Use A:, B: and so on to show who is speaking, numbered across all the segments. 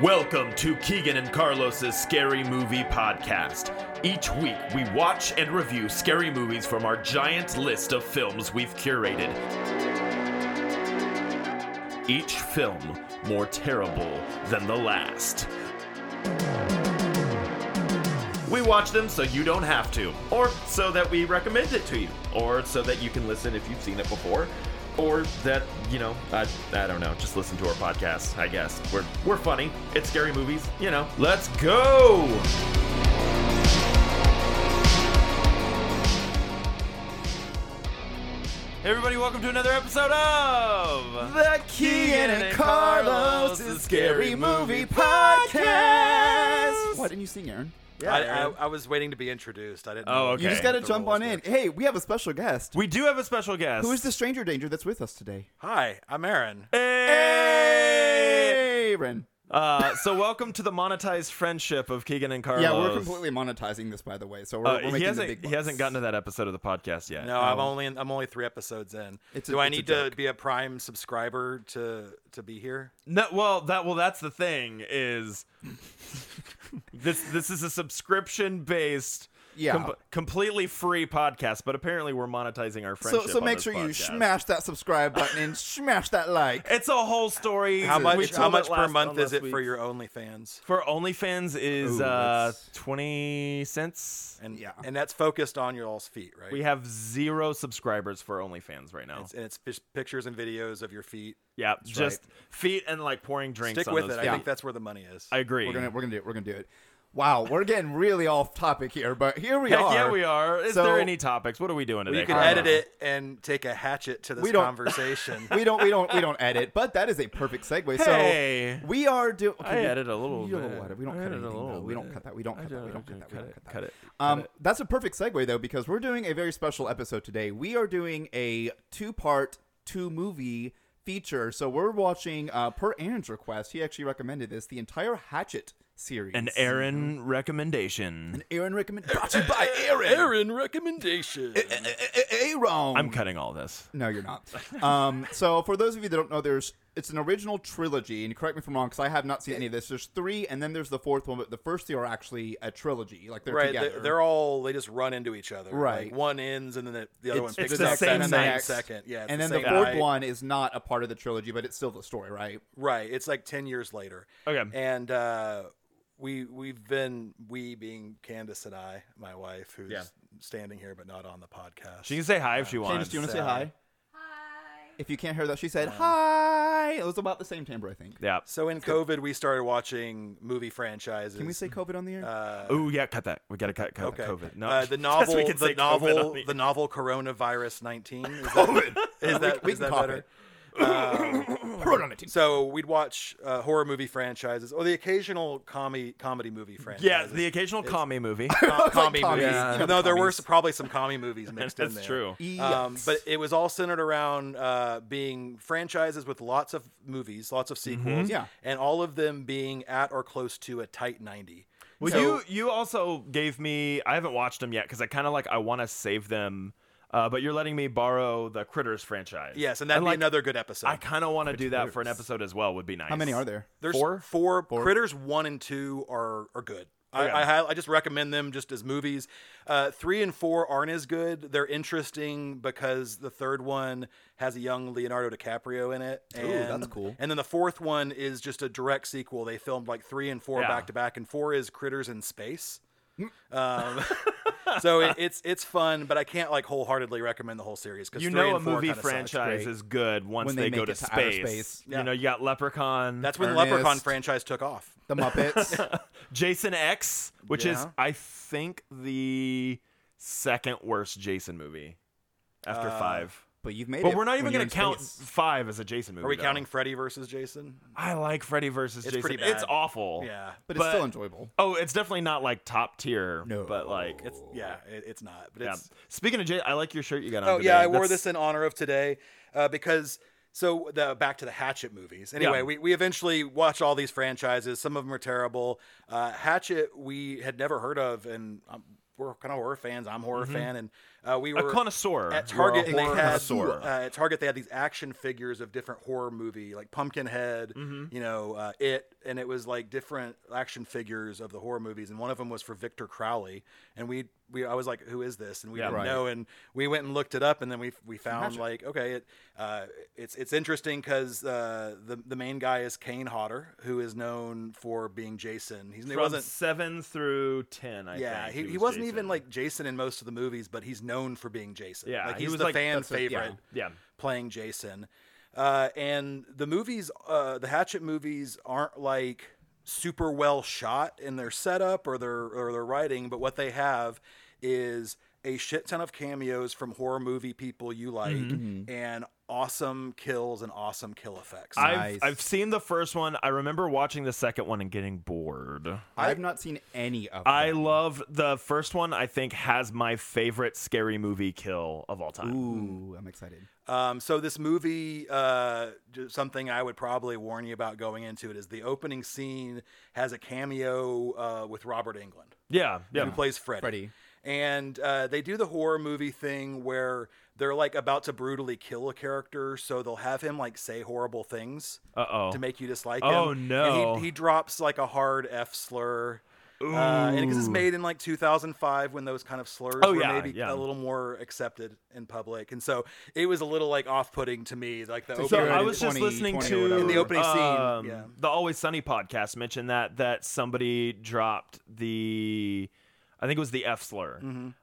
A: Welcome to Keegan and Carlos's Scary Movie Podcast. Each week, we watch and review scary movies from our giant list of films we've curated. Each film more terrible than the last. We watch them so you don't have to, or so that we recommend it to you, or so that you can listen if you've seen it before, or that you know, I, I don't know, just listen to our podcast. I guess we're we're funny. It's scary movies, you know. Let's go. Hey everybody, welcome to another episode of
B: The Keegan and Carlos Scary Movie Podcast. Why didn't you sing, Aaron?
A: Yeah,
C: I, I, I was waiting to be introduced. I didn't.
A: Oh,
C: know
A: okay.
B: You just got to
C: the
B: jump
C: rules
B: on in.
C: there.
B: Hey, we have a special guest.
A: We do have a special guest.
B: Who is the stranger danger that's with us today?
C: Hi, I'm Aaron.
A: Hey!
B: Aaron.
A: Uh, so welcome to the monetized friendship of Keegan and Carlos.
B: Yeah, we're completely monetizing this, by the way. So we're,
A: Uh,
B: we're
A: he
B: making the
A: hasn't
B: big bucks.
A: he hasn't gotten to that episode of the podcast yet. Uh,
C: No, I'm only in, I'm only three episodes in.
B: It's a-
C: Do I
B: it's a
C: need to
B: joke.
C: be a Prime subscriber to to be here?
A: No, well that well that's the thing is this this is a subscription based
B: Yeah.
A: completely free podcast, but apparently we're monetizing our friendship.
B: So, so
A: on
B: make
A: this
B: sure you
A: podcast.
B: smash that subscribe button and smash that like.
A: It's a whole story.
C: How
A: We
C: much
A: told
C: How
A: it
C: much per
A: last-
C: month
A: on
C: is
A: last
C: it for
A: week's-
C: your OnlyFans?
A: For OnlyFans is
B: Ooh,
A: uh,
B: that's-
A: twenty cents.
C: And
B: Yeah.
C: and that's focused on your all's feet, right?
A: We have zero subscribers for OnlyFans right now.
C: It's- and it's pic- pictures and videos of your feet.
A: yeah, just feet and like pouring drinks.
C: Stick
A: on
C: with it.
A: those
C: I
A: feet.
C: think that's where the money is.
A: I agree.
B: We're gonna we're gonna do it. We're gonna do it. Wow, we're getting really off topic here, but here we
A: Heck
B: are.
A: yeah, we are. Is
B: So-
A: there any topics? What are we doing today?
C: you can
A: Carlos?
C: edit it and take a hatchet to this
B: We don't-
C: conversation.
B: We don't we don't we don't edit, but that is a perfect segue.
A: Hey.
B: So we are doing. Okay,
A: I
B: we-
A: edit a little
B: you know
A: bit.
B: what, We don't
A: I
B: cut
A: edit a
B: anything.
A: little
B: though. We don't
A: bit.
B: cut that. We don't
A: I
B: cut that. We
A: don't-
B: don't cut that.
A: okay,
B: We don't
A: cut
B: cut
A: it,
B: that.
A: cut it,
B: Um, that's a perfect segue though, because we're doing a very special episode today. We are doing a two-part, two-movie feature. So we're watching, uh, per Aaron's request, he actually recommended this, the entire Hatchet series.
A: An Aaron recommendation.
B: Aaron recommended. Brought to you by Aaron.
C: recommendation.
B: Aaron.
A: I'm cutting all this.
B: No, you're not. Um, so for those of you that don't know, there's it's an original trilogy, and correct me if I'm wrong, because I have not seen any of this. There's three, and then there's the fourth one, but the first two are actually a trilogy, like they're
C: right they-
B: together.
C: they're, all they just run into each other
B: Right.
C: like one ends and then the, the other
B: It's-
C: one
B: it's
C: picks
B: the
C: up
B: same
C: and
B: night.
C: then second yeah it's
B: and then the
C: same
B: fourth
C: night.
B: one is not a part of the trilogy, but it's still the story, right?
C: right it's like 10 years later
A: Okay.
C: and uh we we've been we being candace and i my wife who's
A: Yeah.
C: standing here but not on the podcast
A: She can say hi if she wants.
B: Candace, do you want to say hi?
C: Hi.
B: If you can't hear that, she said hi. It was about the same timbre, I think.
A: yeah.
C: so in covid we started watching movie franchises
B: Can we say COVID on the air?
C: Uh,
A: Oh yeah, cut that. We gotta cut, cut
C: Okay.
A: COVID. No,
C: Uh, the
A: Yes,
C: novel,
A: we can
C: the
A: say COVID on
C: novel,
A: the-
C: the novel, coronavirus nineteen. Is COVID. Is that,
B: we
C: is
B: can
C: that
B: cop
C: better?
B: it. Put it on a t-
C: So we'd watch uh, horror movie franchises or the occasional comedy comedy movie franchises.
A: yeah, the occasional commie movie.
C: Com- comedy
B: commies.
C: movies.
B: Yeah.
C: Even though there were some, probably some commie movies mixed in
A: That's
C: there.
A: true.
C: Um,
B: Yikes.
C: but it was all centered around uh, being franchises with lots of movies, lots of
A: Mm-hmm.
C: sequels,
B: Yeah.
C: and all of them being at or close to a tight ninety.
A: Well,
C: So-
A: you you also gave me. I haven't watched them yet because I kind of like I want to save them. Uh, but you're letting me borrow the Critters franchise.
C: yes, and that'd be
A: like,
C: another good episode.
A: I kind of want to do that for an episode as well. Would be nice.
B: How many are there?
C: There's
A: Four?
C: four, critters. One and two are are good. I,
A: Okay.
C: I, hi- I just recommend them just as movies. Uh, three and four aren't as good. They're interesting because the third one has a young Leonardo DiCaprio in it. And,
B: that's cool.
C: And then the fourth one is just a direct sequel. They filmed like three and four
A: Yeah. Mm.
C: back to back, and four is Critters in Space. um, so it, it's it's fun, but I can't like wholeheartedly recommend the whole series because
A: You
C: three
A: know,
C: and
A: a
C: four
A: movie
C: kinda sucks.
A: franchise is good once
B: When they
A: go
B: make
A: to
B: it to outer
A: space.
B: space.
C: Yeah.
A: You know, you got Leprechaun.
C: That's when
B: Ernest.
C: Leprechaun franchise took off.
B: the Muppets.
A: Jason X, which is
C: Yeah.
A: I think the second worst Jason movie after
C: Uh,
A: five.
B: but you've made it.
A: But we're not even
B: when you're
A: going to
B: in
A: count
B: space.
A: five as a Jason movie.
C: Are we
A: though.
C: counting Freddy versus Jason?
A: I like Freddy versus
C: It's
A: Jason.
C: pretty
A: It's
C: bad.
A: awful.
C: Yeah.
B: But it's still enjoyable.
A: Oh, it's definitely not like top tier.
B: No.
A: but like it's
C: It's yeah, it, it's not. But
A: yeah.
C: Oh, it's
A: Speaking of Jason, I like your shirt you got on.
C: oh
A: today.
C: yeah, I wore
A: That's-
C: this in honor of today uh, because so the back to the Hatchet movies. Anyway,
A: Yeah.
C: we, we eventually watched all these franchises. Some of them are terrible. Uh, Hatchet we had never heard of, and um, we're- we're kind of horror fans. I'm a horror
A: Mm-hmm.
C: fan, and uh, we
A: A
C: were
A: connoisseur.
C: at Target.
A: You're
C: They
A: a horror
C: had
A: connoisseur.
C: uh, at Target. They had these action figures of different horror movie, like Pumpkinhead,
A: Mm-hmm.
C: you know, uh, it, and it was like different action figures of the horror movies. And one of them was for Victor Crowley, and we. We, I was like, "Who is this?" And we
A: Yeah,
C: didn't
B: right.
C: know, and we went and looked it up, and then we we found like, okay, it uh, it's it's interesting because uh, the the main guy is Kane Hodder, who is known for being Jason. He's, he
A: From
C: wasn't
A: seven through ten. I
C: yeah,
A: think,
C: he, he
A: was
C: wasn't
A: Jason.
C: even like Jason in most of the movies, but he's known for being Jason.
A: Yeah,
C: like
A: he
C: he's
A: was
C: the
A: like-
C: fan
B: that's what- yeah.
C: favorite
A: yeah.
C: playing Jason. Uh, and the movies, uh, the Hatchet movies, aren't like super well shot in their setup or their or their writing, but what they have is a shit ton of cameos from horror movie people you like
A: Mm-hmm.
C: and awesome kills and awesome kill effects.
B: Nice.
A: I've I've seen the first one. I remember watching the second one and getting bored.
B: I've not seen any of them.
A: I love the first one. I think has my favorite scary movie kill of all time.
B: Ooh, I'm excited.
C: Um, so this movie, uh, j- something I would probably warn you about going into it is the opening scene has a cameo uh, with Robert England,
A: Yeah, yeah.
C: who plays Freddy.
B: Freddy.
C: And uh, they do the horror movie thing where they're like about to brutally kill a character, so they'll have him like say horrible things
A: Uh oh.
C: to make you dislike him.
A: Oh,
C: And
A: no.
C: he, he drops like a hard F slur. Uh, and because it's made in like 2005 when those kind of slurs
A: Oh,
C: were
A: yeah,
C: maybe
A: yeah.
C: a little more accepted in public. And so it was a little like off putting to me. Like the
A: So
B: You're
C: opening-
A: I
B: in
A: was just
B: 20,
A: listening
B: 20 or
A: to
B: whatever. In
C: the opening scene,
A: um,
C: yeah.
A: The Always Sunny podcast mentioned that that somebody dropped the, I think it was the F slur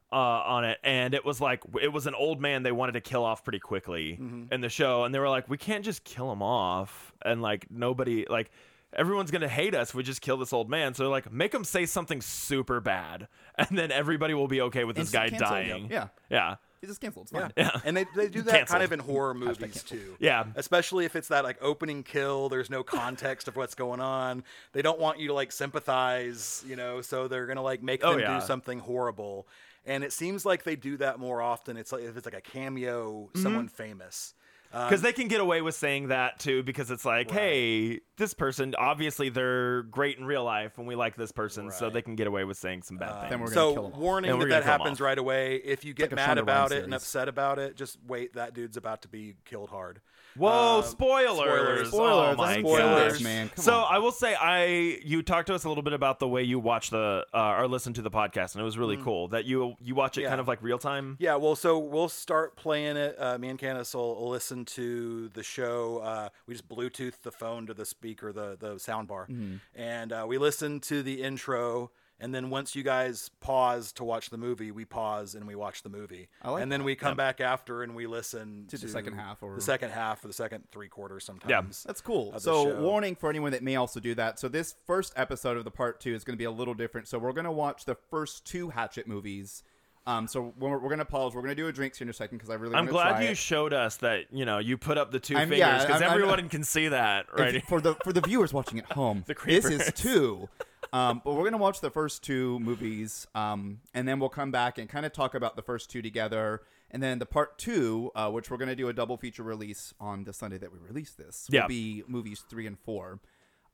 A: uh, on it, and it was like it was an old man they wanted to kill off pretty quickly in the show, and they were like, we can't just kill him off, and like nobody like. Everyone's gonna hate us. if We just kill this old man. So they're like, make him say something super bad, and then everybody will be okay with this guy
B: Instant cancel, yep.
A: dying.
B: Yeah.
A: yeah,
B: It's just canceled. It's
C: Yeah.
B: fine.
C: And they, they do that
A: Canceled.
C: kind of in horror movies too.
A: Yeah.
C: Especially if it's that like opening kill, there's no context of what's going on. They don't want you to like sympathize, you know, so they're going to like make
A: Oh,
C: them
A: yeah.
C: do something horrible. And it seems like they do that more often. It's like if it's like a cameo,
A: Mm-hmm.
C: someone famous. Uh,
A: because they can get away with saying that too because it's like hey this person obviously they're great in real life and we like this person so
C: Right.
A: they can get away with saying some bad
B: Then
A: things
B: we're gonna kill
C: So
B: him.
C: warning
A: And we're gonna
C: that that
A: kill 'em
C: happens
A: off.
C: right away. If you get
B: like a
C: mad
B: Shonda
C: about it
B: Rhimes
C: and
B: series.
C: upset about it, just wait. That dude's about to be killed hard.
A: whoa
C: Uh,
A: spoilers
C: spoilers.
A: oh
B: Spoilers.
A: my
B: I'm
A: gosh
B: spoilers, man. Come
A: so
B: on.
A: i will say i you talked to us a little bit about the way you watch the uh, or listen to the podcast and it was really cool that you you watch it
C: Yeah.
A: kind of like real time
C: Yeah, well, so we'll start playing it. Uh, me and Candace will, will listen to the show. Uh, we just Bluetooth the phone to the speaker, the the sound bar,
B: Mm-hmm.
C: and uh, we listen to the intro. And then once you guys pause to watch the movie, we pause and we watch the movie.
B: I like
C: and then we come back after and we listen
B: To the second half or-
C: the second half or the second three quarters sometimes.
B: That's cool.
C: the
B: So,
C: show.
B: warning for anyone that may also do that. So, this first episode of the part two is going to be a little different. So, we're going to watch the first two Hatchet movies. Um, so we're, we're going to pause. We're going to do a drinks here in a second because I really.
A: I'm
B: wanna
A: glad
B: try
A: you
B: it.
A: showed us that you know you put up the 2
B: I'm- yeah,
A: fingers because
B: I'm- I'm-
A: everyone can see that
B: If-
A: right.
B: for the for the viewers watching at home. this is two. Um, but we're gonna watch the first two movies, um, and then we'll come back and kind of talk about the first two together, and then the part two, uh, which we're gonna do a double feature release on the Sunday that we release this, will
A: Yeah.
B: be movies three and four.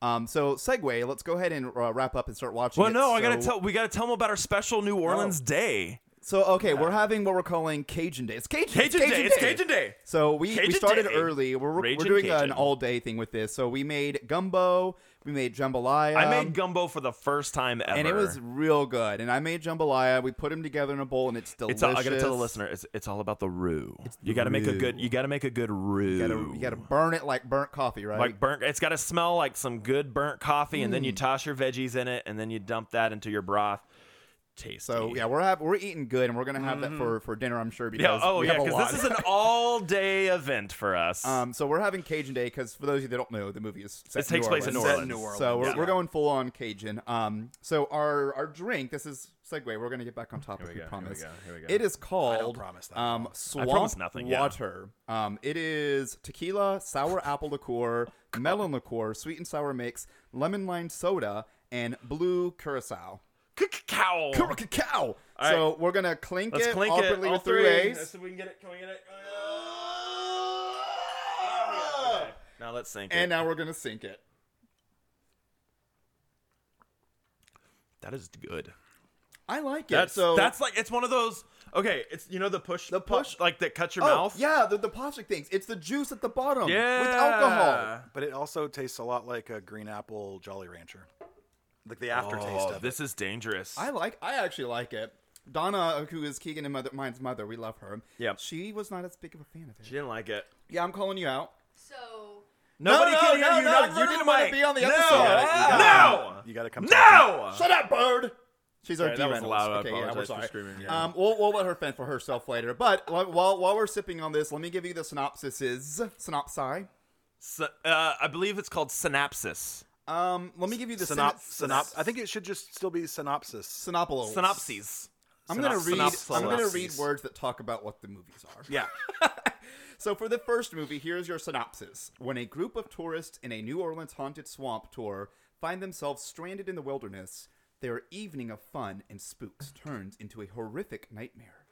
B: Um, so segue, let's go ahead and uh, wrap up and start watching.
A: Well,
B: it.
A: no, I gotta
B: So-
A: tell. We gotta tell them about our special New Orleans day.
B: So okay, we're having what we're calling Cajun Day. It's Cajun,
A: Cajun
B: it's
A: Day, it's Cajun Day.
B: So we, we
A: Cajun
B: started
A: Day.
B: early. We're, we're
A: Ragin'
B: doing
A: Cajun.
B: an all day thing with this. So we made gumbo, we made jambalaya.
A: I made gumbo for the first time ever.
B: Um, and it was real good. And I made jambalaya. We put them together in a bowl, and it's
A: It's
B: delicious.
A: all, I gotta tell the listener, it's it's all about the roux. you gotta make a
B: roux.
A: good. You gotta make a good roux.
B: You gotta, you gotta burn it like burnt coffee, right?
A: like burnt. It's gotta smell like some good burnt coffee, and then
B: Mm.
A: you toss your veggies in it, and then you dump that into your broth. Tasty.
B: so yeah, we're have, we're eating good, and we're gonna have that for, for dinner, I'm sure.
A: Mm-hmm. Yeah.
B: Because
A: Oh
B: we
A: yeah.
B: have a
A: Because
B: lot.
A: this is an all day event for us.
B: um, so we're having Cajun Day because for those of you that don't know, the movie is set
A: It takes place in New
C: Set in
A: Orleans.
C: New Orleans.
B: So we're,
C: yeah.
B: we're going full on Cajun. Um, so our our drink. This is segue. We're gonna get back on topic.
A: go,
B: we
A: here we
B: promise.
A: go, here we go.
B: It is called
C: promise that, I
B: um, swamp
A: promise nothing, yeah.
B: water. Um, it is tequila, sour apple liqueur, melon liqueur, sweet and sour mix, lemon lime soda, and blue curacao.
A: Cow.
B: Curacao. So we're gonna clink
A: Let's
B: it
A: clink it.
B: awkwardly
A: All
B: with
A: three.
B: three A's.
A: Let's see if we can get it. Can we get it? Ah! Okay. Now let's sink it.
B: And now we're gonna sink it.
A: That is good.
B: I like it.
A: That's
B: so
A: that's like it's one of those. Okay, it's you know the push
B: The
A: pu-
B: push-
A: like that cuts your
B: oh,
A: mouth.
B: Yeah, the, the plastic things. It's the juice at the bottom with
A: Yeah.
B: alcohol.
C: But it also tastes a lot like a green apple Jolly Rancher, like the aftertaste
A: Oh,
C: of it.
A: this is dangerous.
B: I like. I actually like it. Donna, uh, who is Keegan and mother, mine's mother, we love her.
A: Yep.
B: She was not as big of a fan of it.
A: she didn't like it.
B: Yeah, I'm calling you out.
D: So
A: Nobody
B: no,
A: can hear
B: no,
A: you.
B: no,
A: not
B: you
A: in front of
B: didn't
A: the
B: wanna
A: mic.
B: be on the
A: no,
B: episode.
C: You
A: No,
C: gotta- You got to come. talk
A: no.
B: Shut up, bird. She's
A: Uh,
B: our
A: Sorry,
B: D
A: that was
B: Reynolds.
A: loud. I
B: Okay, yeah,
A: apologize
B: we're
A: for
B: sorry.
A: screaming, yeah.
B: Um, we'll, we'll let her fend for herself later. But li- while while we're sipping on this, let me give you the synopsis. Is synopsi?
A: Sy- uh, I believe it's called synapsis.
B: Um, let me give you
C: to
B: the
C: me. Synop,
B: syn-
C: synop. I think it should just still be synopsis.
B: synopsis.
A: Synopses.
B: I'm gonna
A: Synop-
B: read.
A: synopsis.
B: I'm gonna read
C: synopses.
B: words that talk about what the movies are.
C: Yeah.
B: So for the first movie, here's your synopsis. When a group of tourists in a New Orleans haunted swamp tour find themselves stranded in the wilderness, their evening of fun and spooks turns into a horrific nightmare.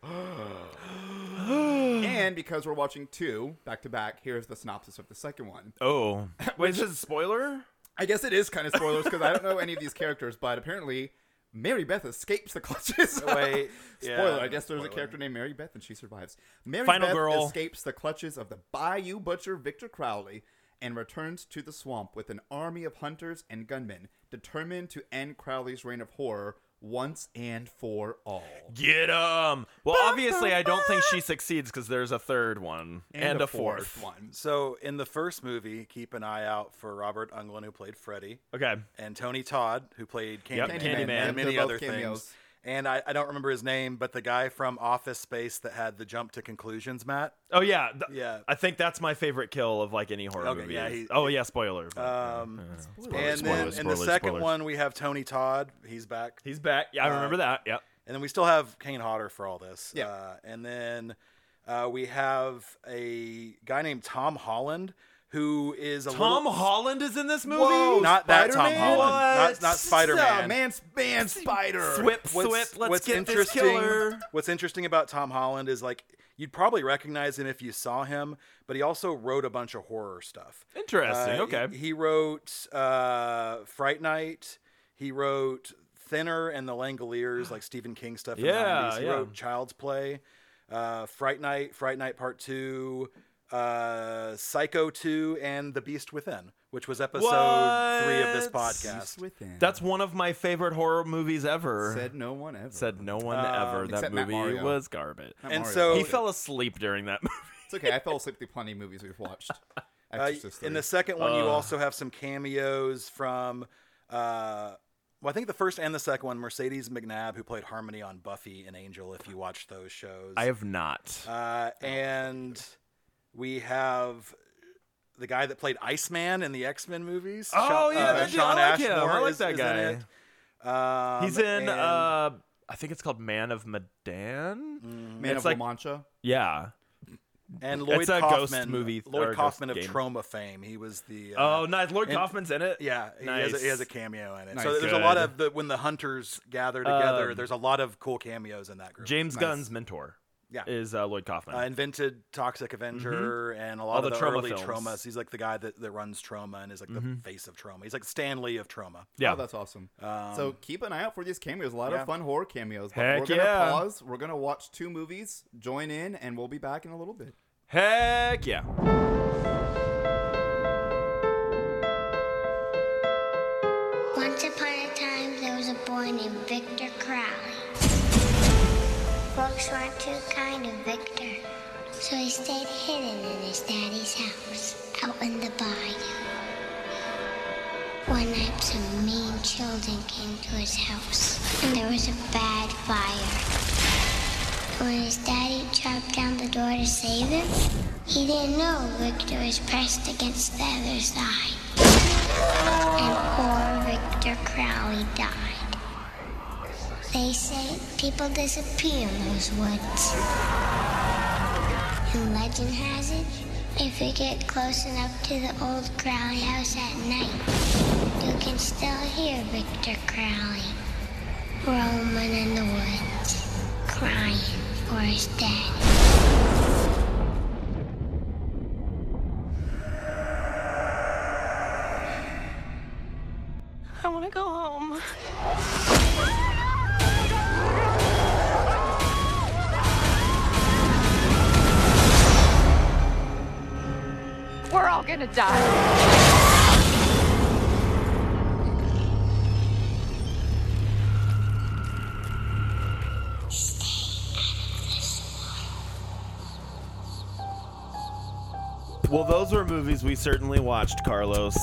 B: and because we're watching two back to back, here's the synopsis of the second one.
A: Oh, wait, is this a spoiler?
B: I guess it is kind of spoilers because I don't know any of these characters, but apparently Mary Beth escapes the clutches.
C: Wait. yeah,
B: Spoiler, I guess there's a
C: spoiler.
B: character named Mary Beth and she survives. Mary
A: Final
B: Beth
A: girl.
B: escapes the clutches of the Bayou butcher Victor Crowley and returns to the swamp with an army of hunters and gunmen determined to end Crowley's reign of horror once and for all.
A: Get 'em. Well, obviously, I don't think she succeeds because there's a third one and, a fourth.
B: one.
C: So in the first movie, keep an eye out for Robert Englund, who played Freddy,
A: Okay.
C: and Tony Todd, who played Candyman,
A: Yep, Candyman.
C: and
B: They're
C: many
B: both
C: other
B: cameos.
C: things. And I, I don't remember his name, but the guy from Office Space that had the jump to conclusions, Matt.
A: Oh yeah. th-
C: Yeah.
A: I think that's my favorite kill of like any horror
C: Okay,
A: movie.
C: yeah, he-
A: oh yeah, spoiler. but-
C: Um,
A: Spoilers,
C: and then
A: spoilers,
C: in the
A: spoilers,
C: second
A: spoilers.
C: one, we have Tony Todd. He's back.
A: He's back. Yeah, I
C: uh,
A: remember that. Yep.
C: And then we still have Kane Hodder for all this.
B: Yeah.
C: Uh, and then uh, we have a guy named Tom Holland who is a
A: Tom
C: little,
A: Holland is in this movie.
B: Whoa,
C: not that Tom
B: Spider-Man?
C: Holland, not, not Spider
B: Yeah,
C: Man.
B: man, man, spider.
A: Swip, swip. Let's get this killer.
C: What's interesting about Tom Holland is like you'd probably recognize him if you saw him, but he also wrote a bunch of horror stuff.
A: Interesting,
C: Uh,
A: okay.
C: He, he wrote uh, Fright Night. He wrote Thinner and the Langoliers, like Stephen King stuff. in the
A: Yeah,
C: 90s. He
A: yeah.
C: wrote Child's Play, uh, Fright Night, Fright Night Part Two, uh, Psycho Two, and The Beast Within, which was episode three of this
A: What?
C: podcast.
B: Within.
A: That's one of my favorite horror movies ever.
B: said no one ever.
A: Said no one
C: Um,
A: ever. That
B: except Matt
A: movie
B: Mario.
A: was garbage.
B: Not
C: and
B: Mario.
C: so-
A: He fell asleep during that movie.
B: It's okay. I fell asleep through plenty of movies we've watched.
C: Uh,
B: Exorcist
C: in
B: three.
C: the second one, you also have some cameos from, uh, well, I think the first and the second one, Mercedes McNabb, who played Harmony on Buffy and Angel, if you watched those shows.
A: I have not.
C: uh, and we have the guy that played Iceman in the X Men movies.
A: Oh,
C: Sean,
A: yeah,
C: uh,
A: that dude-
C: Sean
A: I like him. I
C: Ashmore
A: like
C: is-
A: that
C: is in
A: guy.
C: it. Um,
A: He's in.
C: and-
A: uh I think it's called Man of Medan.
C: Mm.
B: Man
A: it's
B: of Oh,
A: like-
B: La Mancha.
A: Yeah.
C: and Lloyd
A: it's a ghost
C: Kaufman,
A: movie th- or
C: Lloyd
A: ghost
C: Kaufman of
A: game.
C: Trauma fame. He was the uh,
A: Oh, nice. Lord
C: and-
A: Kaufman's in it.
C: Yeah, he, has a, he has a
A: Nice.
C: cameo in it.
B: Nice.
C: So there's a lot
A: Good.
C: of the when the hunters gather together.
A: Um,
C: there's a lot of cool cameos in that group.
A: James Gunn's mentor.
C: Yeah.
A: Is uh, Lloyd Kaufman.
C: uh, invented Toxic Avenger and a lot
A: Mm-hmm. All
C: of
A: the
C: the,
A: Trauma
C: early
A: films. Mm-hmm.
C: traumas. He's like the guy that, that runs trauma and is like the face of trauma. He's like Stanley of trauma.
A: yeah. Um,
B: Oh, that's awesome. so keep an eye out for these cameos. A lot
C: yeah.
B: of fun horror cameos. But
A: Heck
B: we're gonna
A: yeah.
B: pause. We're gonna watch two movies. Join in, and we'll be back in a little bit.
A: Heck yeah.
E: Once upon a time, there was a boy named Victor Crowley. Folks weren't too kind to Victor, so he stayed hidden in his daddy's house, out in the bayou. One night, some mean children came to his house, and there was a bad fire. When his daddy chopped down the door to save him, he didn't know Victor was pressed against the other side and poor Victor Crowley died. They say people disappear in those woods. And legend has it, if you get close enough to the old Crowley house at night, you can still hear Victor Crowley roaming in the woods, crying for his dad.
F: I want to go home.
G: all gonna die.
A: Well, those were movies we certainly watched, Carlos.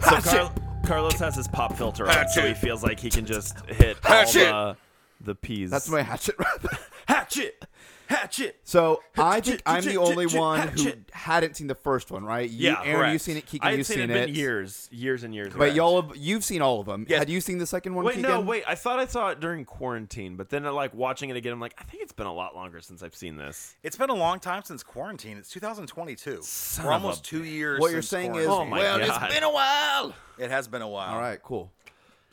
A: So Car- Carlos has his pop filter on, so he
C: Hatchet.
A: feels like he can just hit all
C: Hatchet.
A: the, the P's.
B: That's my hatchet rap.
A: hatchet, hatchet.
B: So I think I'm the
A: Hatchet,
B: only
A: hatchet,
B: one who
A: hatchet.
B: hadn't seen the first one, right? You,
A: Yeah,
B: Aaron,
A: correct.
B: you've seen it.
A: I
B: Keegan,
A: had
B: you've
A: seen, it,
B: seen it.
A: been years, years and years.
B: But
A: back.
B: y'all, have, you've seen all of them.
C: Yes.
B: Had you seen the second one?
A: Wait,
B: Keegan?
A: no, wait. I thought I saw it during quarantine, but then I like watching it again. I'm like, I think it's been a lot longer since I've seen this.
C: It's been a long time since quarantine. It's 2022.
A: Son
C: We're
A: of
C: almost
A: a-
C: two years.
B: What you're
C: since
B: saying is,
C: quarantine.
A: Oh my
B: well,
A: God.
B: it's been a while.
C: it has been a while.
B: All right, cool.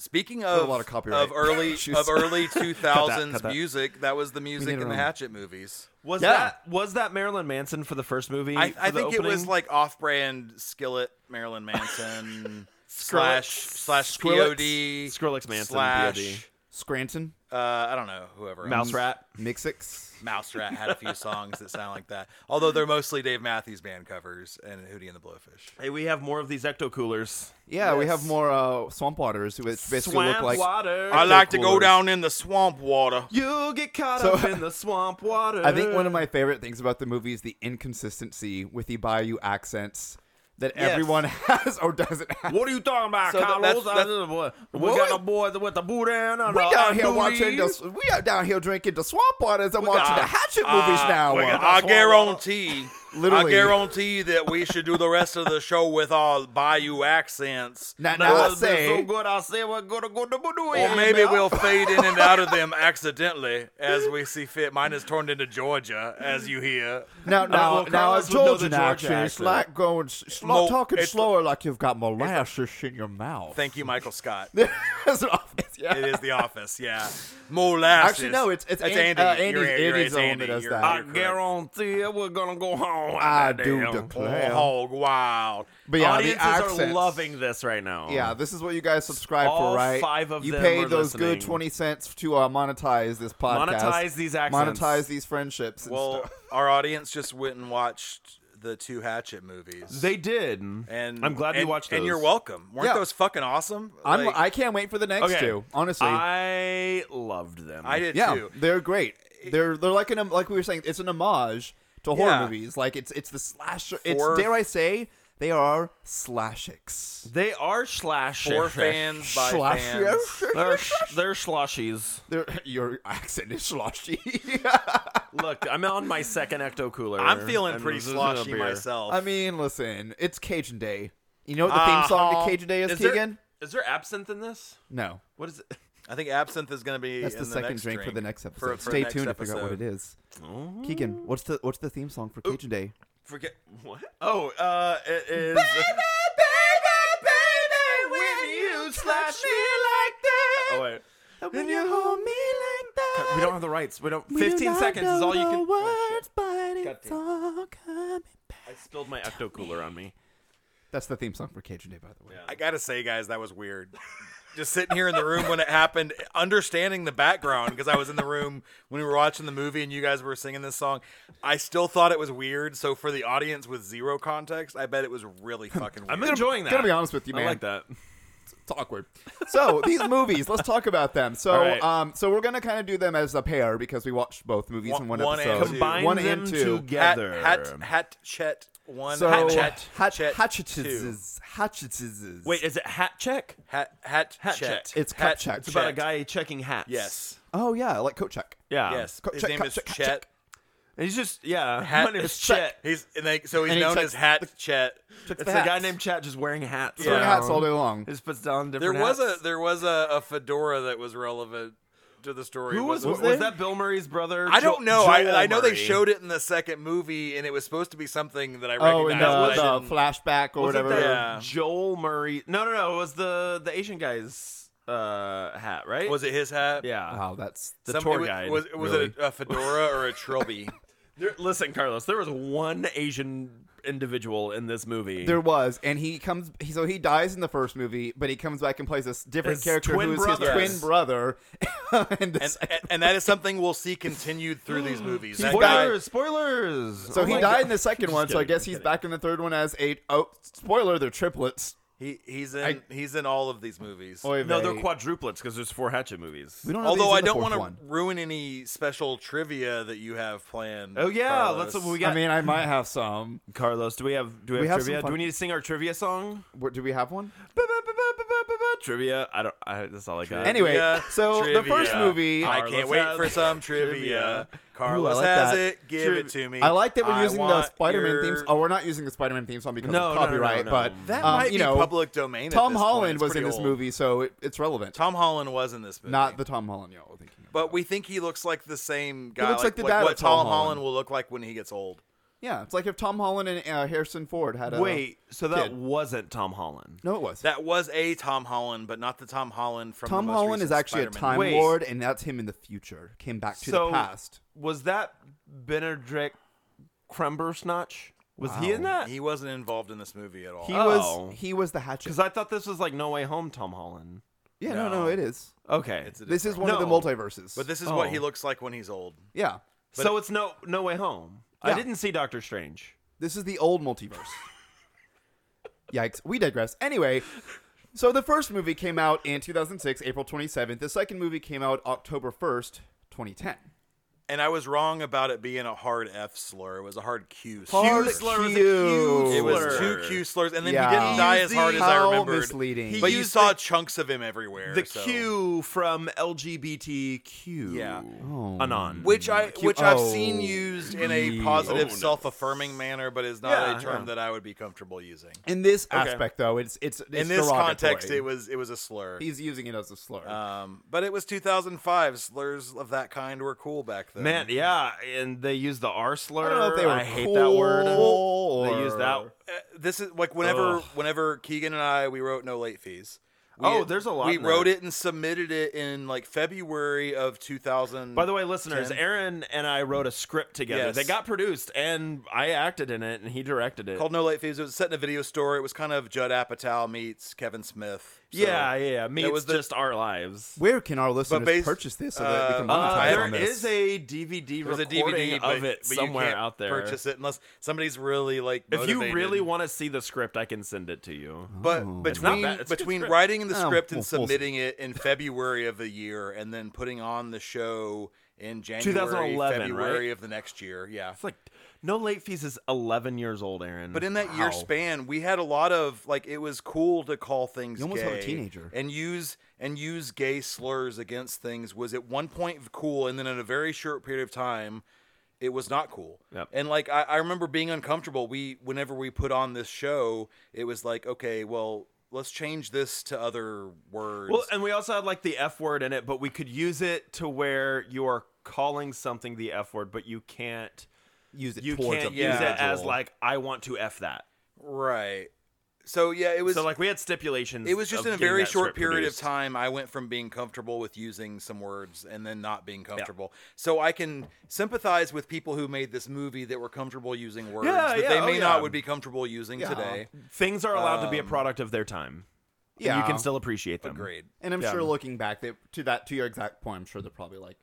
C: Speaking
B: a
C: of
B: lot of copyright
C: of early
B: issues.
C: of early 2000s
A: cut that.
C: music, that was the
B: need
C: music
B: our
C: in the
B: own.
C: Hatchet movies.
A: Was
B: Yeah.
A: that was that Marilyn Manson for the first movie?
C: I,
A: for
C: I
A: the
C: think it was
A: opening?
C: like off-brand Skillet, Marilyn Manson
A: Skrillex.
C: slash slash
B: Skrillex.
C: POD
A: Skrillex Manson,
C: slash
B: Scranton, um,
C: uh, I don't know whoever else.
A: Mouse Rat.
B: Mixix.
C: Mouserat had a few songs that sound like that, although they're mostly Dave Matthews Band covers and Hootie and the Blowfish.
A: Hey, we have more of these ecto coolers.
B: Yeah, we have more uh, swamp waters, which basically
A: Swamp
B: look like.
A: water.
C: I like to
B: coolers.
C: go down in the swamp water.
A: You get caught
B: So-
A: up in the swamp water.
B: I think one of my favorite things about the movie is the inconsistency with the Bayou accents that
A: Yes.
B: everyone has or doesn't have.
A: What are you talking about,
C: So that-
A: Carlos?
C: that's-
A: I- we
B: What?
A: got a boy with the boot in. and
B: We
A: a-
B: down
A: a
B: here
A: duty.
B: watching the we are down here drinking the swamp waters and watching
A: got-
B: the hatchet movies now. uh,
A: we got-
C: uh, I
A: That's what I want.
C: guarantee,
B: Literally.
C: I guarantee that we should do the rest of the show with our Bayou accents.
B: now, now
A: Now
B: I
A: it's been so
B: say,
A: good, I say we're gonna go to Boudou
C: Or
A: in,
C: maybe
A: man.
C: we'll fade in and out of them accidentally as we see fit. Mine is turned into Georgia, as you hear.
B: now, now,
A: well,
B: now, a
A: Carlos would know the
B: Georgian
A: Georgia
B: accent. It's
A: accent.
B: like going, s- it's like
C: Mo-
B: talking
C: it's-
B: slower, like you've got molasses in your mouth.
C: Thank you, Michael Scott.
B: That's what I- yeah.
C: It is The Office, yeah. Molasses.
B: Actually, no, it's- it's
C: That's
B: An-
C: Andy.
B: uh, Andy's-
C: You're- you're-
B: Andy's
C: it's
B: the one
C: Andy.
B: that does
C: You're-
B: that.
C: you're
A: I
C: correct.
A: guarantee you we're gonna go home.
B: I do
A: Goddamn.
B: declare.
C: Oh, hog wild.
B: But yeah,
A: Audiences
B: the accents.
A: are loving this right now.
B: Yeah, this is what you guys subscribe
A: All
B: for, right?
A: five of
B: you
A: them
B: paid
A: are
B: those good
A: listening.
B: twenty cents to uh, monetize this podcast.
A: Monetize these accents.
B: Monetize these friendships. And
C: Well,
B: stuff.
C: our audience just went and watched the two Hatchet movies.
A: They did.
C: and
A: I'm glad
C: and,
A: you watched
C: And
A: those.
C: you're welcome. Weren't
B: Yeah.
C: those fucking awesome?
B: I'm,
C: Like,
B: I can't wait for the next
A: Okay.
B: two. Honestly,
A: I loved them.
C: I did
B: yeah,
C: too.
B: they're great. They're they're like an um, like we were saying, it's an homage to horror
C: Yeah.
B: movies. Like it's it's the slasher. It's
C: For-
B: dare I say they are slashics.
A: They are slash
C: For fans by fans.
B: Slashics.
A: They're sh- they're sloshies.
B: They're- Your accent is sloshy.
A: Look, I'm on my second ecto cooler.
C: I'm feeling pretty sloshy
A: sloshy
C: myself.
B: I mean, listen, it's Cajun Day. You know what the theme song
C: Uh-huh.
B: to Cajun Day is,
A: Uh, Is there,
B: Keegan?
A: is there absinthe in this?
B: No.
A: What is it?
C: I think absinthe is going to be
B: That's
C: in
B: the, second
C: next
B: drink, for the next
C: For-
B: episode.
C: for
B: Stay
C: next
B: tuned to figure out what it
C: episode.
B: is.
A: Oh.
B: Keegan, what's the what's the theme song for Cajun Day?
C: Forget
A: What? Oh, uh, it is.
B: baby,
A: when you slash me like
B: that,
A: Oh wait,
B: when you hold me like that,
A: we don't have the rights. We don't. 15 seconds is all you can. Oh, I spilled my ecto cooler on me.
B: That's the theme song for Cajun Day, by the way.
C: I gotta say, guys, that was weird. Just sitting here in the room when it happened, understanding the background because I was in the room when we were watching the movie and you guys were singing this song. I still thought it was weird. So for the audience with zero context, I bet it was really
B: Hmm.
C: fucking weird.
A: I'm enjoying that.
B: gonna be honest with you,
A: I
B: man.
A: like that.
B: It's awkward. So these movies, let's talk about them. So,
A: All right.
B: um, so we're gonna kind of do them as a pair because we watched both movies in
C: One-
B: one,
C: one and
B: episode.
C: two.
A: Combine
B: one
A: them
B: and two.
C: hat,
A: together.
C: hat, hat, chet one,
B: So
C: hat, chet,
B: hat,
C: chet, two.
B: hatchetses, hatchetses.
A: Wait, is it hat check?
C: hat, hat,
A: Hat
C: chet.
A: chet.
B: It's
C: hat,
B: cup check.
A: It's about a
C: Chet.
A: guy Ah. checking hats.
C: Yes,
B: oh yeah, like coat check.
A: Yeah.
C: yes.
B: Cup
C: His
B: check,
C: name
B: cup
C: is
B: check, cup
C: Chet.
A: And he's just yeah.
C: Hat
A: my name is
C: Chet.
A: Chet.
C: He's and they, so he's
B: And he
C: known
B: checks
C: as Hat Chet.
A: It's
B: the
A: a guy
B: hats.
A: named Chet just wearing hats.
C: Yeah.
B: Wearing hats all
A: around.
B: day long.
A: Just puts down different.
C: There was
A: hats.
C: a there was a, a fedora that was relevant to the story.
A: Who was
C: wasn't
A: was,
C: there?
A: that Bill Murray's brother?
C: I don't
A: Jo-
C: know.
A: Joel
C: I, I know they
A: Murray.
C: showed it in the second movie, and it was supposed to be something that I
B: Oh,
C: recognized.
B: and
C: but I
B: uh, the
C: didn't-
B: flashback or
A: Was it
B: whatever.
A: the
C: Yeah.
A: Joel Murray? No, no, no. It was the the Asian guy's uh, hat, right?
C: was it his hat?
A: Yeah.
B: Wow, that's
A: the
C: Some-
A: tour
C: it was,
A: guide.
C: Was, was
A: really.
C: it a, a fedora or a trilby?
A: There- listen, Carlos, there was one Asian individual in this movie.
B: There was, and he comes. He, so he dies in the first movie, but he comes back and plays this different
A: His
B: character
A: twin
B: who is
A: brother.
B: his twin
A: Yes.
B: brother. and this,
C: And, and, and that is something we'll see continued through these movies. That guy,
H: Spoilers! Spoilers!
B: so
H: Oh
B: he
H: my
B: died
H: God.
B: in the second one. So I
A: kidding,
B: guess
A: just
B: he's
A: kidding.
B: back in the third one as a oh spoiler. They're triplets.
C: he, he's in
B: I-
C: he's in all of these movies.
B: Oy
A: no, they're
B: vey.
A: quadruplets because there's four Hatchet movies.
B: We don't know.
C: Although I don't
B: want
C: want to ruin any special trivia that you have planned.
A: Oh yeah,
C: Carlos.
A: let's. We
B: I
A: got
B: mean, I might have some.
A: Carlos. Do we have? Do we have
B: We have some
A: trivia?
B: fun-
A: Do we need to sing our trivia song?
B: What, do we have one?
A: Ba- ba- ba- ba- ba- ba- ba- Trivia. I don't. I, that's all I got.
B: Any- Anyway, so the first movie-
C: I
A: Carlos
C: can't wait
A: has-
C: for some trivia. Carlos
B: like
C: has
B: that.
C: it. Give
A: Triv-
C: it to me.
B: I like that we're
C: I
B: using the
C: want
B: Spider-Man
C: your-
B: themes. Oh, we're not using the Spider-Man theme song because
A: No,
B: of
A: no, no, no,
B: copyright.
A: no.
B: But
C: That
B: um,
C: might
B: you
C: be
B: know,
C: public domain. at
B: Tom
C: this point.
B: Holland
C: It's
B: was in
C: pretty
B: this
C: old.
B: movie, so it, it's relevant.
C: Tom Holland was in this movie.
B: Not the Tom Holland y'all were thinking. Of.
C: But we think he looks like the same guy.
B: looks like the dad
C: what
B: of Tom
C: Tom Holland
B: Holland.
C: will look like when he gets old.
B: Yeah, it's like if Tom Holland and uh, Harrison Ford had a
A: Wait. So that
B: Kid.
A: wasn't Tom Holland.
B: No, it was.
C: That was a Tom Holland, but not the Tom Holland from.
B: Tom
C: the most
B: Holland is
C: recent
B: actually a
C: Spider-Man
B: Time
A: Wait.
B: Lord, and that's him in the future. Came back to
A: So-
B: the past.
A: Was that Benedict Cumberbatch? Was he in that?
C: movie. He wasn't involved in this movie at all.
B: He
A: Oh.
B: was he was the hatchet.
A: Because I thought this was like No Way Home, Tom Holland.
B: yeah, no. no,
C: No.
B: it is.
A: Okay.
C: It's a
B: This is one of the
A: No.
B: multiverses.
C: but this is what
A: Oh.
C: he looks like when he's old.
B: yeah,
A: so it's no No Way Home. I
B: Yeah.
A: didn't see Doctor Strange.
B: this is the old multiverse. Yikes! We digress. Anyway, so the first movie came out in 2006, April 27th. The second movie came out October 1st, 2010.
C: And I was wrong about it being a hard F slur. It was a hard Q slur.
B: Hard
A: Q slur was a
B: Q.
A: Q
C: It was
A: slur.
C: two Q slurs, and then
B: Yeah.
C: he didn't die as
A: Used
C: hard as
A: the-
C: I
B: How
C: remembered.
B: misleading. He
C: But you
A: used
C: saw
A: the-
C: chunks of him everywhere.
A: The
C: so-
A: Q from LGBTQ.
C: Yeah.
A: Oh, Anon.
C: which I
B: Q-
C: which I've
B: oh.
C: seen used in a
A: Yeah.
C: positive,
A: Oh, no.
C: self-affirming manner, but is not
A: Yeah,
C: a term
A: yeah.
C: that I would be comfortable using.
B: In this aspect, though, it's it's, it's
C: in this context,
B: derogatory.
C: it was it was a slur.
B: he's using it as a slur.
A: Uh,
C: Um, but it was 2005. Slurs of that kind were cool back then.
A: Man, yeah, and they use the R slur.
B: I don't know if they were
A: I hate that word.
B: cool
A: They use that.
B: or-
C: Uh, this is like whenever
A: Ugh.
C: whenever Keegan and I we wrote no late fees. We,
A: Oh, there's a lot
C: We
A: in
C: wrote
A: that.
C: it and submitted it in like February of 2000.
A: By the way, listeners,
C: Tim?
A: Aaron and I wrote a script together.
C: Yes.
A: They got produced, and I acted in it, and he directed it.
C: called No Late Fees. It was set in a video store. It was kind of Judd Apatow meets Kevin Smith. So-
A: yeah, yeah. Me,
C: it was
A: it's
C: the-
A: just our lives.
B: Where can our listeners
C: based-
B: purchase this so that we can
C: uh,
B: monetize
A: Uh, there
B: on this?
A: is a DVD
C: There's a
A: recording
C: DVD
A: of
C: but-
A: it
C: but you
A: somewhere
C: can't
A: out there.
C: Purchase it unless somebody's really like.
A: if you
C: motivated.
A: really want to see the script, I can send it to you.
C: But
A: not
C: between
A: bad. It's a good
C: between
A: script.
C: writing the
B: Oh,
C: script and
B: we'll- we'll see.
C: submitting it in February of the year, and then putting on the show in January,
A: 2011,
C: February
A: right?
C: of the next year. Yeah.
A: It's like no late fees is 11 years old, Aaron.
C: But in that year span, we had a lot of like it was cool to call things.
B: You almost have a
C: gay
B: teenager.
C: and use and use gay slurs against things was at one point cool, and then in a very short period of time, it was not cool.
A: Yep.
C: And like I, I remember being uncomfortable. We whenever we put on this show, it was like okay, well let's change this to other words.
A: Well, and we also had like the F word in it, but we could use it to where you are calling something the F word, but you can't
B: use it
A: you
B: towards
A: can't
B: a
A: use it as
B: individual.
A: like I want to F that.
C: right. So yeah, it was
A: So like we had stipulations.
C: It was just
A: of
C: in a
A: getting
C: very
A: that
C: short
A: script
C: period
A: produced.
C: of time. I went from being comfortable with using some words and then not being comfortable. So I can sympathize with people who made this movie that were comfortable using words
A: Yeah,
C: that
A: yeah,
C: they
A: oh,
C: may
A: yeah. Mm-hmm.
C: not would be comfortable using
B: Yeah.
C: today.
A: Things are allowed to be a product of their time.
B: yeah.
A: You can still appreciate them.
C: Um, Agreed.
B: And I'm
A: Yeah.
B: sure looking back that to that to your exact point, I'm sure they're probably like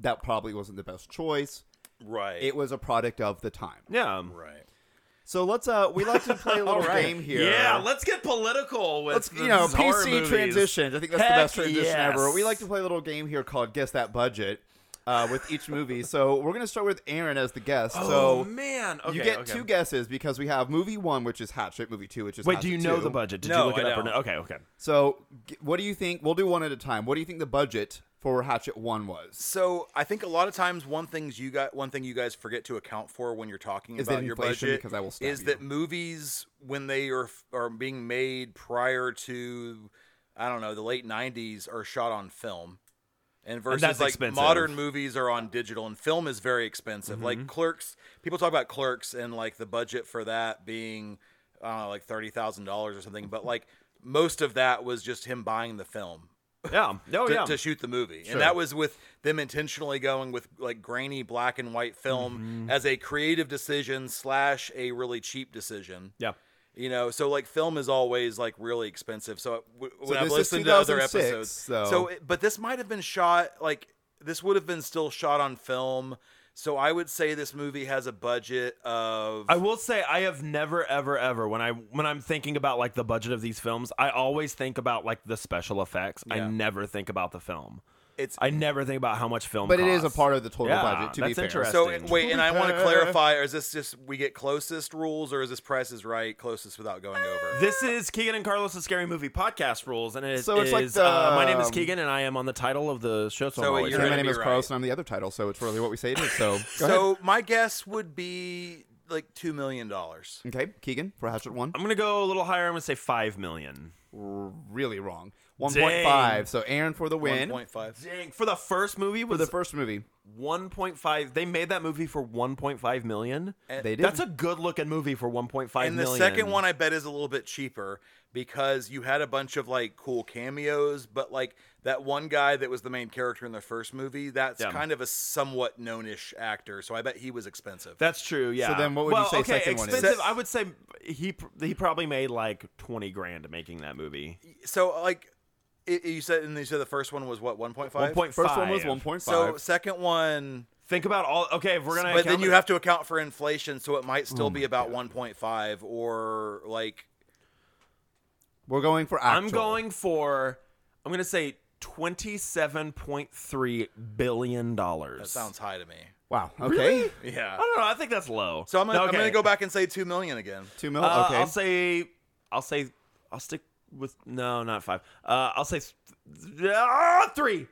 B: that probably wasn't the best choice.
C: Right.
B: It was a product of the time.
A: Yeah.
C: right.
B: So let's uh we like to play a little game here.
A: Yeah, let's get political with
B: let's
A: the
B: you know
A: bizarre
B: PC
A: movies.
B: transitions. I think that's
A: Heck
B: the best transition
A: yes.
B: ever. We like to play a little game here called Guess That Budget uh, with each movie. so we're gonna start with Aaron as the guest.
A: Oh
B: so
A: man,
B: you
A: Okay,
B: get
A: okay.
B: two guesses because we have movie one, which is Hatchet. Movie two, which is
A: Wait, do you
B: Hatchet
A: know
B: 2.
A: the budget? Did
C: No,
A: you look it
C: I
A: up or
C: don't.
A: no? Okay, okay.
B: So g- what do you think? We'll do one at a time. What do you think the budget for Hatchet one was?
C: So I think a lot of times one things you got one thing you guys forget to account for when you're talking
B: Is that
C: about your
B: inflation?
C: budget
B: Because I will stab
C: is
B: you.
C: that movies when they are f- are being made prior to I don't know the late '90s are shot on film, and versus
A: that's
C: like
A: expensive.
C: modern movies are on digital, and film is very expensive.
A: Mm-hmm.
C: Like Clerks, people talk about Clerks and like the budget for that being I don't know like thirty thousand dollars or something, but like most of that was just him buying the film.
A: Yeah. Oh,
C: to,
A: yeah.
C: to shoot the movie.
B: Sure.
C: And that was with them intentionally going with like grainy black and white film as a creative decision slash a really cheap decision.
A: yeah.
C: You know, so like film is always like really expensive. So, it- w- when
B: So
C: I've
B: this is
C: listened to other
B: 2006,
C: episodes,
B: so-
C: it, but this might have been shot like this would have been still shot on film. So I would say this movie has a budget of
A: I will say I have never ever ever when I when I'm thinking about like the budget of these films, I always think about like the special effects. I
C: Yeah.
A: never think about the film.
C: it's
A: I never think about how much film
B: But it is a
A: costs.
B: part of the total
A: Yeah,
B: budget, to be
A: that's
B: fair.
A: interesting.
C: so it- wait, and I want to
B: Prepare.
C: clarify: is this just we get closest rules, or is this Price is Right closest without going over?
A: This is Keegan and Carlos' Scary Movie Podcast Rules, and it
B: So it's like
A: is, uh, my name is
B: the-
A: Keegan, and I am on the title of the show. So,
C: So
A: I'm always
C: you're
B: And
A: right.
B: my
C: gonna
B: name
C: be
B: is
C: right.
B: Carlos, and I'm the other title, so it's really what we say it is. So, go
C: so my guess would be like two million dollars.
B: ahead. okay, Keegan for Hatchet One,
A: I'm gonna go a little higher. I'm gonna say five million.
B: really wrong. One point five. So Aaron for the
C: One
B: win
C: point five.
A: Dang! For the first movie
B: for
A: was
B: the first movie.
A: 1.5. They made that movie for 1.5 million.
B: They did.
A: That's a good looking movie for 1.5 million.
C: And the second one I bet is a little bit cheaper because you had a bunch of like cool cameos, but like that one guy that was the main character in the first movie, that's
A: Yeah.
C: kind of a somewhat knownish actor, so I bet he was expensive.
A: That's true. Yeah.
B: then what would you
A: well,
B: say
A: okay,
B: second one is?
A: expensive, I would say he pr- he probably made like 20 grand making that movie.
C: so like it, you said, and you said the first one was what one point five.
A: 1.5.
B: First one was one point
C: So
B: five.
C: second one,
A: Think about all. Okay, if we're gonna.
C: but then
A: account-
C: you have to account for inflation, so it might still be about one point five or like
B: We're going for actual.
A: I'm going for. I'm gonna say 27.3 billion dollars.
C: that sounds high to me.
B: Wow. Okay.
A: I
C: Yeah.
A: don't know. I think that's low.
C: So I'm gonna, I'm
A: Okay.
C: gonna go back and say two million again.
B: Two mil.
A: Uh,
B: okay.
A: I'll say. I'll say. I'll stick with no, not five. Uh, I'll say th- th- ah, three.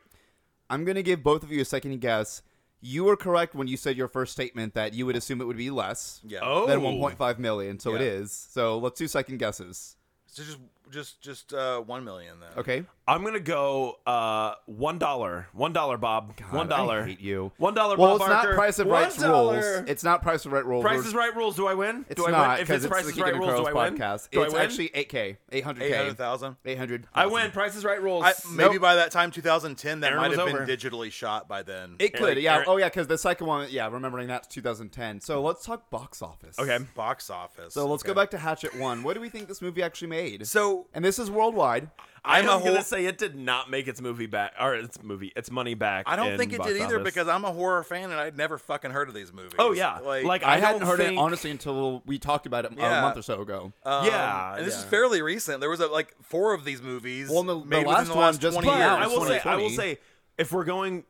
B: I'm going to give both of you a second guess. You were correct when you said your first statement that you would assume it would be less
C: Yeah.
A: Oh,
B: than 1.5 million. So it
C: Yeah.
B: is. So let's do second guesses.
C: So just just just uh, one million then.
B: Okay.
A: I'm gonna go uh, one dollar. One dollar, Bob. one
B: God, I
A: dollar.
B: hate you.
A: One dollar. Bob
B: Well, it's
A: Barker.
B: not price of rights
A: $1.
B: rules. It's not price of right rules.
A: Price
B: We're-
A: is right rules. Do I win?
B: It's
A: do I
B: not
A: win? If it's
B: because
A: price
B: the
A: is
B: Keegan
A: right
B: and
A: rules, do I
B: Carlos
A: win?
B: podcast.
A: Do
B: it's
A: I win?
B: actually 8K, 800K,
C: Eight hundred thousand.
B: 800.
A: I win. Price is right rules.
C: I, maybe
B: Nope.
C: by that time, 2010, that
A: Aaron
C: might
A: was
C: have
A: over.
C: been digitally shot by then.
B: It could,
A: Eric-
B: yeah.
A: Eric-
B: Oh, yeah, because the second one, yeah, remembering that's 2010. So let's talk box office.
A: okay.
C: box office.
B: So let's go
C: Okay.
B: back to Hatchet 1. What do we think this movie actually made?
C: So
B: and this is worldwide.
A: I'm
C: I'm a whole.
A: gonna say it did not make its movie back or its movie its money back.
C: I don't
A: in
C: think it
A: box
C: did either
A: office.
C: because I'm a horror fan and I'd never fucking heard of these movies.
A: Oh yeah,
C: like,
B: I, hadn't
A: don't
B: heard it
A: think- Uh,
B: honestly until we talked about it a
C: Yeah.
B: month or so ago.
C: um,
A: yeah,
C: and this is
A: yeah.
C: fairly recent. There was a, like four of these movies.
B: Well, the- the
C: made
B: last
C: within the
B: one
C: last
B: just
C: 20
B: came
A: But
C: years.
B: out.
A: I will say, I will
B: 2020.
A: say, if we're going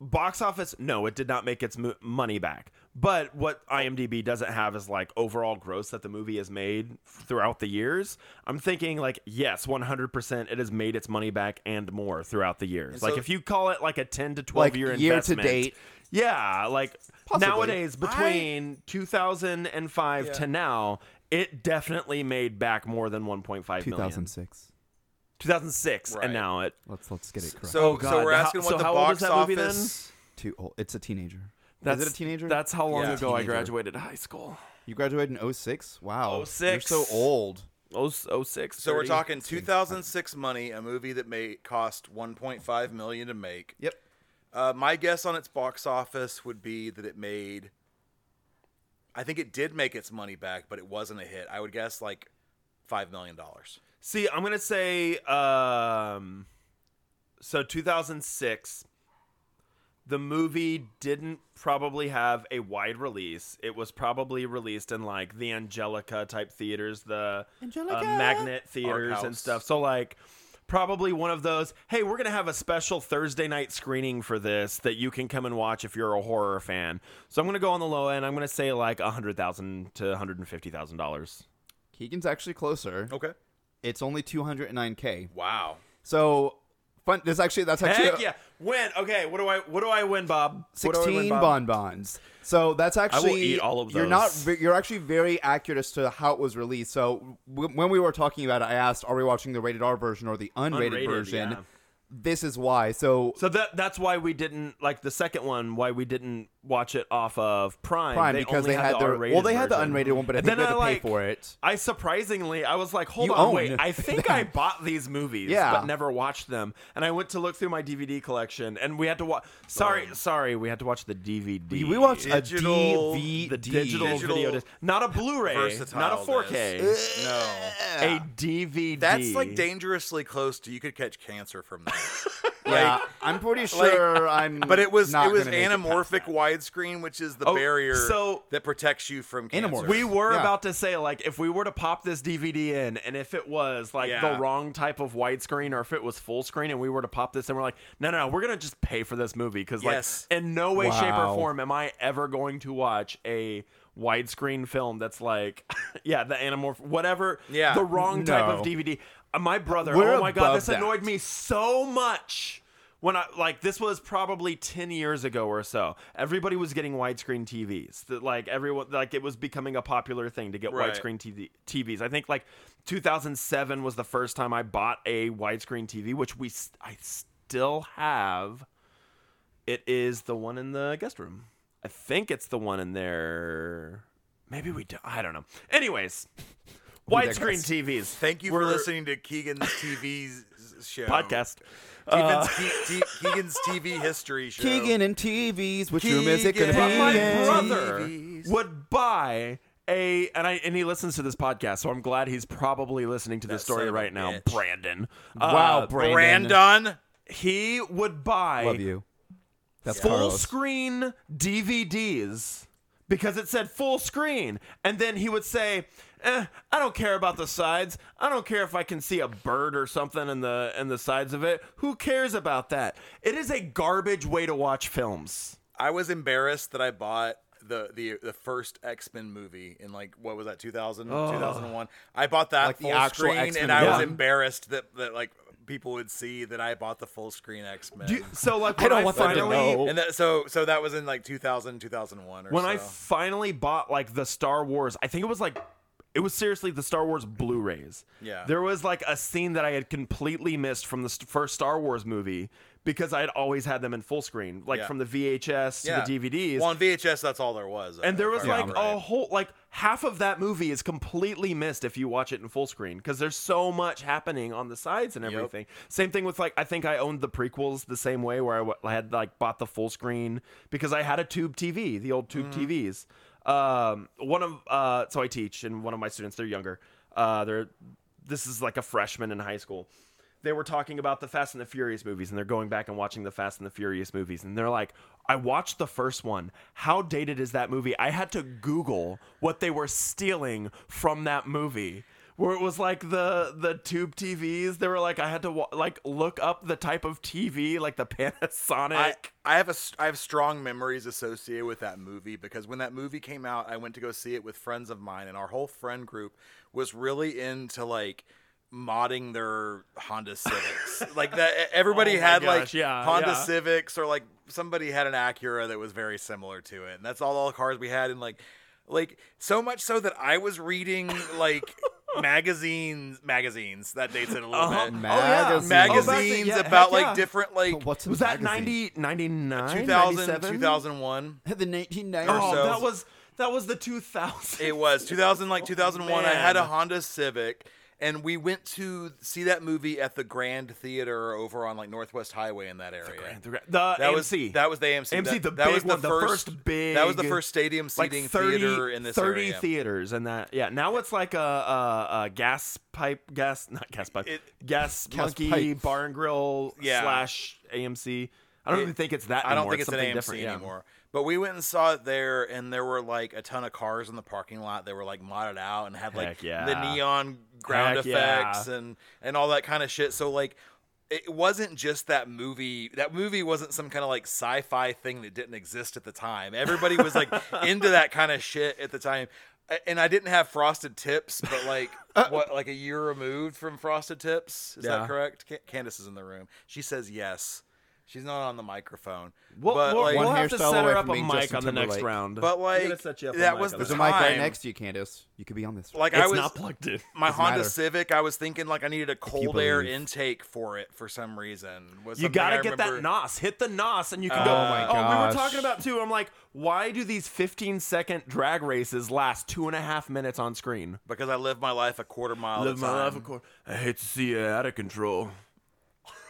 A: box office, no, it did not make its mo- money back. But what IMDb doesn't have is like overall gross that the movie has made throughout the years. I'm thinking like yes, 100%, it has made its money back and more throughout the years.
C: And
A: like
C: so-
A: if you call it like a 10 to 12
B: Like,
A: year
B: year to
A: investment,
B: date.
A: yeah, like
B: Possibly.
A: nowadays between 2005 to
C: Yeah.
A: now, it definitely made back more than 1.5 million.
B: 2006.
A: 2006
C: Right.
A: and now it
B: Let's let's get it correct.
C: So,
A: Oh, God.
C: so we're
A: How-
C: asking what
A: so
C: the
A: how old is
C: box
A: that movie then?
C: office.
B: Too old. It's a teenager.
A: That's,
B: is it a teenager?
A: That's how long
C: Yeah.
A: ago I
B: Teenager.
A: graduated high school.
B: you graduated in 06? Wow.
A: 06.
B: You're so old.
A: Oh, oh six.
C: So we're
A: 30.
C: talking 2006 money, a movie that may cost 1.5 million to make.
B: Yep.
C: Uh, my guess on its box office would be that it made. I think it did make its money back, but it wasn't a hit. I would guess like five million dollars.
A: See, I'm gonna say, um, so 2006. The movie didn't probably have a wide release. It was probably released in like the Angelica type theaters, the
B: Angelica!
A: uh, magnet theaters and
C: house.
A: stuff. So like. Probably one of those. Hey, we're gonna have a special Thursday night screening for this that you can come and watch if you're a horror fan. So I'm gonna go on the low end. I'm gonna say like a hundred thousand to hundred and fifty thousand dollars.
B: Keegan's actually closer.
C: Okay.
B: It's only 209K.
C: Wow.
B: So fun. This actually that's actually
A: Heck
B: a-
A: yeah! Win. Okay, what do I what do I win, Bob? What do I win,
B: 16
A: Bob?
B: bonbons. So that's actually
A: eat all of
B: You're not
A: those.
B: ve- you're actually very accurate as to how it was released. So w- when we were talking about it, I asked, "Are we watching the rated R version or the unrated,
A: Unrated,
B: version?"
A: yeah.
B: this is why. So
A: So that that's why we didn't like the second one. Why we didn't watch it off of Prime?
B: Prime because
A: only
B: they had,
A: the
B: their
A: R-rated
B: well, they had the
A: version.
B: unrated one, but I
A: And
B: think they
A: then
B: had to
A: I,
B: pay
A: like,
B: for it.
A: I surprisingly, I was like, hold
B: You
A: on,
B: own
A: wait. I think I bought these movies,
B: Yeah.
A: but never watched them. And I went to look through my DVD collection, and we had to watch. Sorry, sorry, we had to watch the DVD.
B: We watched
I: Digital-
B: a DVD,
A: the digital,
I: Digital
A: video disc, not a Blu-ray, not a
I: versatileness.
A: 4K,
I: No.
A: a DVD.
C: Eh, That's like dangerously close to you could catch cancer from that.
B: Yeah, I'm pretty sure I'm.
C: but it was
B: not
C: it was
B: gonna make past
C: anamorphic
B: that.
C: widescreen, which is the
A: Oh,
C: barrier
A: so-
C: that protects you from cancer.
B: Anamorphic.
A: We were
B: Yeah.
A: about to say like if we were to pop this DVD in and if it was like
C: Yeah.
A: the wrong type of widescreen or if it was full screen and we were to pop this and we're like no no no we're gonna just pay for this movie because
C: Yes.
A: like in no way shape
B: Wow.
A: or form am I ever going to watch a widescreen film that's like yeah the anamorph whatever
C: Yeah.
A: the wrong type
B: No.
A: of DVD. Uh, My brother,
B: We're
A: oh my god,
B: above
A: this
B: that.
A: annoyed me so much. When I like this was probably 10 years ago or so. Everybody was getting widescreen TVs. That like everyone like it was becoming a popular thing to get
C: Right.
A: widescreen TV, TVs. I think like 2007 was the first time I bought a widescreen TV which we s- I still have. It is the one in the guest room. I think it's the one in there. Maybe we do. I don't know. Anyways, widescreen
B: digress.
A: TVs.
C: Thank you for
A: We're-
C: listening to Keegan's TV 's show.
A: podcast.
C: Keegan's, Ke- Ke- Keegan's TV history show.
B: Uh, Keegan and TVs. Which room is it going to be?
A: But
C: Keegan.
A: my
B: in?
A: brother
C: TVs.
A: would buy a and I and he listens to this podcast, so I'm glad he's probably listening to this
C: son
A: story
C: of a
A: right now,
C: bitch.
A: Brandon.
B: Wow,
A: Uh,
B: Brandon.
C: Brandon.
A: he would buy
B: Love you. That's
A: full
B: Carlos.
A: screen DVDs because it said full screen. And then he would say, eh, I don't care about the sides. I don't care if I can see a bird or something in the in the sides of it. Who cares about that? It is a garbage way to watch films.
C: I was embarrassed that I bought the the the first X Men movie in like what was that 2000 2001. I bought that
B: Oh. Like the
C: full
B: actual
C: screen,
B: X-Men
C: and I was
B: one?
C: embarrassed that that like people would see that I bought the full screen X Men.
A: Do you- so like
B: I
A: when I
B: don't want them to
A: finally,
B: know.
C: and that, so so that was in like 2000 2001 or
A: When
C: so.
A: I finally bought like the Star Wars, I think it was like it was seriously the Star Wars Blu-rays.
C: Yeah.
A: There was like a scene that I had completely missed from the st- first Star Wars movie because I had always had them in full screen, like
C: Yeah.
A: from the VHS to
C: Yeah.
A: the DVDs.
C: Well, on VHS, that's all there was.
A: and there
C: if
A: was
C: I
A: like
C: remember
A: a
C: right.
A: whole like half of that movie is completely missed if you watch it in full screen because there's so much happening on the sides and everything. Same thing with like I think I owned the prequels the same way where I w- I had like bought the full screen because I had a tube TV, the old tube TVs. Um, one of uh, so I teach and one of my students they're younger. Uh, they're this is like a freshman in high school they were talking about the Fast and the Furious movies, and they're going back and watching the Fast and the Furious movies, and they're like, "I watched the first one. How dated is that movie?" I had to Google what they were stealing from that movie. Where it was like the the tube TVs, they were like I had to wa- like look up the type of TV, like the Panasonic.
C: I, I have a s- I have strong memories associated with that movie because when that movie came out, I went to go see it with friends of mine, and our whole friend group was really into like modding their Honda Civics. like that, everybody
A: Oh my
C: had
A: gosh,
C: like
A: yeah,
C: Honda
A: yeah.
C: Civics or like somebody had an Acura that was very similar to it, and that's all the cars we had. And like, like so much so that I was reading like. magazines magazines that dates it a little
A: Uh-huh.
C: bit
A: Oh, yeah.
B: Magazines.
C: magazines
A: Yeah, heck
C: about like
A: yeah.
C: different like
B: What's in
A: was
B: the
A: that
B: magazine?
A: 90, 99,
C: 2000
A: 97?
C: 2001
B: The 1990s.
A: Oh,
C: so.
A: that was that was the 2000.
C: it was 2000 like 2001 i had a
A: man.
C: honda civic and we went to see that movie at the grand theater over on like northwest highway in that area
A: The
C: that
A: AMC.
C: was that was the AMC.
A: AMC,
C: that,
A: the
C: that
A: big
C: was the
A: one, the
C: first,
A: first big-
C: That was the first stadium seating theater in this
A: 30
C: area.
A: theaters and that yeah now it's like a, a, a gas pipe gas not gas pipe
C: It-
A: gas, monkey
B: pipe.
A: bar and grill
C: Yeah.
A: slash amc i don't even think it's that
C: I don't
A: anymore.
C: think it's, an
A: something
C: AMC
A: different, yeah.
C: anymore. But we went and saw it there, and there were like a ton of cars in the parking lot that were like modded out and had like
A: Heck yeah.
C: the neon ground
A: Heck
C: effects
A: yeah.
C: and and all that kind of shit. So like. It wasn't just that movie. That movie wasn't some kind of like sci-fi thing that didn't exist at the time. Everybody was like into that kind of shit at the time, A- and I didn't have Frosted Tips, but like what, like a year removed from Frosted Tips? Is
A: Uh, Yeah.
C: that correct? Ca- Candace is in the room. She says yes. She's not on the microphone.
A: We'll,
C: but
A: we'll,
C: like,
A: we'll
B: One
A: have to
B: hairstyle
A: set
B: away
A: her up
B: from
A: a
B: being
A: mic
B: Justin
A: on the next
B: Timberlake.
A: round.
C: but
J: gonna
C: like
J: set you up on
C: that
J: mic
C: was
J: on
C: the
J: this.
B: There's a
C: time.
B: mic right next to you, Candace. You could be on this.
C: Like
A: it's
C: I was
A: not plugged in.
C: my
B: Doesn't
C: Honda
B: matter.
C: Civic, I was thinking like I needed a cold air
B: believe.
C: intake for it for some reason. Was
A: You
C: something
A: gotta
C: I
A: get that
C: remember-
A: nos. Hit the nos, and you can
C: Oh
A: go.
C: my
A: Oh, we were
B: gosh.
A: talking about too. I'm like, why do these 15 second drag races last two and a half minutes on screen?
C: because I live my life a quarter mile. at a time.
A: course. I hate to see you out of control.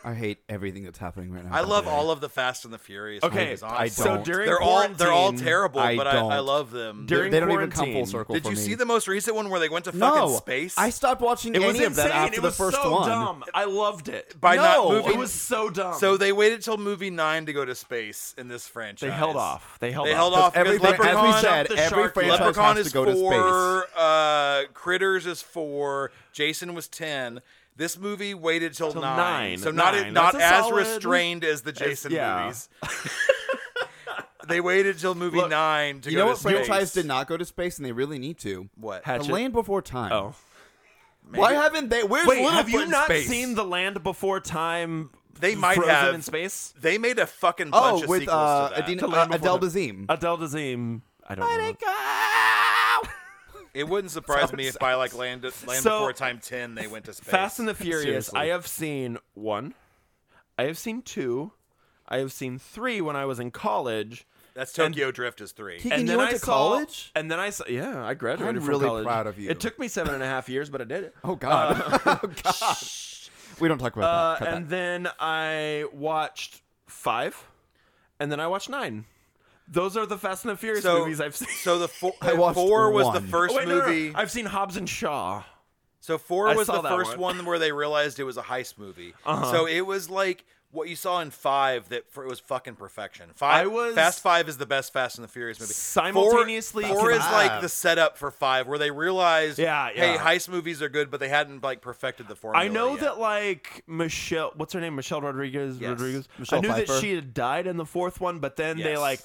B: I hate everything that's happening right now.
C: I love all of the Fast and the Furious.
A: Okay,
C: movies,
B: I
A: so
C: honestly.
B: don't.
A: during
C: they're all they're all
A: quarantine-
C: terrible,
B: I
C: but I, I
B: don't.
C: love them.
A: During-
B: They don't even come
A: quarantine.
B: full circle.
C: Did
B: for
C: you
B: me.
C: see the most recent one where they went to
B: No,
C: fucking space?
B: I stopped watching
A: It
B: any
A: was insane.
B: of that after
A: it
B: the
A: was
B: first
A: so
B: one.
A: dumb. I loved it.
C: by
B: No,
C: not
B: it
C: moving.
A: it was so dumb.
C: so they waited till movie nine to go to space in this franchise.
A: they held off. They held
C: They
A: off.
C: held off because
B: Everything, as we
C: Leprechaun,
B: said,
A: the
B: every
A: shark,
B: franchise
C: Leprechaun
B: has
C: is
B: to go to space.
C: four. Uh, Critters is four. Jason was ten. This movie waited till,
A: Till
C: nine.
A: nine.
C: so not
A: Nine.
C: not
A: That's a
C: as
A: solid-
C: restrained as the Jason
A: yeah.
C: movies. they waited till movie
A: Look,
C: nine to
B: You
C: go
B: know
C: to
B: what
C: space.
B: franchise did not go to space, and they really need to?
C: What?
B: The
A: Hatchet.
B: Land Before Time.
A: Oh.
B: Why haven't they? Where's
A: Wait,
B: Littlefoot
A: have you
B: in
A: not
B: space?
A: seen The Land Before Time?
C: They might
A: Frozen
C: have.
A: in space.
C: They made a fucking bunch
B: Oh,
C: of
B: with
C: sequels
B: uh,
C: to that.
B: Adina,
A: To Land
B: uh,
A: Before
B: Adele
A: Time.
B: Dazeem.
A: Adele Dazeem. I don't know.
C: It wouldn't surprise me if by like Land, Land
A: So-
C: Before Time ten they went to space.
A: Fast and the Furious.
B: Seriously.
A: I have seen one. I have seen two. I have seen three when I was in college.
C: That's Tokyo Drift is three.
B: Keegan,
A: and
B: you
A: then
B: went
A: I
B: to
A: saw-
B: college?
A: And then I saw, yeah, I graduated
B: I'm
A: from
B: really
A: college.
B: proud of you.
A: It took me seven and a half years, but I did it.
B: Oh God. oh God. We don't talk
A: Uh,
B: about that. Cut
A: and then I watched five, and then I watched nine. Those are the Fast and the Furious
C: So
A: movies I've seen.
C: So the four,
B: I watched
C: four was the
B: one.
C: first
A: Oh, wait, no, no, no.
C: movie.
A: I've seen Hobbs and Shaw.
C: So four
A: I
C: was
A: saw
C: the
A: that
C: first
A: one. Uh-huh.
C: one. where they realized it was a heist movie. So it was like what you saw in five that for, it was fucking perfection. Five
A: I was-
C: Fast Five is the best Fast and the Furious movie. Four-
A: Simultaneously
C: four, is like the setup for five where they realized,
A: Yeah,
C: hey,
A: yeah.
C: heist movies are good, but they hadn't like perfected the formula.
A: I know
C: yet.
A: that like Michelle, what's her name, Michelle Rodriguez.
C: Yes.
A: Rodriguez.
B: Michelle
A: I knew
B: Pfeiffer.
A: that she had died in the fourth one, but then they
C: Yes.
A: like,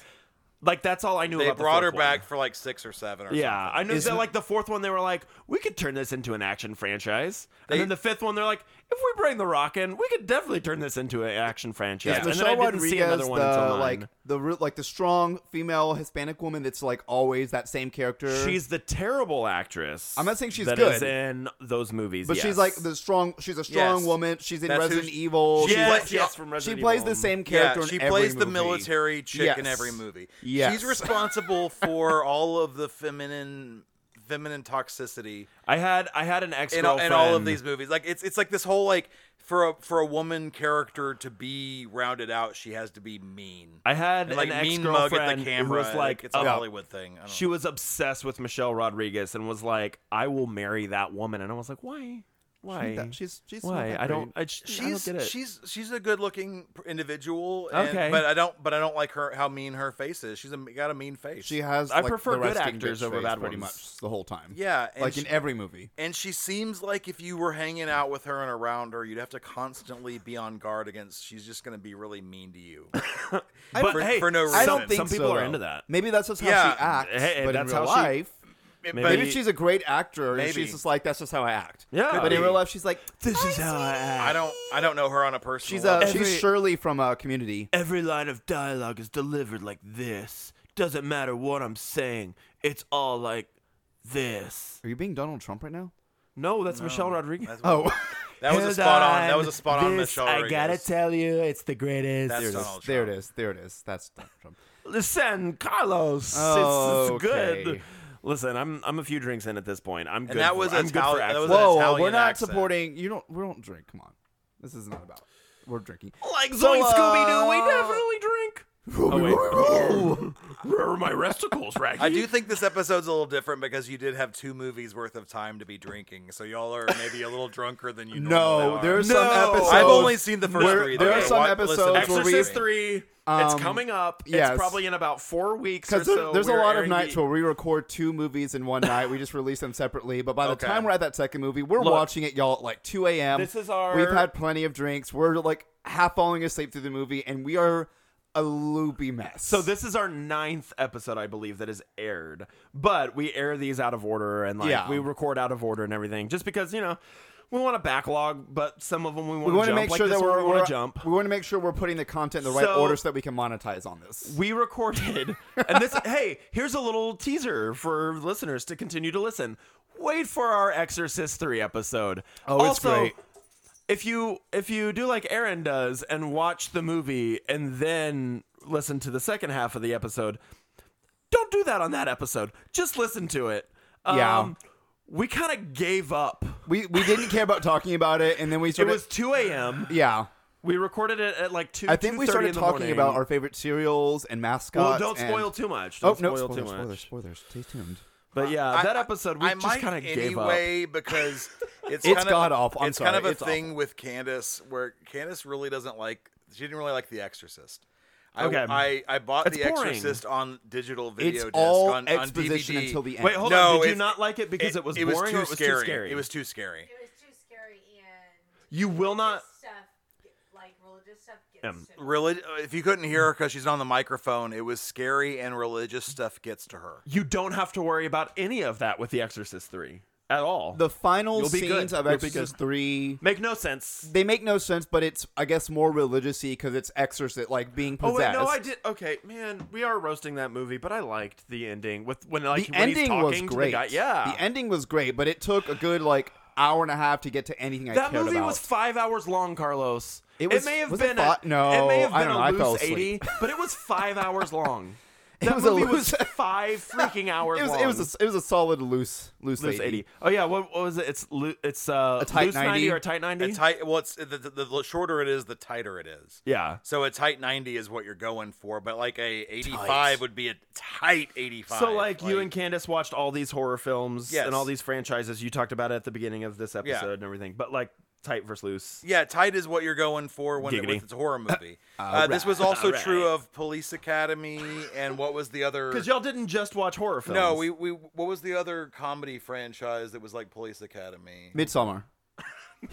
A: like that's all I knew.
C: they
A: about the
C: brought her
A: fourth one.
C: back for like six or seven. or
A: Yeah,
C: something.
A: I knew that like the fourth one they were like, we could turn this into an action franchise, and then the fifth one they're like, if we bring The Rock in, we could definitely turn this into an action franchise.
B: Is
A: and
B: Michelle
A: then I didn't
B: Rodriguez
A: see another one
B: the
A: until nine.
B: like the re- like the strong female Hispanic woman that's like always that same character?
A: She's the terrible actress.
B: I'm not saying she's
A: that
B: good.
A: is in those movies,
B: but
A: yes.
B: she's like the strong. She's a strong
C: Yes.
B: woman. She's in
C: That's who
B: Resident
C: she-
B: Evil.
A: Yes,
B: She's like-
A: yes, from Resident
B: she plays
A: Evil.
B: the same character.
C: Yeah, she
B: in every
C: plays the
B: movie.
C: military chick in every
B: Yes.
C: movie.
B: Yes.
C: She's responsible for all of the feminine feminine toxicity
A: I had I had an ex
C: in,
A: girlfriend
C: in all of these movies. Like it's it's like this whole like for a for a woman character to be rounded out, she has to be mean.
A: I had
C: And, like
A: an ex
C: mean mug at
A: girlfriend
C: the
A: who
C: camera.
A: was like,
C: it's a
A: ob-
C: Hollywood thing. I don't
A: she was obsessed with Michelle Rodriguez and was like, I will marry that woman, and I was like, why, why?
B: that- she's- she's not
A: why?
B: that
A: I don't. I, sh- I don't
C: she's
A: get it.
C: she's she's a good looking individual. and-
A: Okay.
C: but I don't but I don't like her how mean her face is. She's a, got a mean face.
B: She has.
A: I
B: like,
A: prefer
B: the
A: good
B: resting
A: actors
B: bitch
A: over
B: face
A: bad
B: pretty
A: ones.
B: much the whole time.
C: Yeah, and
B: like
C: she-
B: in every movie.
C: and she seems like if you were hanging out with her and around her, you'd have to constantly be on guard against. She's just going to be really mean to you.
A: but
C: for-
A: hey,
C: for no
A: some-
C: reason.
B: I don't think
A: some people
B: so,
A: are
B: though.
A: into that.
B: Maybe that's just how
C: Yeah.
B: she acts.
A: Hey,
B: but
A: that's
B: in real
A: how she-
B: life,
C: It-
A: Maybe-
C: but
B: maybe she's a great actor, and
C: Maybe.
B: she's just like that's just how I act.
A: Yeah.
B: but in
A: Could
B: real
A: be.
B: life, she's like
A: This is how I act.
C: I don't. I don't know her on a personal.
B: she's uh,
C: level.
A: Every-
B: she's Shirley from uh, Community.
A: Every line of dialogue is delivered like this. Doesn't matter what I'm saying. It's all like this.
B: Are you being Donald Trump right now?
A: No, that's Michelle Rodriguez.
C: That's-
B: Oh,
C: that was a spot on. That was a spot on Michelle.
A: I gotta
C: Rodriguez.
A: tell you, it's the greatest.
C: That's
A: There's-
C: Donald
B: there
C: Trump.
B: it is. There it is. That's Donald Trump.
A: Listen, Carlos, it's-
B: Oh,
A: it's, good.
B: okay.
A: Listen, I'm I'm a few drinks in at this point. I'm good.
C: that
A: for-
C: was
A: I'm good for
C: Italian- that was
A: accents.
B: Whoa,
C: Italian
B: Oh, we're not
C: accent.
B: supporting. You don't. We don't drink. Come on. This is not about. We're drinking.
A: like
B: So,
A: Zoe
B: uh,
A: Scooby Doo. We definitely drink. Oh,
B: Oh,
A: wait. Where are my resticles, Raggy?
C: I do think this episode's a little different because you did have two movies worth of time to be drinking, so y'all are maybe a little drunker than you. normally
B: No,
C: are.
B: there
A: No.
B: are some episodes.
C: I've only seen the first
B: Where-
C: three.
B: there
C: though.
B: are some
C: What-
B: episodes
C: listen,
B: where we-
A: Exorcist three. it's
B: Um,
A: coming up.
B: yes.
A: It's probably in about four weeks or
B: Because there-
A: so.
B: there's a
A: We're
B: lot of
A: airing
B: nights
A: the-
B: where we record two movies in one night. We just release them separately. But by the
C: Okay.
B: time we're at that second movie, we're
A: Look.
B: watching it, y'all, at like 2 a.m.
A: This is our-
B: We've had plenty of drinks. We're like half falling asleep through the movie, and we are a loopy mess.
A: So this is our ninth episode, I believe, that is aired. But we air these out of order and like
B: Yeah.
A: we record out of order and everything, just because you know we want a backlog, but some of them we want
B: We
A: to
B: want to
A: jump.
B: make
A: like
B: sure
A: this
B: that
A: one
B: we're,
A: we want
B: we're-
A: to jump.
B: We want to make sure we're putting the content in the right
A: So-
B: order so that we can monetize on this.
A: we recorded and this hey here's a little teaser for listeners to continue to listen wait for our exorcist 3 episode
B: Oh, it's
A: also,
B: great.
A: if you if you do like aaron does and watch the movie and then listen to the second half of the episode don't do that on that episode just listen to it Uh,
B: Yeah.
A: um, we kind of gave up
B: We we didn't care about talking about it, and then we
A: it
B: started.
A: was 2 a.m
B: yeah.
A: we recorded it at like 2
B: I think we
A: 2:30
B: started
A: in the
B: talking
A: morning.
B: about our favorite cereals and mascots.
A: well don't
B: and-
A: spoil too much
B: Oh
A: don't
B: no!
A: spoil
B: Spoilers,
A: too much
B: spoilers, spoilers. Stay tuned.
A: But yeah,
C: I-
A: that
C: I-
A: episode we
C: I
A: just
C: might
A: kind of gave up.
C: anyway because it's,
B: It's
C: kind of,
B: god-awful. I'm
C: it's kind of
B: sorry.
C: a
B: It's
C: thing with Candace where Candace really doesn't like. She didn't really like The Exorcist. I,
A: Okay.
C: I, I bought
A: It's
C: The
A: boring.
C: Exorcist on digital video
B: It's
C: disc
B: all
C: on, on
B: exposition
C: DVD.
B: until the end.
A: Wait, hold
C: No,
A: on. Did you
C: it's-
A: not like it because it, was
C: it
A: boring
C: was too
A: or it was
C: scary.
A: too scary?
C: It was too scary.
D: It was too scary and
A: You will not.
D: stuff like religious stuff gets
A: Um,
D: to me.
C: Reli- uh, if you couldn't hear her
A: Mm.
C: because she's on the microphone, it was scary and religious stuff gets to her.
A: You don't have to worry about any of that with The Exorcist Three at all.
B: The final
A: You'll be good.
B: scenes of
A: You'll be
B: Exorcist
A: good.
B: three.
A: Make no sense.
B: They make no sense, but it's I guess more religiousy because it's exorcist like being
A: Oh
B: possessed.
A: wait, no, I did. Okay, man, we are roasting that movie, but I liked the ending with when like
B: the
A: when he's
B: ending was
A: talking to
B: great.
A: the guy. Yeah,
B: the ending was great, but it took a good like hour and a half to get to anything I
A: that
B: cared
A: movie
B: about.
A: was five hours long, Carlos.
B: It was-
A: may have
B: was
A: been
B: it fi-
A: a,
B: no,
A: It may have
B: I
A: been
B: don't
A: a
B: know, I
A: loose
B: fell
A: eighty,
B: asleep.
A: but it was five hours long.
B: It
A: That
B: was a
A: movie was
B: loose-
A: five freaking hours
B: It was
A: long.
B: it was a, it was a solid loose loose,
A: Loose
B: 80.
A: 80. Oh yeah, what, what was it? It's lo- it's uh,
B: A tight
A: loose 90.
B: 90.
A: or a tight 90?
C: A tight, well, it's the, the, the shorter it is, the tighter it is.
A: yeah.
C: So a tight 90 is what you're going for, but like a 85
A: Tight.
C: would be a tight 85.
A: So like, you and Candace watched all these horror films
C: Yes.
A: and all these franchises. You talked about it at the beginning of this episode and everything. But like tight versus loose.
C: yeah, tight is what you're going for when it,
A: Giggity.
C: with it's a horror movie. uh, this was also true of Police Academy and what was the other?
A: Because y'all didn't just watch horror films.
C: no, we, we what was the other comedy franchise that was like Police Academy?
B: Midsummer.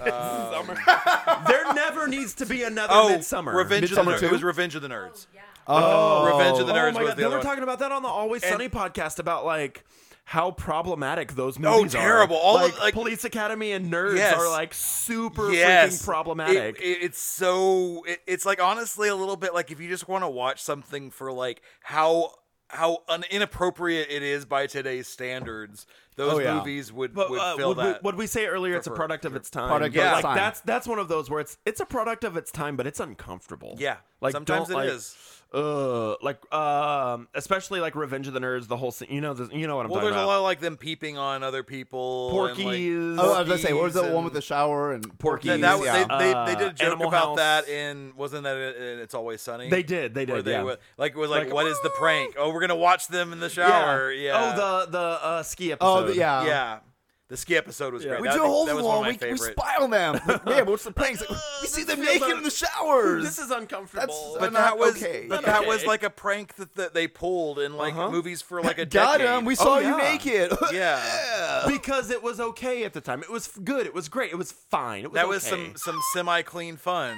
A: there never needs to be another Midsummer.
C: Oh, Revenge
B: Midsummer
C: of
B: two?
C: the Nerds. It was Revenge of the Nerds. Uh,
D: Yeah.
B: Oh,
C: Revenge of the
A: Oh
C: Nerds
A: my
C: was
A: god!
C: the
A: They
C: other
A: were
C: one.
A: talking about that on the Always Sunny podcast about like how problematic those
C: Oh,
A: movies are.
C: terrible. All of,
A: like,
C: like-
A: Police Academy and Nerds
C: Yes.
A: are like super
C: yes,
A: freaking problematic.
C: It, it- it's so it, it's like honestly a little bit like if you just want to watch something for like how how un- inappropriate it is by today's standards, those
B: Oh, yeah.
C: movies would
A: But
C: would
A: uh,
C: fill
A: would, we,
C: that.
A: would we say earlier it's a
C: for-
A: product of
C: for-
A: its time?
B: Product
A: but
C: of its
A: like
B: time.
A: that's that's one of those where it's it's a product of its time, but it's uncomfortable.
C: yeah,
A: like
C: sometimes
A: don't,
C: it
A: like,
C: is.
A: Ugh, like um, especially like Revenge of the Nerds, the whole scene. You know, the, you know what I'm
C: Well,
A: talking
C: there's a lot
A: about.
C: of like them peeping on other people.
A: Porky's.
C: And, like,
B: Oh, I was gonna say, what was the
C: Porky's
B: one with the
C: and-
B: shower and Porky?
C: That, that was,
B: yeah.
C: they,
A: Uh,
C: they, they did a joke
A: Animal
C: about
A: House.
C: that in wasn't that in, in It's Always Sunny?
A: They did, they
C: Where
A: did,
C: they
A: yeah.
C: were- like it was like,
A: Like,
C: what is the prank? Oh, we're gonna watch them in the
A: Yeah.
C: shower. Yeah.
A: Oh, the the uh, ski
B: oh
A: episode.
B: the, yeah,
C: yeah. The ski episode was great.
B: We
C: That-
B: do a whole
C: that was
B: one.
C: one
B: We,
C: of my
B: we
C: favorites.
B: spy on them. Like, yeah, what's the prank? It's
C: Uh,
B: like, we see them
A: feels
B: naked
A: un-
B: in the showers.
A: This is uncomfortable.
B: That's-
C: but
B: not
C: that was
B: okay.
C: but
A: Not
C: that
A: okay.
C: was like a prank that, that they pulled in like
A: Uh-huh.
C: movies for like a
B: Got
C: decade. Oh,
B: him. We saw
A: yeah.
B: you naked.
C: yeah.
A: because it was okay at the time. It was f- good. It was great. It was fine. It was
C: That was
A: okay.
C: some some semi clean fun.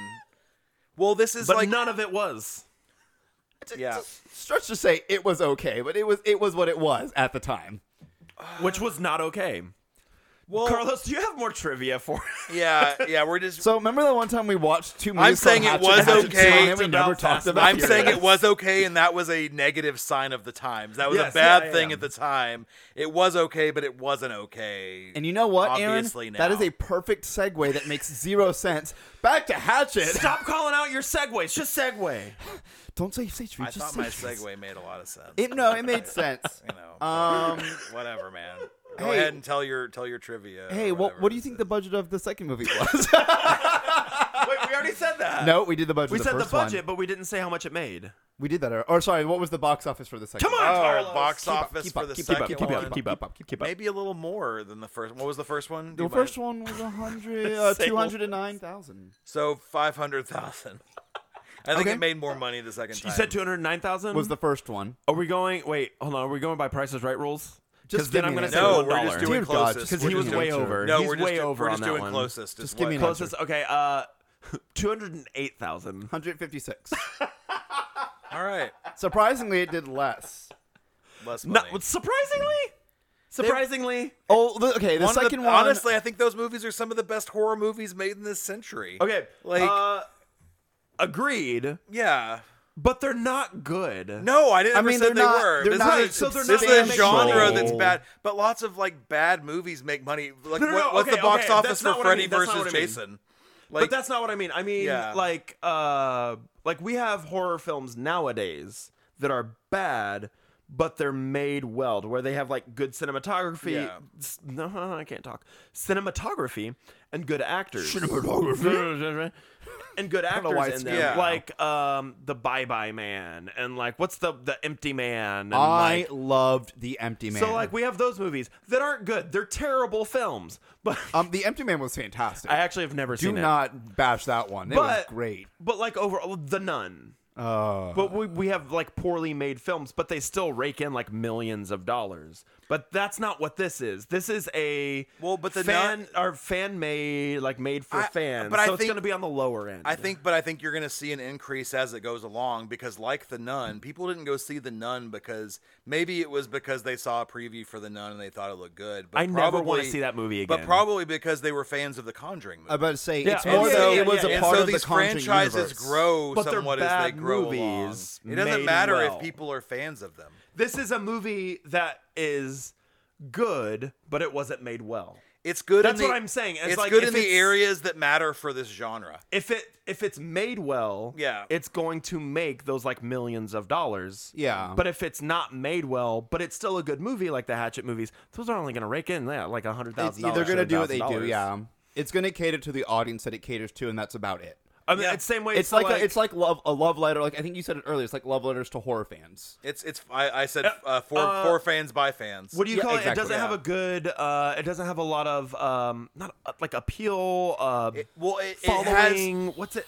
C: Well, this is
A: but
C: like
A: none of it was.
C: yeah.
B: Stretch to say it was okay, but it was it was what it was at the time.
A: which was not okay. Well, Carlos, do you have more trivia for us?
C: Yeah, yeah, we're just
B: So remember that one time we watched two movies?
C: I'm saying
B: called Hatchet
C: it was
B: and Hatchet
C: okay.
B: Time, and
C: It's
B: we never
A: about
B: talked
A: fast
B: about.
C: I'm
B: the
C: saying
B: other.
C: it was okay, and that was a negative sign of the times. That was
A: Yes,
C: a bad
A: yeah,
C: thing
A: yeah.
C: at the time. It was okay, but it wasn't okay.
B: And you know what, Aaron?
C: obviously now.
B: That is a perfect segue that makes zero sense. Back to Hatchet.
A: Stop calling out your segues. Just segue.
B: Don't say say
C: I
B: just
C: thought
B: say
C: my
B: trees.
C: segue made a lot of sense.
B: It, no, it made sense.
C: you know, but
B: Um,
C: whatever, man. Go
B: hey-
C: ahead and tell your tell your trivia.
B: hey,
C: or
B: what
C: whatever
B: what do
C: it
B: you think
C: is.
B: the budget of the second movie was?
A: Wait, we already said that.
B: no, we did the budget.
A: we
B: of the
A: said the
B: first
A: budget,
B: One.
A: but we didn't say how much it made.
B: We did that. Or, or sorry, what was the box office for the second?
A: Come on,
B: one? Uh,
C: Oh,
A: Carlos.
C: box
A: Keep up,
C: office
B: keep
C: for
B: up,
C: the
B: keep up,
C: second
B: keep up,
C: one.
B: keep up, keep up, keep up.
C: Maybe a little more than the first. What was the first one? Do
B: The
C: you mind-
B: first one was a hundred, uh,
A: Say
B: two hundred and nine thousand.
C: So five hundred thousand. I think
B: Okay.
C: it made more money the second time.
A: You said two hundred nine thousand.
B: Was the first one?
A: Are we going? Wait, hold on. Are we going by prices right rules? Because
B: Just
A: then
B: give
A: I'm
B: me
A: gonna
B: an
A: say
C: No,
A: one
C: we're just
A: dollar.
C: doing
B: Dear God,
C: closest.
A: Because
B: We're
A: he
B: just
A: was way
B: doing-
A: over.
C: No,
A: He's
C: we're just
A: way
C: do-
A: over
C: We're
A: on
C: just
A: that
C: doing
A: one.
C: closest. is
B: Just give
C: what-
B: me an answer.
A: Closest. Okay. Uh, two hundred eight thousand.
B: Hundred fifty-six.
C: All right.
B: Surprisingly, it did less.
C: Less money.
A: Not surprisingly. Surprisingly,
B: Oh, the, okay. The
C: One of
B: second
C: the,
B: one.
C: Honestly, I think those movies are some of the best horror movies made in this century.
A: okay,
C: Like-
A: uh, agreed,
C: Yeah.
A: but they're not good.
C: No, I didn't.
B: I
C: ever
B: mean,
C: said
B: they're
C: they
B: not-
C: were.
B: they're
C: this
B: not
C: is, a-
A: so they're
C: this
A: not
C: is a
A: that
C: genre
A: big.
C: that's bad, but lots of like bad movies make money. Like,
A: No, no,
C: what,
A: no,
C: what's
A: okay,
C: the box
A: okay,
C: office
A: that's
C: for
A: not what I
C: Freddy
A: mean, that's not
C: versus
A: what I mean.
C: Jason? Like,
A: but that's not what I mean. I mean,
C: Yeah.
A: like, uh, like we have horror films nowadays that are bad, but they're made well, to where they have like good cinematography.
C: Yeah.
A: s- No, I can't talk. Cinematography and good actors. Cinematography and good
B: know
A: actors
B: why
A: in
B: it's-
A: them,
C: yeah.
A: like um, the Bye Bye Man and like what's the the Empty Man. And,
B: I
A: like,
B: loved the Empty Man.
A: so like we have those movies that aren't good. They're terrible films, but.
B: um, the Empty Man was fantastic.
A: I actually have never
B: Do
A: seen it.
B: not bash that one. It was great.
A: But like overall, The Nun.
C: Uh.
B: Oh,
A: But we, we have like poorly made films, but they still rake in like millions of dollars. But that's not what this is. This is a
C: Well, but The
A: fan or fan made like made for
C: I-
A: fans.
C: but I
A: so it's
C: think-
A: going to be on the lower end.
C: I think, but I think you're going to see an increase as it goes along because, like the Nun, people didn't go see the Nun because maybe it was because they saw a preview for the Nun and they thought it looked good. But
A: I never wanna
C: probably-
A: see that movie
C: But
A: again.
C: probably because they were fans of the Conjuring movie.
B: I about to say
A: Yeah,
B: it's
A: and
B: more
A: so-
B: that
A: yeah,
B: it was
A: yeah,
B: a
C: and
B: part
C: so
B: of
C: these
B: the Conjuring
C: franchises
B: universe.
C: grow
A: But they're
C: somewhat as
A: bad
C: they grow
A: movies
C: along. It doesn't
A: made
C: matter
A: well.
C: if people are fans of them.
A: this is a movie that is good, but it wasn't made well.
C: It's good.
A: That's
C: in the,
A: what I'm saying. It's
C: It's,
A: like
C: good
A: if
C: in the
A: it's-
C: areas that matter for this genre.
A: If it if it's made well,
C: Yeah.
A: it's going to make those like millions of dollars.
B: Yeah.
A: But if it's not made well, but it's still a good movie like the Hatchet movies, those are only going to rake in yeah, like a hundred
B: It's
A: thousand.
B: either
A: going to
B: gonna do what they do, yeah. It's gonna cater to the audience that it caters to, and that's about it.
A: I mean,
C: Yeah.
A: it's same way.
B: It's
A: for,
B: like, a, it's like love a love letter. Like I think you said it earlier. It's like love letters to horror fans.
C: It's it's. I, I said uh, for for fans by fans.
A: what do you
B: yeah,
A: call it? It
B: exactly,
A: doesn't have
C: yeah.
A: a good. uh It doesn't have a lot of um not uh, like appeal. Uh,
C: It, well, it, it has.
A: following. what's it?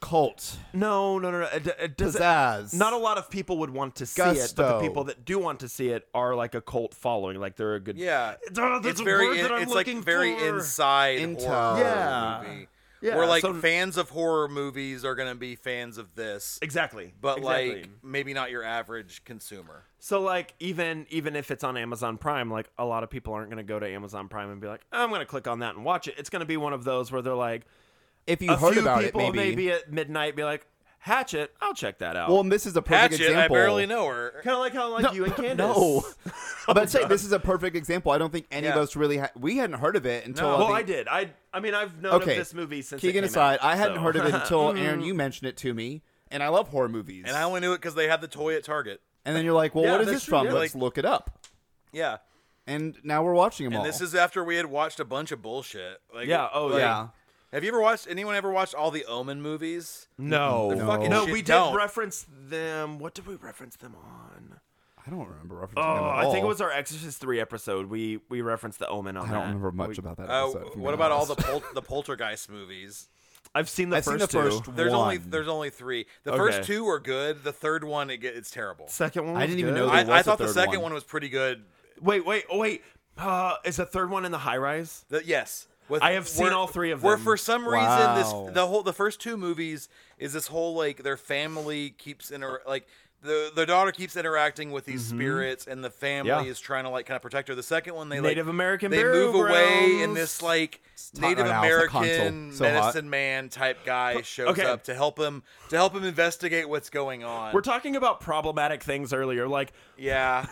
B: Cult,
A: No, no, no, no. It, it doesn't.
B: pizzazz.
A: Not a lot of people would want to see it, but the
B: Gusto.
A: people that do want to see it are like a cult following. Like they're a good.
C: Yeah,
A: Oh, that's
C: it's
A: a
C: very.
A: word
C: in-
A: that I'm
C: it's like
A: looking
C: very
A: for.
C: inside
B: Intel.
C: horror
A: Yeah.
C: movie.
A: Yeah,
C: Where like
A: so-
C: fans of horror movies are gonna be fans of this,
A: Exactly.
C: but
A: exactly.
C: like maybe not your average consumer.
A: So like even even if it's on Amazon Prime, like a lot of people aren't going to go to Amazon Prime and be like, "I'm going to click on that and watch it." It's going to be one of those where they're like,
B: If you
A: a
B: heard
A: few
B: about it,
A: people
B: maybe.
A: at midnight be like, "Hatchet, I'll check that out."
B: Well, and this is a perfect
C: Hatchet, I
B: example.
C: barely know her.
A: kind of like how like you and Candace.
B: No, but I'd say this is a perfect example. I don't think any of
C: Yeah.
B: us really ha- we hadn't heard of it until.
A: Well,
B: think-
A: I did. I I mean, I've known
B: Okay,
A: of this movie since.
B: Keegan
A: it came
B: aside,
A: out,
B: I hadn't
A: so.
B: heard of it until Aaron you mentioned it to me, and I love horror movies.
C: And I only knew it because they had the toy at Target.
B: And then you're like, well,
A: Yeah,
B: what is
A: that's
B: this
A: true,
B: from?
A: yeah,
B: Let's
C: like-
B: look it up.
C: Yeah,
B: And now we're watching them
C: and
B: all.
C: this is after we had watched a bunch of bullshit. Like,
A: yeah. Oh
C: like,
B: yeah.
C: Have you ever watched anyone ever watched all the Omen movies?
A: No.
C: They're fucking
A: no,
C: shit.
A: we did
C: Don't.
A: reference them. What did we reference them on?
B: I don't remember referencing
A: Oh,
B: them at
A: I think it
B: all.
A: was our Exorcist three episode. We we referenced the Omen on
B: I
A: that.
B: don't remember much
A: We-
B: about that.
C: Uh,
B: episode, if I'm
C: what
B: being
C: about all
B: honest.
C: the pol- the Poltergeist movies?
A: I've seen the
B: I've seen
A: first
B: the first
A: two.
C: There's only
B: One.
C: there's only three. The
A: Okay.
C: first two are good. The third one it, get- it's terrible.
A: Second one.
B: I
A: was
B: didn't even
A: good.
B: know there
C: I,
B: was
C: I
B: a
C: thought the
B: third
C: second
B: one.
C: one. was pretty good.
A: Wait, wait, oh, wait. Uh, is the third one in the high rise?
C: The- yes, With-
A: I have seen
C: where-
A: all three of
C: Where
A: them.
C: for some reason
B: Wow.
C: this the whole the first two movies is this whole like their family keeps inter like. The, their daughter keeps interacting with
B: Mm-hmm.
C: these spirits, and the family
A: Yeah.
C: is trying to like kind of protect her. The second one, they
A: Native
C: like,
A: American
C: they
A: burial
C: move away,
A: grounds.
C: and this like
B: hot
C: Native
B: right now. It's like
C: American
B: Hansel. So hot.
C: medicine man type guy shows
A: okay.
C: up to help him to help him investigate what's going on.
A: We're talking about problematic things earlier, like
C: Yeah.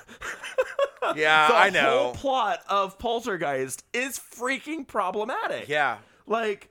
C: yeah,
A: the whole
C: I know.
A: plot of Poltergeist is freaking problematic.
C: yeah.
A: like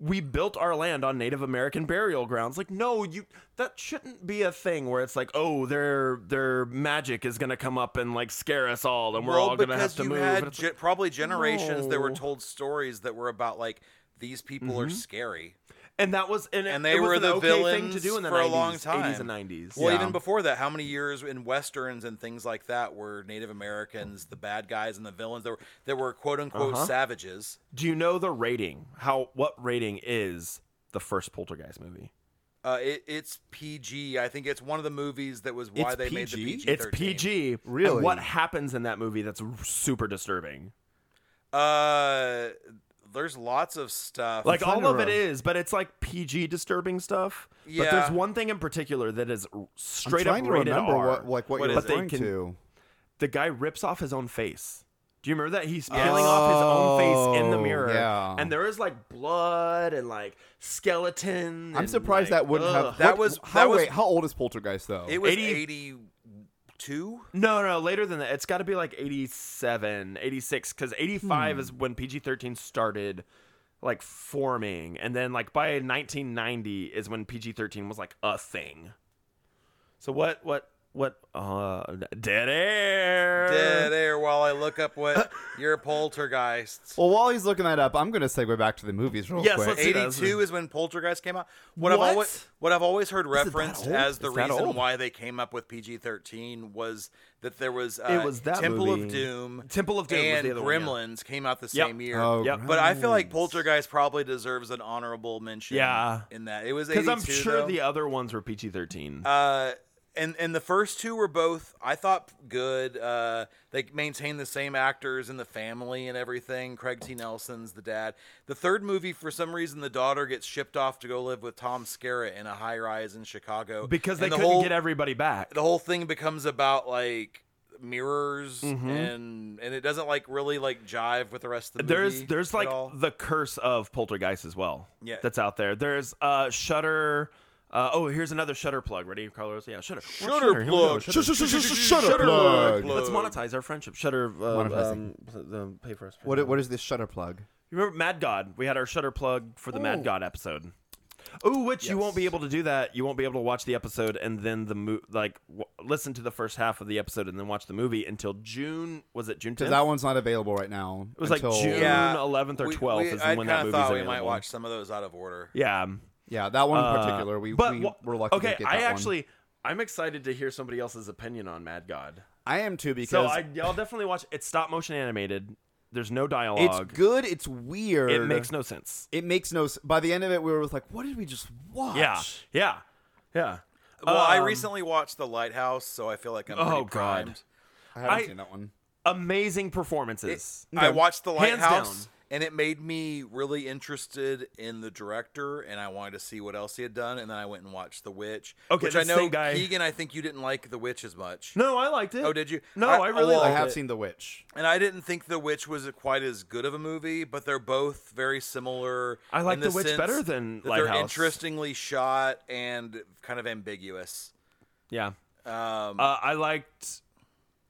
A: we built our land on Native American burial grounds. Like, no, you that shouldn't be a thing where it's like, oh, their their magic is gonna come up and like scare us all, and we're
C: well,
A: all gonna have
C: because
A: to
C: you
A: move. And
C: had
A: it's
C: ge- probably generations that were
A: No. Mm-hmm.
C: told stories that were about like these people are scary.
A: And that was and, it-
C: And they
A: it was
C: were
A: an
C: the
A: okay thing to
C: villains
A: do in the
C: for a
A: 90s,
C: long time.
A: 80s and 90s.
C: Well,
B: Yeah.
C: even before that, how many years in westerns and things like that were Native Americans the bad guys and the villains that were that were quote unquote
A: Uh-huh.
C: savages?
A: Do you know the rating? How what rating is the first Poltergeist movie?
C: Uh, it, it's PG. I think it's one of the movies that was why
B: It's
C: they made the
B: PG?
C: PG.
A: It's PG. and
B: Really?
A: what happens in that movie that's r- super disturbing?
C: Uh, there's lots of stuff.
A: Like all of it
B: genre.
A: is, but it's like PG disturbing stuff. But
C: Yeah.
A: there's one thing in particular that is r-
B: I'm
A: straight
B: trying
A: up
B: to
A: rated
B: remember
A: R.
B: what like what,
C: What
B: you're
C: is it?
B: referring
A: But they can-
B: to.
A: the guy rips off his own face. Do you remember that? He's peeling off his own face in the
B: Oh,
A: mirror.
B: yeah.
A: And there is like blood and like skeleton.
B: I'm
A: and,
B: surprised
A: like,
B: that wouldn't
A: ugh.
B: have.
C: That
B: what-
C: was-
B: how
C: that was-
B: wait, how old is Poltergeist though?
C: It was
A: 80
C: 82.
A: No, no, later than that. It's got to be like 87, 86 cuz
B: Hmm.
A: 85 is when PG-13 started like forming and then like by 1990 is when PG-13 was like a thing. So what what what uh dead air.
C: Dead air while I look up what your poltergeists.
B: well, while he's looking that up, I'm going to segue back to the movies real
A: Yes,
B: quick.
A: let's-
C: 82 is when Poltergeist came out. What, I've
A: What?
C: always what I've always heard
A: that
C: referenced
A: old?
C: as the
A: Is that
C: reason
A: old?
C: why they came up with PG-13 was that there was, uh,
A: was that
C: Temple
A: movie.
C: of Doom,
A: Temple of Doom was
C: and
A: the other one,
C: Gremlins
A: yeah.
C: came out the
A: Yep.
C: same year.
B: Oh,
A: Yep.
C: But I feel like
B: Gremlins.
C: Poltergeist probably deserves an honorable mention.
A: Yeah.
C: in that it was
A: Because
C: because
A: I'm sure
C: though.
A: the other ones were PG 13.
C: Uh, and and the first two were both I thought good. Uh, they maintained the same actors and the family and everything. Craig T. Nelson's the dad. The third movie, for some reason, the daughter gets shipped off to go live with Tom Skerritt in a high rise in Chicago
A: because they
C: And the
A: couldn't
C: whole-
A: get everybody back.
C: The whole thing becomes about like mirrors
A: Mm-hmm.
C: and and it doesn't like really like jive with the rest of the
A: there's
C: movie
A: there's
C: at
A: like
C: all.
A: the curse of poltergeist as well.
C: Yeah.
A: that's out there. There's uh shutter. Uh, oh, here's another shutter plug. Ready, Carlos? Yeah, shutter. We're
C: Shudder
A: Here we go,
C: plug.
A: Shudder.
B: Shutter
A: Let's monetize our friendship. Shutter. Uh, um,
B: Monetizing.
A: the pay for us.
B: What i- what is this shutter plug?
A: You remember Mad God? We had our shutter plug for the
B: Oh.
A: Mad God episode. Ooh, which you won't be able to do that. You won't be able to watch the episode and then the mo- like w- listen to the first half of the episode and then watch the movie until June. Was it June?
B: Because
A: 10th?
B: that one's not available right now.
A: It was
B: until,
A: like June
C: Yeah.
A: 11th or
C: We-
A: 12th
C: we-
A: is
C: I
A: when that
C: kinda
A: movie's
C: thought we
A: available.
C: might watch some of those out of order.
A: Yeah. um,
B: Yeah, that one in
A: uh,
B: particular. We,
A: but
B: we
A: wha-
B: were lucky
A: okay,
B: to get that
A: I
B: one.
A: actually I'm excited to hear somebody else's opinion on Mad God.
B: I am too because
A: So I y'all definitely watch it's stop motion animated. There's no
B: it's
A: dialogue.
B: good. It's weird.
A: It makes no sense.
B: It makes no. s- By the end of it, we were like, "What did we just watch?"
A: Yeah. Yeah. Yeah.
C: Well, I
A: Um,
C: recently watched The Lighthouse, so I feel like I'm.
A: Oh,
C: Oh
A: God.
C: primed.
B: I haven't
A: I-
B: seen that one.
A: amazing performances.
C: I watched The
A: Hands
C: Lighthouse,
A: down.
C: and it made me really interested in the director, and I wanted to see what else he had done, and then I went and watched The Witch.
A: Okay,
C: which I
A: the
C: know
A: same guy-
C: Keegan. I think you didn't like The Witch as much.
A: No, I liked it.
C: Oh, did you?
A: No,
C: I-
A: I, really
C: well,
B: I
A: liked
B: have
A: it.
B: seen The Witch.
C: And I didn't think The Witch was quite as good of a movie, but they're both very similar.
A: I like
C: in
A: The Witch
C: sense
A: better than
C: that they're
A: Lighthouse.
C: interestingly shot and kind of ambiguous.
A: Yeah.
C: Um,
A: Uh, I liked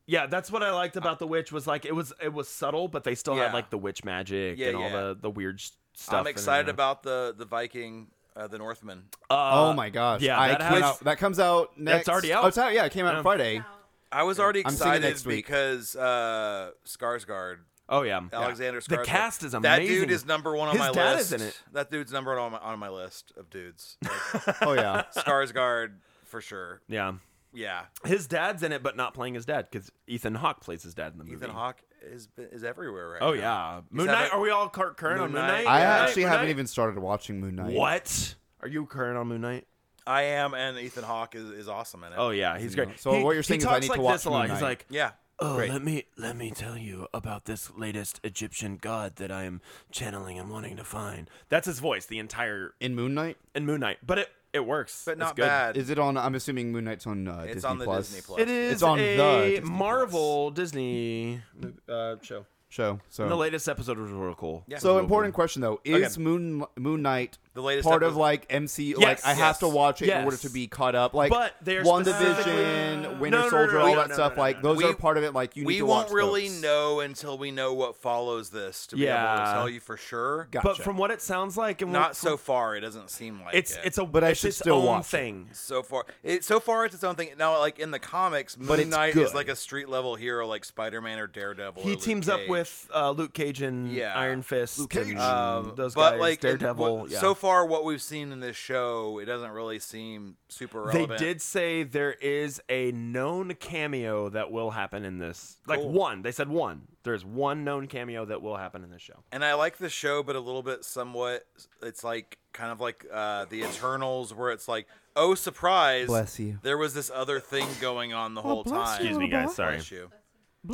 A: yeah, that's what I liked about the witch was like it was it was subtle, but they still
C: Yeah.
A: had like the witch magic
C: Yeah,
A: and all
C: yeah.
A: the the weird s- stuff. uh, in
C: I'm
A: there.
C: excited about the the Viking, uh, the Northman.
A: Uh,
B: oh my gosh!
A: yeah,
B: I
A: that
B: came
A: has-
B: out- that comes out next.
A: That's already out.
B: Oh, it's out. Yeah, it came out
A: Yeah.
B: Friday.
C: I was already
B: I'm seeing it
C: excited
B: next week.
C: because uh, Skarsgård,
A: Oh yeah.
C: Alexander Skarsgård.
A: The cast is
C: That dude
A: amazing.
C: is number one on
A: His
C: my
A: dad is
C: list.
A: in it.
C: That dude's number one on my, on my list of dudes. Like,
B: Oh yeah.
C: Skarsgård for sure.
A: Yeah.
C: Yeah,
A: His dad's in it, but not playing his dad because Ethan Hawke plays his dad in the movie.
C: Ethan Hawke is is everywhere right
A: Oh
C: now.
A: yeah, Moon
C: having-
A: Knight. Are we all cur- current on
C: Moon
A: Moon
C: Knight,
A: Knight?
B: I
A: Moon Knight,
B: actually
A: Moon
B: haven't
A: Knight?
B: even started watching Moon Knight.
A: What? Are you current on Moon Knight?
C: I am, and Ethan Hawke is, is awesome in it.
A: Oh yeah, he's great.
B: So
A: He-
B: what you're saying
A: he
B: is I
A: talks
B: need to
A: like
B: watch
A: this a
B: Moon
A: lot. He's
B: Knight.
A: like,
C: yeah.
K: Oh,
B: Great.
K: let me let me tell you about this latest Egyptian god that I am channeling and wanting to find.
A: that's his voice the entire
B: in Moon Knight?
A: in Moon Knight, but it it works.
C: but
A: It's
C: not
A: good.
C: bad.
B: Is it on? I'm assuming Moon Knight's on uh,
C: it's
B: Disney
C: on the
B: Plus.
C: Disney Plus.
A: It is
B: It's on
A: a
B: the Disney Plus.
A: Marvel Disney uh, show.
B: show. So,
A: And the latest episode was real cool.
C: Yeah.
B: so important question though: Is Moon Moon Knight
C: The latest
B: part of
C: episode-
B: like MC?
A: Yes,
B: like I have
A: yes,
B: to watch it in
A: yes.
B: order to be caught up. Like
A: But they're
B: One
A: specifically-
B: Division,
A: No,
B: Winter
A: no, no,
B: Soldier,
A: no,
B: all
A: no,
B: that
A: no,
B: stuff.
A: no,
B: like
A: no,
B: those
C: We-
B: are part of it. Like you need
C: We
B: to
C: won't
B: watch
C: really
B: those.
C: know until we know what follows this to be able to
A: Yeah.
C: tell you for sure.
B: Gotcha.
A: But from what it sounds like, and
C: Not
A: what-
C: so far. It doesn't seem like
A: It's
C: it.
A: it's a
B: But I
A: it's
B: should
A: its
B: still
A: own
B: watch it.
A: thing.
C: So far, it, so far it's its own thing. Now, like in the comics, Moon
B: it's
C: Knight
B: good.
C: is like a street level hero, like Spider Man or Daredevil. or
A: He
C: Luke
A: teams up
C: Cage.
A: with uh, Luke Cage and
C: Yeah.
A: Iron Fist. Luke
B: Cage.
C: um,
A: those
C: but
A: guys,
C: like in-
A: Daredevil.
C: what-
A: yeah.
C: So far, what we've seen in this show, it doesn't really seem super
A: they
C: relevant.
A: did say there is a known cameo that will happen in this. Like
C: Cool.
A: one, they said one. There's one known cameo that will happen in this show.
C: and I like the show, but a little bit, somewhat. It's like kind of like uh, the Eternals, where it's like, oh surprise,
B: Bless you.
C: There was this other thing going on the whole time.
A: Oh, Excuse me, guys. Sorry.
C: Bless you.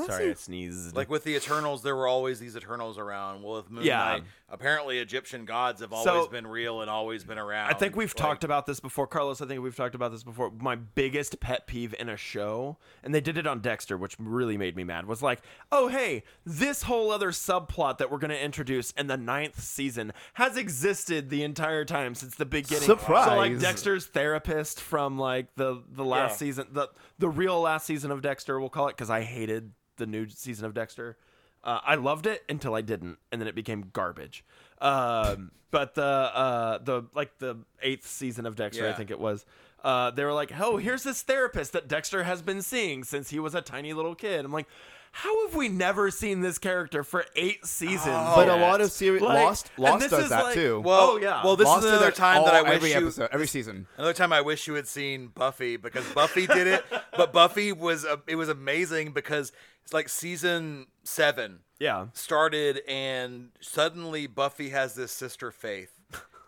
J: Sorry, I sneezed.
C: Like with the Eternals, there were always these Eternals around. Well, with Moon
A: Yeah.
C: Knight, apparently Egyptian gods have always been real and always been around.
A: I think we've
C: Like,
A: talked about this before, Carlos. I think we've talked about this before. My biggest pet peeve in a show, and they did it on Dexter, which really made me mad, was like, oh, hey, this whole other subplot that we're going to introduce in the ninth season has existed the entire time since the beginning. So, like,
B: Surprise.
A: Dexter's therapist from, like, the, the last
C: Yeah.
A: season, the, the real last season of Dexter, we'll call it, because I hated the new season of Dexter. Uh, I loved it until I didn't, and then it became garbage. Um, but the uh, the like the eighth season of Dexter, I
C: Yeah.
A: think it was. Uh, they were like, "Oh, here's this therapist that Dexter has been seeing since he was a tiny little kid." I'm like, "How have we never seen this character for eight seasons?"
B: But a
A: yet?"
B: lot of series
A: Like,
B: Lost
A: and
B: Lost
A: this
B: does
A: is
B: that
A: like-
B: too.
C: Oh, Well,
A: Oh, yeah.
C: Well, this
B: Lost
C: is
B: did
C: another time that I wish
B: every
C: you.
B: episode, every season.
C: Another time I wish you had seen Buffy because Buffy did it, but Buffy was a, it was amazing because it's like season seven
A: yeah.
C: started and suddenly Buffy has this sister Faith.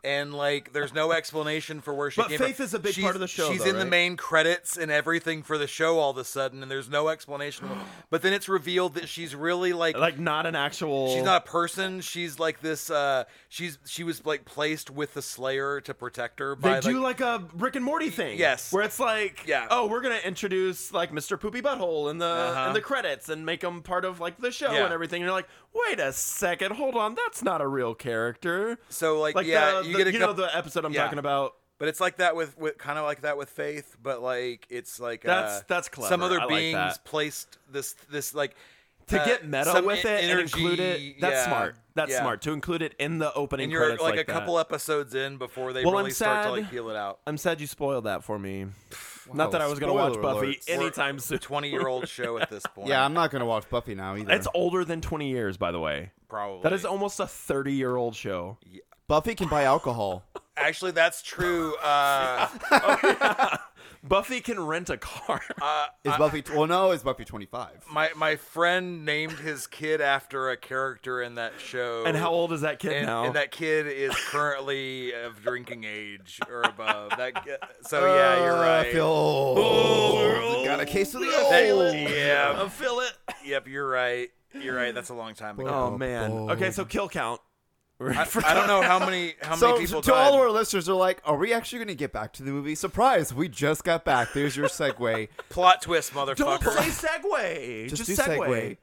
C: And like, there's no explanation for where she
A: But
C: came
A: Faith
C: from.
A: is a big
C: She's-
A: part of the show,
C: She's
A: though,
C: in the
A: right?
C: main credits and everything for the show all of a sudden, and there's no explanation. but then it's revealed that she's really like,
A: Like not an actual.
C: she's not a person. She's like this. uh She's she was like placed with the Slayer to protect her.
A: They
C: By,
A: do like a Rick and Morty thing.
C: yes.
A: Where it's like,
C: Yeah. Uh-huh.
A: oh, we're gonna introduce like Mr. Poopy Butthole in the in the credits and make him part of like the show
C: Yeah.
A: and everything. And you're like, wait a second, hold on, that's not a real character.
C: so like,
A: Like
C: yeah,
A: the,
C: you
A: the-
C: get a
A: know
C: couple,
A: the episode I'm
C: yeah.
A: talking about.
C: But it's like that with, with kind of like that with faith, but like it's like
A: That's-
C: uh,
A: that's
C: Some
A: clever.
C: other
A: I like
C: beings
A: that.
C: placed this this like
A: To
C: uh,
A: get meta
C: some
A: with
C: en-
A: it and
C: energy,
A: include it, that's
C: yeah,
A: smart. That's
C: yeah.
A: smart to include it in the opening
C: And you're
A: credits
C: like, a
A: that.
C: couple episodes in before they
A: Well, I'm
C: really start to like
A: sad.
C: peel it out.
A: I'm sad you spoiled that for me. not that I was gonna watch
B: spoiler
A: Buffy
B: alerts.
A: anytime soon.
C: Twenty year old show at this point.
B: Yeah, I'm not gonna watch Buffy now either.
A: It's older than 20 years, by the way.
C: probably
A: That is almost a 30 year old show.
B: Buffy can buy alcohol.
C: actually that's true. Uh,
A: Buffy can rent a car.
B: Is Buffy? Well, no, is Buffy 25?
C: my my friend named his kid after a character in that show.
A: and how old is that kid
C: and,
A: now?
C: and that kid is currently of drinking age or above. That ki- so Oh, yeah, you're right.
B: Uh, I feel old. Got a case of the old.
C: That- yeah,
A: feel it.
C: yep, you're right. You're right. That's a long time ago.
A: Oh man. Okay, so kill count.
C: I, I don't know how many how
B: So
C: many
B: to
C: people
B: all
C: died.
B: of our listeners, are like, are we actually going to get back to the movie? Surprise! We just got back. There's your segue.
C: plot twist,
A: Don't play
C: motherfucker.
A: Segway.
B: Just
A: Just,
B: do
A: segue.
B: Segway.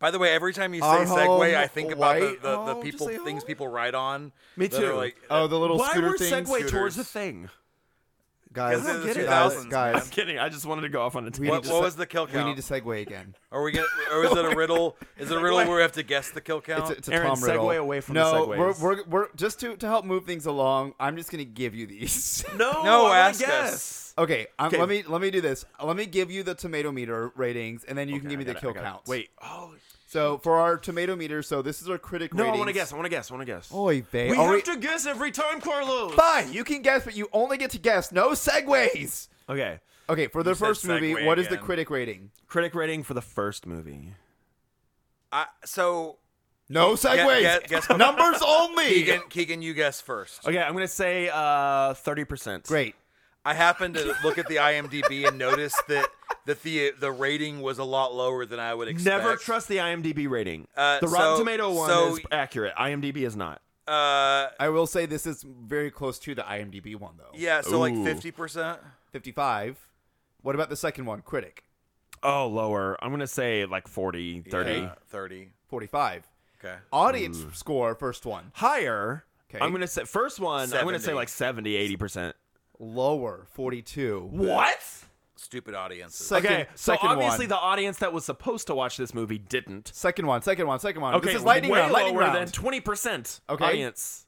C: By the way, every time you say
B: Our
C: Segway,
B: home,
C: I think about the,
B: Uh-huh. white
C: the, the
B: home, just
C: people
B: say
C: things
B: home.
C: people ride on.
A: Me
C: that are
A: too.
C: Like,
B: Oh, the little
A: Why
B: scooter
A: were
B: thing.
A: Segway tours
C: Scooters.
A: a thing?
B: guys,
C: Because of the
B: guys,
C: 2000s,
B: guys,
C: man.
A: I'm kidding. I just wanted to go off on a
B: We
C: what
A: tangent.
B: need to
C: what
B: se-
C: was the kill
B: we
C: count?
B: need to segue again.
C: Are we gonna? Or is it a riddle? Is it a riddle where we have to guess the kill count?
B: It's a, it's a
A: Aaron,
B: Tom Riddle.
A: segue away from the
B: no,
A: segways.
B: we're, we're, we're just to, to help move things along. I'm just going to give you these.
A: no,
C: No,
A: I wanna
C: ask
A: guess.
C: us.
B: okay, I'm,
A: Okay.
B: let me let me do this. Let me give you the tomato meter ratings, and then you can give me the
A: I got it,
B: kill
A: I got it.
B: counts.
A: Wait. Oh
B: So for our tomato meter, so this is our critic
A: no, I
B: ratings.
A: want to guess. I want to guess. I want to guess.
B: Oy vey.
A: we
B: Are
A: have to guess every time, Carlos.
B: Fine, you can guess, but you only get to guess. No segways.
A: Okay.
B: Okay, for the first movie,
C: segue
B: what is the
C: again.
B: critic rating?
A: Critic rating for the first movie.
C: I, so
B: No segways.
C: gue- guess what-
B: Numbers only.
C: Keegan, Keegan, you guess first.
A: Okay, I'm gonna say uh, 30%.
B: Great.
C: I happened to look at the IMDb and notice that that the the rating was a lot lower than I would expect.
A: Never trust the IMDb rating.
C: Uh,
A: the Rotten
C: so-
A: Tomato one
C: so-
A: is accurate. IMDb is not.
C: Uh,
B: I will say this is very close to the IMDb one though.
C: yeah, so like
A: Ooh.
C: fifty percent.
B: 55. What about the second one? Critic.
A: Oh, lower. I'm going to say like 40, 30.
C: Thirty.
B: 45.
C: Okay.
B: Audience
A: Mm.
B: score first one.
A: Higher.
B: 'Kay.
A: I'm going to say first one, I'm going to say
C: 70.
A: like 70, 80%.
B: Lower 42.
A: What?
C: Stupid audiences.
B: Second,
A: okay, so
B: second
A: obviously
B: one.
A: the audience that was supposed to watch this movie didn't.
B: second one, second one, second one.
A: Okay,
B: this is lightning
A: way
B: round, lightning
A: lower than
B: round.
A: 20%
B: Okay.
A: audience.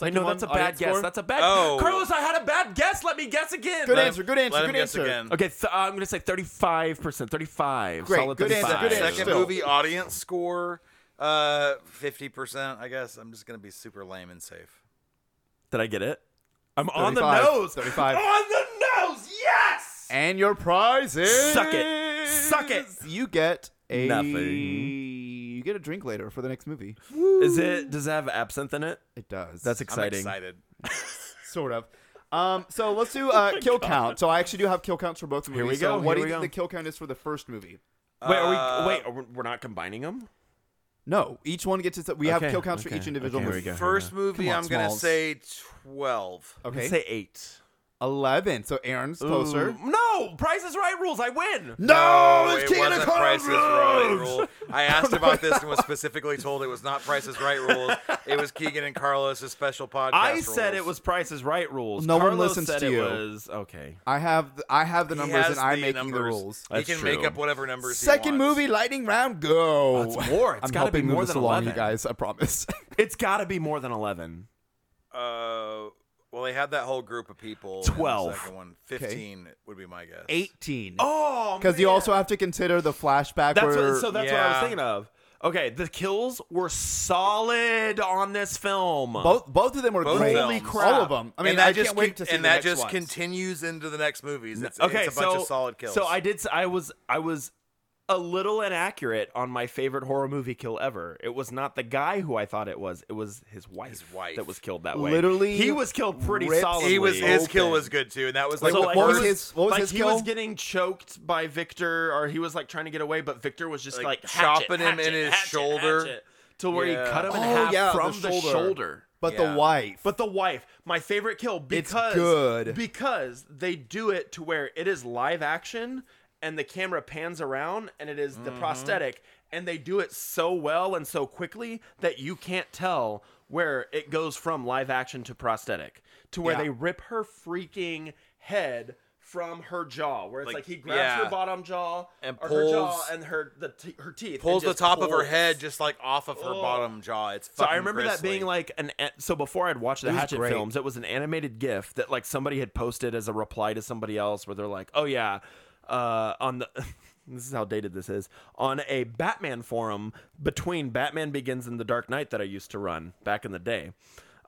A: I
B: Second
A: know
B: one,
A: that's a bad
B: audience
A: guess.
B: score?
A: That's a bad
C: Oh.
A: Carlos, I had a bad guess. Let me guess again.
B: Good
A: Let-
B: answer, good answer,
C: Let him
B: good
C: guess
B: answer.
C: again.
A: Okay, th- uh, I'm going to say 35%, 35.
B: Mm-hmm. Great,
A: solid
B: good answer,
A: 35.
B: good answer.
C: Uh, Second
B: Still.
C: movie audience score, uh, fifty percent. I guess I'm just gonna be super lame and safe.
A: Did I get it? I'm on the
B: 35,
A: nose.
B: 35.
A: On the nose. Yes.
B: And your prize is
A: Suck it. Suck it.
B: You get a
A: Nothing.
B: You get a drink later for the next movie.
A: Is it? Does it have absinthe in it?
B: It does.
A: That's
C: I'm
A: exciting.
C: excited.
B: sort of. Um, so let's do uh, kill count. So I actually do have kill counts for both movies.
A: we
B: So
A: go, Oh here
B: what do you
A: we go.
B: think the kill count is for the first movie?
A: Wait, are we? Wait, are we- we're not combining them.
B: No, each one gets its. We have kill counts for each individual
A: okay, here we
B: movie.
A: go.
C: First movie,
B: Come on,
C: I'm gonna
B: Smalls.
C: say twelve.
B: Okay,
A: Say eight.
B: eleven. So Aaron's closer.
A: Ooh, Mm, No, Price is Right rules. I win.
B: No,
C: it wasn't Price is Right rule. I asked about this and was specifically told it was not Price is Right rules. It was Keegan and Carlos' special podcast.
A: I said it
C: rules.
A: was Price is Right rules.
B: No one
A: Carlos
B: listens
A: said
B: to
A: it
B: you.
A: was okay.
B: I have the, I have the
C: He
B: numbers
C: has
B: and I'm
C: the
B: making the
C: numbers.
B: rules.
C: He
A: That's
C: can make
A: true.
C: up whatever numbers. he
B: Second
C: wants.
B: movie, lightning round, go.
A: That's more. It's
B: I'm
A: gotta be
B: helping move
A: more
B: this
A: than
B: along, you
A: 11.
B: guys. I promise.
C: Oh,
A: It's got to be more than eleven.
C: Uh, well, they had that whole group of people. in the
A: 12.
C: second one. Fifteen would be my guess.
B: Eighteen.
A: Oh,
B: because you also have to consider the flashback
A: That's
B: where
A: what, so that's what I was
C: yeah.
A: thinking of. Okay, the kills were solid on this film.
B: both both of them were
C: Both
B: great.
C: Holy films.
B: All of them. I mean,
C: and that
B: I
C: just
B: can't wait
C: con-
B: to see
C: and
B: the
C: that
B: next
C: just
B: ones.
C: continues into the next movies. It's,
A: okay,
C: it's a bunch
A: so
C: of solid kills.
A: so I did. s- I was I was a little inaccurate on my favorite horror movie kill ever. It was not the guy who I thought it was. It was his wife,
C: wife.
A: that was killed that way.
B: Literally
A: he was killed pretty
B: ripped-
A: solidly.
C: he was his kill
B: open.
C: was good too, and that was like
A: So,
C: the
A: like,
B: what was
A: he
B: his- what was
A: like,
B: his
A: he
B: kill?
A: was getting choked by Victor, or he was like trying to get away, but Victor was just like,
C: Like,
A: hatchet,
C: chopping him in
A: hatchet,
C: his
A: hatchet,
C: shoulder.
A: hatchet, to where
C: Yeah.
A: he cut him in
B: Oh,
A: half
B: yeah, the
A: from the
B: shoulder.
A: shoulder.
B: But
C: Yeah.
B: the wife.
A: But the wife, my favorite kill because
B: good.
A: because they do it to where it is live action and the camera pans around and it is the
C: Mm-hmm.
A: prosthetic and they do it so well and so quickly that you can't tell where it goes from live action to prosthetic to where
B: Yeah.
A: they rip her freaking head from her jaw where it's like,
C: Like,
A: he grabs
C: yeah.
A: her bottom jaw
C: And
A: or her jaw
C: pulls-
A: and her the t- her teeth and
C: pulls the
A: just
C: top of her
A: pulls.
C: head just like off of her bottom jaw. It's
A: So I
C: fucking
A: remember that
C: grisly.
A: being like an a- so before I'd watched the
B: was
A: Hatchet
B: great.
A: films, it was an animated GIF that like somebody had posted as a reply to somebody else, where they're like, "Oh yeah, uh, on the." This is how dated this is. On a Batman forum between Batman Begins and The Dark Knight that I used to run back in the day,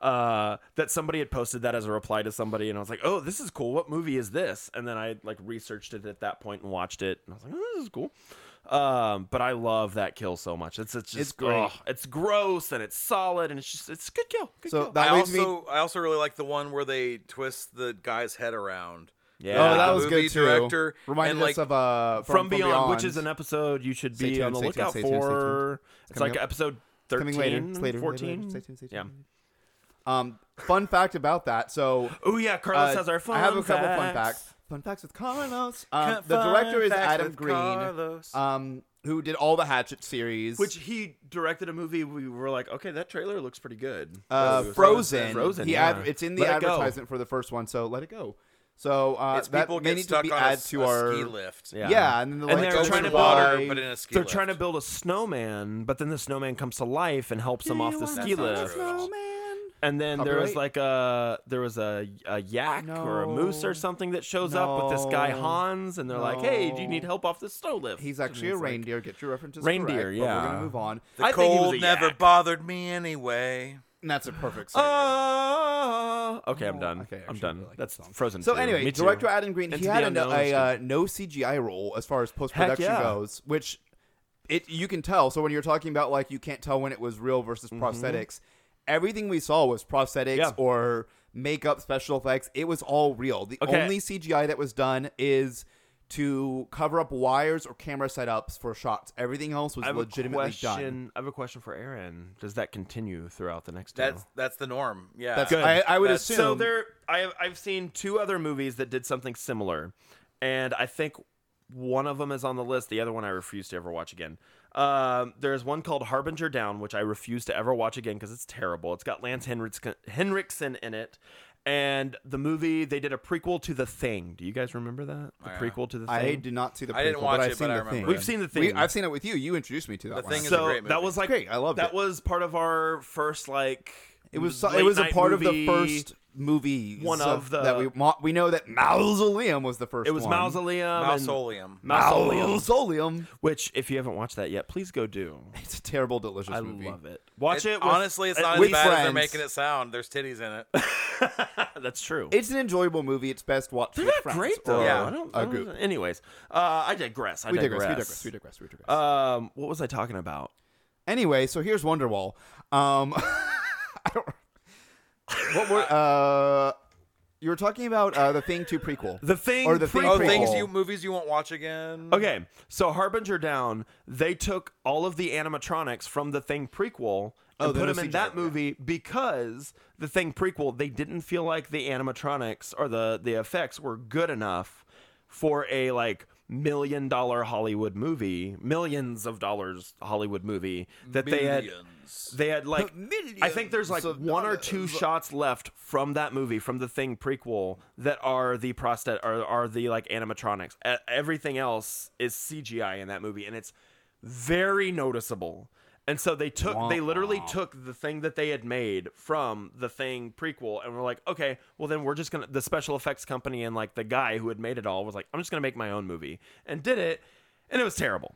A: uh, that somebody had posted that as a reply to somebody, and I was like, "Oh, this is cool. What movie is this?" And then I like researched it at that point and watched it, and I was like, "Oh, this is cool." Um, but I love that kill so much. It's it's just
B: It's great.
A: ugh, it's gross and it's solid and it's just it's a good kill. Good
B: so
A: kill.
B: that
C: I
B: leads me.
C: also I also really like the one where they twist the guy's head around. Uh,
A: yeah.
B: Oh, that
C: the
B: was
C: movie
B: good too.
C: director
B: Reminded
C: and, like,
B: us of uh,
A: from, beyond, which is an episode you should
B: Stay
A: be on
B: tuned,
A: the
B: stay tuned,
A: lookout
B: stay tuned, stay tuned.
A: for. It's
B: coming
A: like
B: up.
A: episode thirteen,
B: coming later. It's later.
A: 14.
B: Later, later. Stay tuned, stay tuned.
A: Yeah.
B: Um, fun fact about that. So
A: Oh yeah, Carlos
B: uh,
A: has our fun.
B: I have a couple fun
A: facts.
B: facts. Fun facts with Carlos. Um, the director is Adam Green, um, who did all the Hatchet series,
A: Which he directed a movie. We were like, okay, that trailer looks pretty good.
B: uh,
A: Ooh,
B: Frozen.
A: Frozen.
B: He
A: yeah.
B: ad- it's in the
A: Let it go.
B: advertisement for the first one, so let it go. So uh,
C: It's
B: that
C: people
B: may
C: get
B: need
C: stuck
B: to be
C: on a,
B: added
C: s-
B: to
C: a
B: our
C: ski lift.
B: Yeah. and then the
A: And
B: like, "Oh,
A: they're
B: go
A: trying
B: to
A: to
C: water,
B: why-
C: but in a ski
A: They're
C: lift.
A: trying to build a snowman, but then the snowman comes to life and helps them off the
C: want
A: ski
C: to build a
A: lift. And
B: Oh,
A: then there was like a there was a, a yak or a moose
B: No.
A: or something that shows up with this guy
B: No.
A: Hans, and they're like, "Hey, do you
B: No.
A: need help off the snow lift?"
B: He's actually
A: And
B: a
A: it's like-
B: reindeer. Get your references
A: Reindeer,
B: correct, but we're
A: yeah.
B: gonna move on.
C: The
A: I think he was
C: cold
A: a
C: never
A: yak.
C: bothered me anyway.
B: And that's a perfect.
A: Uh,
B: segue.
A: Oh, okay, I'm done.
B: okay, I
A: I'm
B: actually
A: done.
B: really like
A: That's
B: that song.
A: Frozen.
B: So
A: too.
B: anyway,
A: Me too.
B: director Adam Green,
A: And
B: he
A: to
B: had
A: the
B: a,
A: unknown
B: a uh,
A: stuff.
B: no CGI role as far as post production
A: yeah.
B: goes, which it you can tell. So when you're talking about like you can't tell when it was real versus prosthetics, everything we saw was prosthetics
A: Mm-hmm. Yeah.
B: or makeup, special effects. It was all real. The
A: Okay.
B: only CGI that was done is to cover up wires or camera setups for shots. Everything else was
A: I have
B: legitimately
A: a question.
B: done.
A: I have a question for Aaron. Does that continue throughout the next?
C: That's
A: two?
C: that's the norm. Yeah.
B: That's I, I would
C: That's-
B: assume.
A: So there, I have, I've seen two other movies that did something similar, and I think one of them is on the list. The other one I refuse to ever watch again. Um, there's one called Harbinger Down, which I refuse to ever watch again because it's terrible. It's got Lance Henriksen, Henriksen in it, and the movie they did a prequel to The Thing. Do you guys remember that? The prequel to The Thing.
B: I did not see the. Prequel,
C: I didn't
B: but
C: watch
B: I've
C: it,
B: seen
C: but I
B: the
C: remember
B: thing.
C: it.
A: We've seen The Thing.
B: We, I've seen it with you. You introduced me to that.
C: The
B: one.
C: thing is a
A: so
C: great
A: that
C: movie.
A: was like
B: Great, I loved
A: that
B: it.
A: was part of our first like
B: It was so- it was a
A: late-night
B: part
A: movie.
B: of the first movie.
A: One of the-
B: that we mo- we know that Mausoleum was the first.
A: It was
B: one.
A: Mausoleum. and-
C: Mausoleum.
A: Mausoleum.
B: Mausoleum.
A: Which, if you haven't watched that yet, please go do.
B: It's a terrible, delicious
A: I
B: movie.
A: love it. Watch it. with-
C: honestly, it's
A: at
C: not as
B: with
C: bad as they're
B: friends.
C: making it sound. There's titties in it.
A: least- That's true.
B: It's an enjoyable movie. It's best watched.
A: They're
B: with
A: not
B: friends.
A: great though.
C: Yeah.
A: I don't,
B: A
A: I don't-
B: group.
A: Anyways, uh, I digress. I
B: Oh, We digress.
A: digress.
B: We digress. We digress. We digress.
A: Um, what was I talking about?
B: anyway, so here's Wonderwall. Um, I don't. What were uh. you were talking about uh, the Thing Two prequel.
A: The Thing
B: or the Thing
C: Oh,
B: prequel.
C: things you movies you won't watch again.
A: Okay, so Harbinger Down, they took all of the animatronics from the Thing prequel and
B: Oh, they
A: put
B: were
A: them in
B: CGI,
A: that
B: yeah.
A: movie because the Thing prequel, they didn't feel like the animatronics or the the effects were good enough for a like million dollar Hollywood movie, millions of dollars Hollywood movie that they had they had like I think there's like
B: Millions of
A: one or two shots left from that movie from the Thing prequel that are the prostet are are the like animatronics. E- everything else is CGI in that movie, and it's very noticeable. And so they took they literally took the thing that they had made from the Thing prequel, and were like, okay, well then we're just gonna the special effects company and like the guy who had made it all was like, I'm just gonna make my own movie, and did it, and it was terrible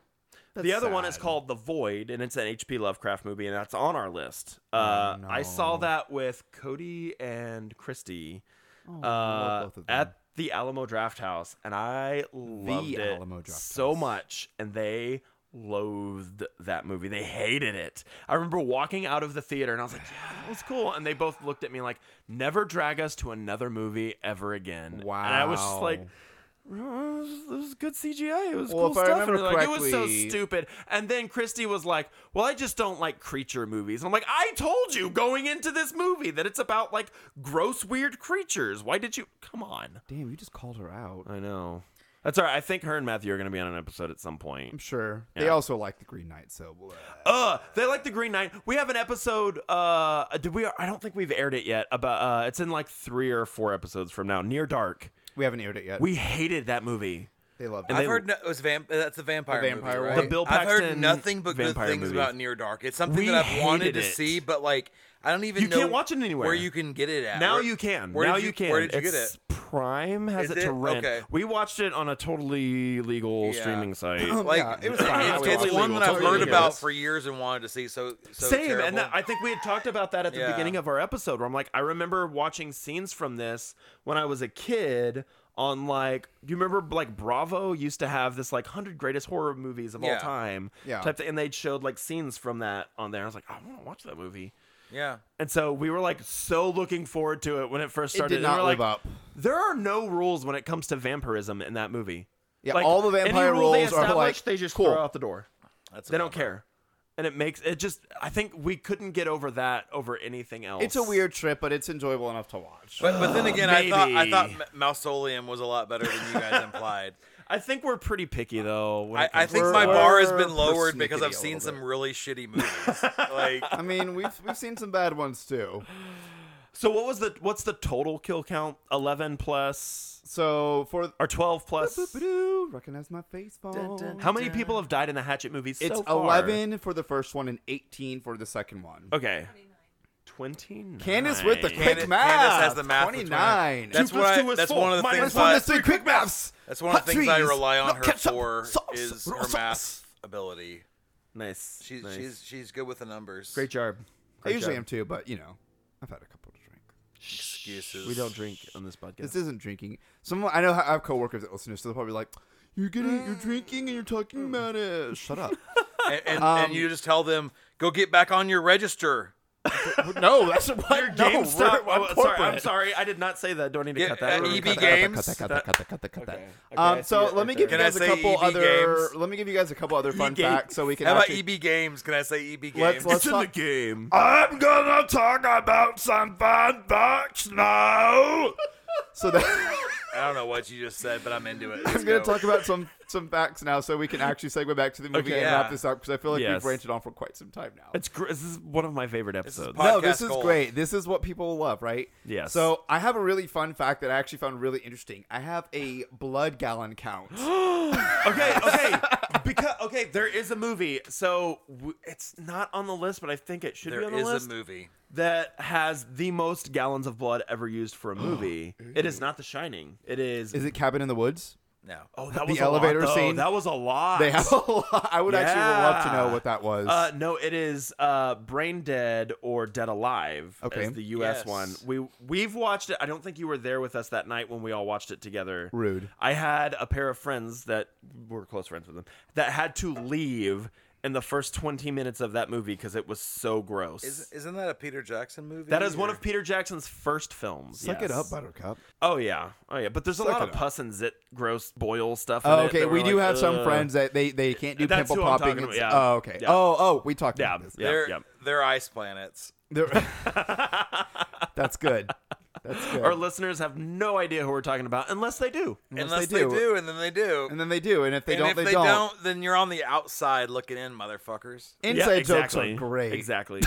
A: the other one is called The Void, and it's an H.P. Lovecraft movie, and that's on our list.
B: Oh,
A: Uh, I saw that with Cody and Christy uh,
B: Oh, both of them.
A: at the Alamo Draft House, and I loved it
B: Alamo Draft
A: so much, and they loathed that movie. They hated it. I remember walking out of the theater, and I was like, yeah, "That was cool," and they both looked at me like, "Never drag us to another movie ever again." And I was just
B: Wow.
A: like. "Oh, It was, it was good CGI. It was cool
B: Well, if I
A: stuff. And
B: remember
A: they're like, it was so
B: correctly-
A: stupid. And then Christy was like, "Well, I just don't like creature movies." And I'm like, "I told you going into this movie that it's about like gross, weird creatures. Why did you? Come on."
B: Damn, you just called her out.
A: I know. That's all right. I think her and Matthew are going to be on an episode at some point.
B: I'm sure they also like the Green Knight. So
A: Uh, they like the Green Knight. We have an episode. Uh, did we? I don't think we've aired it yet. About uh, it's in like three or four episodes from now. Near Dark.
B: we haven't aired it yet.
A: We hated that movie.
B: they love
A: and
B: it.
C: I've
A: they-
C: heard no, it was vamp- uh, that's the vampire,
B: The vampire
C: movie,
B: one.
C: right?
A: The Bill
C: I've heard
A: Paxton
C: nothing but good
A: vampire
C: things
A: movie.
C: about Near Dark. It's something
A: We
C: that I've wanted
A: hated
C: to
A: it.
C: see, but like I don't even
A: You
C: know
A: can't watch it anywhere.
C: where you can get it at.
A: Now
C: Uh, Where-
A: you can.
C: Where
A: now
C: did you,
A: can.
C: Where did you
A: It's-
C: get
A: Prime has
C: Is
A: it,
C: it?
A: to rent.
C: Okay.
A: We watched it on a totally legal
C: Yeah.
A: streaming site.
C: it? Like
B: Yeah, it was fine. I
C: it's,
B: watched
C: it's
B: it.
C: one that I've
B: Totally
C: heard
B: legal.
C: about for years and wanted to see. So, so
A: Same,
C: terrible.
A: and that, I think we had talked about that at the
C: Yeah.
A: beginning of our episode. Where I'm like, I remember watching scenes from this when I was a kid. On like, you remember like Bravo used to have this like hundred greatest horror movies of all
C: Yeah.
A: time
B: Yeah.
A: type, thing, and they showed like scenes from that on there. I was like, "Oh, I want to watch that movie,
C: yeah.
A: and so we were like so looking forward to it when it first
B: it
A: started.
B: did
A: and we
B: not
A: were
B: live
A: like,
B: up.
A: There are no rules when it comes to vampirism in that movie.
B: Yeah,
A: Like,
B: all the
A: any
B: vampire
A: rule they
B: rules are like
A: establish, they just
B: cool.
A: throw out the door.
C: That's a
A: they don't
C: bummer.
A: care, and it makes it just. I think we couldn't get over that over anything else.
B: It's a weird trip, but it's enjoyable enough to watch.
C: But, but then again, I thought I
A: maybe.
C: thought Ma- Mausoleum was a lot better than you guys implied.
A: I think we're pretty picky though. when it
C: I, I
A: comes
C: think
A: to-
C: my
B: we're-
C: bar has
B: we're
C: been lowered because
B: persnickety
C: I've
B: a
C: seen
B: little
C: some
B: bit.
C: really shitty movies. like
B: I mean, we've we've seen some bad ones too.
A: so. What was the what's the total kill count? Eleven plus
B: So for
A: or twelve plus?
B: recognize my face phone.
A: How many people have died in the Hatchet movies?
B: It's
A: so far?
B: eleven for the first one and eighteen for the second one.
A: Okay, twenty nine.
B: Candace with the
C: Candace,
B: quick math.
C: has the math. with
B: 29.
C: That's
A: Two
C: what
A: plus
C: I,
A: two is
C: that's
A: four.
C: one of the
A: Minus
C: things
A: one
C: I,
A: is three.
B: quick maths.
C: that's one of the things I rely on her
B: ketchup,
C: for
B: sauce,
C: is
B: raw
C: her
B: sauce.
C: math ability.
A: Nice.
C: She's
A: nice.
C: she's she's good with the numbers.
A: great job.
B: I
A: Great
B: usually
A: job.
B: am too, but you know, I've had a couple to drink.
C: excuses.
A: We don't drink on this podcast.
B: This isn't drinking. Some I know I have coworkers that listen to, this, so they'll probably be like, "You're getting, you're drinking, and you're
C: Mm.
B: talking about it." Shut up.
C: And, and,
A: Um,
C: and you just tell them go get back on your register.
B: no, that's what.
A: Your
B: no,
A: GameStop.
B: we're- I'm
A: oh, sorry, I'm
B: corporate.
A: sorry. I did not say that. Don't need to
C: Yeah,
A: cut that.
C: uh,
A: We're
C: EB
A: gonna cut that.
C: Games.
B: Cut that, cut that, cut that, cut that, cut that.
A: I
B: Um,
A: see
B: so
A: it
B: let me
A: right
B: give you
C: there.
B: guys a
C: Can I say
B: couple
C: EB
B: other.
C: Games? E
B: Let me give you guys a couple other fun facts so we can.
C: How about E
B: actually-
C: EB Games? Can I say EB Games?
B: Let's let's
A: It's in the
B: talk.
A: game.
K: I'm gonna talk about some fun facts now.
B: So that,
C: I don't know what you just said, but I'm into it. Let's
B: I'm going
C: go.
B: to talk about some some facts now, so we can actually segue back to the movie
A: Okay.
B: and
C: Yeah.
B: wrap this up because I feel like
A: Yes.
B: we've ranted on for quite some time now.
A: It's gr- this is one of my favorite
C: is
A: episodes.
C: po-
B: no, this
C: podcast
B: is
C: gold.
B: great. This is what people love, right?
A: Yes.
B: So I have a really fun fact that I actually found really interesting. I have a blood gallon count.
A: okay, okay, because okay, there is a movie. So w- it's not on the list, but I think it should be
C: There
A: on the
C: is
A: list.
C: a movie.
A: that has the most gallons of blood ever used for a movie. it is not The Shining. It is.
B: is it Cabin in the Woods?
C: No.
A: oh, that
B: the
A: was
B: elevator
A: a lot, though.
B: scene?
A: That was a lot.
B: They have a lot. I would actually love to
A: Yeah.
B: know what that was.
A: Uh, no, it is uh, Brain Dead or Dead Alive.
B: Okay.
A: is the U.S.
C: Yes.
A: one. We we've watched it. I don't think you were there with us that night when we all watched it together.
B: Rude.
A: I had a pair of friends that were close friends with them that had to leave in the first 20 minutes of that movie because it was so gross.
C: Is, isn't that a Peter Jackson movie?
A: that is one
C: or-
A: of Peter Jackson's first films.
L: Suck it
A: yes.
L: up, Buttercup.
A: Oh yeah, oh yeah. But there's a lot
L: it
A: of
L: up.
A: pus and zit, gross boil stuff. in
B: Oh,
A: it
B: okay,
A: that
B: we
A: were
B: do
A: like,
B: have some
A: "Ugh."
B: friends that they, they can't do
A: That's
B: pimple
A: who I'm
B: popping.
A: talking
B: It's-
A: about, yeah.
B: Oh, okay.
A: Yeah.
B: Oh, oh, we talked
A: Yeah,
B: about this.
A: yeah,
C: They're,
A: yeah.
C: they're ice planets.
B: There- That's good. That's good.
A: Our listeners have no idea who we're talking about unless they do.
C: Unless,
B: they do.
C: they, do. and then they do.
B: and then they do, and if they
C: And
B: don't,
C: if
B: they,
C: they
B: don't.
C: then you're on the outside looking in, motherfuckers.
B: Inside
A: yeah, exactly.
B: jokes are great.
A: Exactly.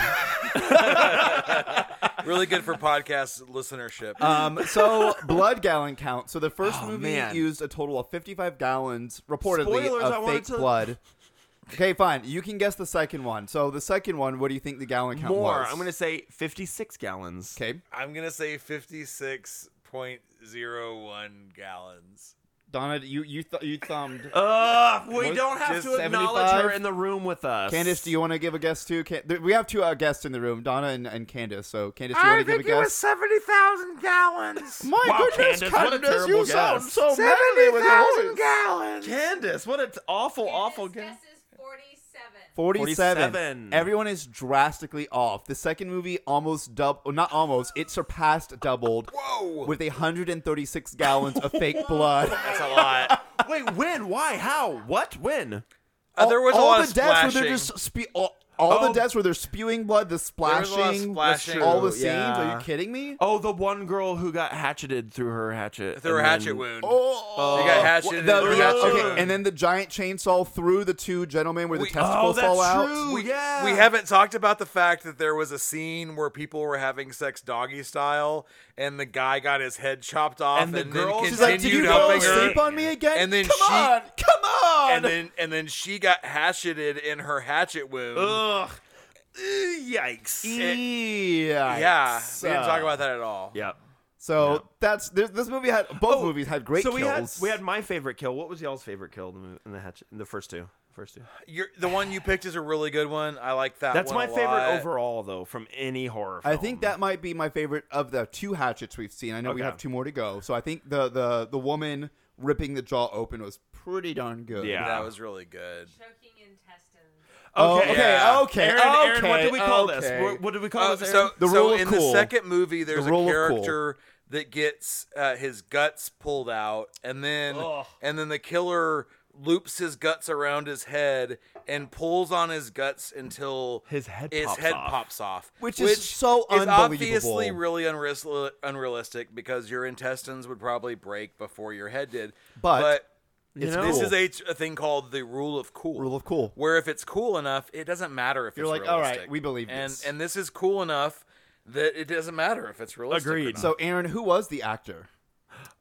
C: Really good for podcast listenership.
B: Um, so blood gallon count. So the first movie
A: Oh, man.
B: used a total of 55 gallons, reportedly,
A: Spoilers, I
B: of
A: wanted
B: fake
A: to-
B: blood. Okay, fine. You can guess the second one. So the second one, what do you think the gallon count
A: More.
B: was?
A: I'm gonna say 56 gallons.
B: Okay,
C: I'm gonna say fifty-six point zero one gallons.
B: Donna, you you th- you thumbed.
A: Ugh, we
B: What?
A: don't have
B: Just
A: to acknowledge her
B: 75?
A: in the room with us.
B: Candace, do you want to give a guess too? Can- there- we have two uh, guests in the room, Donna and, and Candace. So Candace, do you want to give a guess?
C: seventy thousand gallons.
B: My
A: Wow, Candace, what a terrible guess.
B: manly with your voice.
C: gallons.
A: Candace, what an awful, awful
D: Candace
A: guess.
D: guesses
B: 47.
D: 47.
A: 47.
B: Everyone is drastically off. The second movie almost doubled, not almost, it surpassed doubled
C: Whoa.
B: with 136 gallons of fake blood.
C: That's a lot.
A: Wait, when? Why? How? What? When?
C: Uh, there was
B: all
C: a lot
B: the
C: of
B: deaths
C: splashing.
B: where they're just spe- all, all
A: Oh.
B: the deaths where they're spewing blood, the
C: was a lot of
B: splashing,
C: splashing.
B: all the
A: That's
B: scenes.
A: true,
B: Are
A: yeah.
B: you kidding me?
A: Oh, the one girl who got hatcheted through her hatchet.
C: through
A: and
C: a hatchet
A: then-
C: wound.
B: Oh,
C: They got hatcheted and
B: The-
C: through
B: the-
C: a hatchet
B: okay,
C: wound.
B: and then the giant chainsaw through the two gentlemen where
C: We-
B: the
C: oh,
A: Oh,
B: testicles
A: that's
B: fall out.
A: true. yeah,
C: We haven't talked about the fact that there was a scene where people were having sex doggy style, and the guy got his head chopped off,
A: And
C: and,
A: the girl-
C: then
B: She's like,
C: continued
B: "Did you fall
C: helping her.
B: asleep on me again?"
C: And then
B: come
C: she-
B: on, come on.
C: and then and then she got hatcheted in her hatchet wound.
A: Ugh. Yikes.
B: yeah,
C: yeah, we didn't talk about that at all.
A: Yep.
B: So that's this, this movie had both movies had great
A: so we had
B: kills.
A: we had my favorite kill. What was y'all's favorite kill in the, mo- in the hatchet? In the first two. First two.
B: Uh,
C: You're, the one you picked is a really good one. I like that.
A: That's my
C: one a
A: favorite
C: lot.
A: overall, though, from any horror. Film.
B: I think that might be my favorite of the two hatchets we've seen. I know we
A: Okay.
B: have two more to go. So I think the the the woman ripping the jaw open was pretty darn good.
A: Yeah.
C: That was really good.
D: Choking intestines.
B: Oh,
A: Okay.
B: okay.
C: Yeah.
B: Okay.
A: Aaron, Aaron, what
B: okay,
A: do we call
B: okay.
A: this? What, what do we call
C: Uh,
A: this?
C: so,
A: Aaron?
B: The
C: so
B: rule of
C: in
B: cool.
C: the second movie, there's
B: The
C: a
B: rule of cool.
C: character that gets uh, his guts pulled out, and then and then the killer loops his guts around his head and pulls on his guts until
A: His head
C: his
A: pops
C: head
A: off.
C: pops off,
B: Which is so
C: is obviously
B: unbelievable.
C: really unreal- unrealistic because your intestines would probably break before your head did.
B: But
A: you
B: it's
A: know?
C: this
B: cool.
C: is a, a thing called the rule of cool.
B: Rule of cool.
C: Where if it's cool enough, it doesn't matter if
B: You're
C: it's
B: like, all right,
C: realistic.
B: we believe
C: and
B: this.
C: and this is cool enough that it doesn't matter if it's realistic. or
A: Agreed.
C: not.
B: So Aaron, who was the actor?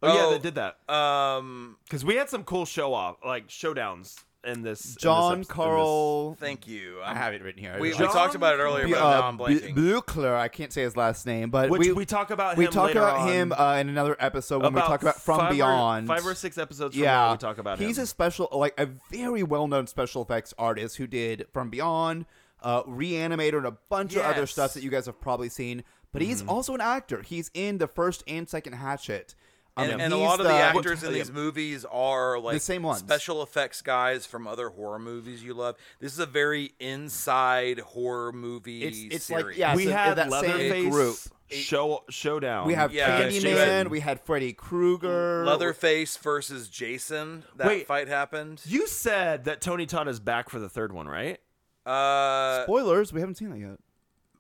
A: oh, yeah,
C: oh,
A: they did that
C: Um,
A: because we had some cool show off, like showdowns in this. in this episode- in
B: John
A: this-
B: Carl.
C: thank you. Um,
B: I have it written here.
C: We, we
B: John-
C: talked about it earlier,
B: B-
C: but now
B: uh,
C: I'm blanking.
B: B- Buchler. I can't say his last name, but
A: Which
B: we
A: we talk about
B: we
A: him
B: talk
A: later
B: about
A: on.
B: him uh, in another episode when we talk about From
A: five or-
B: Beyond.
A: five or six episodes. From
B: yeah,
A: now, we talk about
B: He's
A: him.
B: a special, like a very well-known special effects artist who did From Beyond, uh, Reanimator, and a bunch of other
C: Yes.
B: stuff that you guys have probably seen. But
A: Mm-hmm.
B: he's also an actor. He's in the first and second Hatchet, Um,
C: and, and a
B: he's
C: lot of the actors in
B: yeah.
C: these movies are like
B: same ones.
C: special effects guys from other horror movies you love. This is a very inside horror movie
B: It's it's
C: series.
B: like yeah,
A: we
B: so
A: had
B: that same
A: Leatherface
B: group.
A: show showdown.
B: We have
C: Yeah,
B: Candyman.
C: Jason.
B: We had Freddy Krueger.
C: Leatherface versus Jason. That
A: Wait.
C: fight happened.
A: You said that Tony Todd is back for the third one, right?
C: Uh,
B: Spoilers. We haven't seen that yet.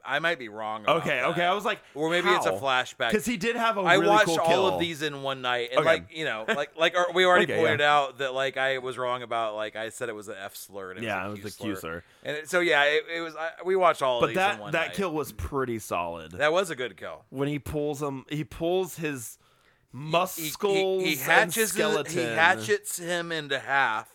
C: I might be wrong. about
A: Okay,
C: that.
A: okay. I was like,
C: or maybe it's a flashback.
A: because he did have a
C: I
A: really
C: watched
A: cool
C: all
A: kill.
C: of these in one night, and
A: Okay.
C: like you know, like like our, we already
A: Okay,
C: pointed out that like I was wrong about like I said it was an F slur. And it
A: Yeah,
C: was a
A: it was a Q slur.
C: And it, so yeah, it, it was. I, we watched all of
A: But
C: these in
A: that
C: one
A: that
C: night.
A: kill was pretty solid.
C: That was a good kill.
A: when he pulls him, he pulls his
C: He,
A: muscles.
C: he, he
A: and
C: hatches his,
A: skeleton.
C: he hatchets him into half,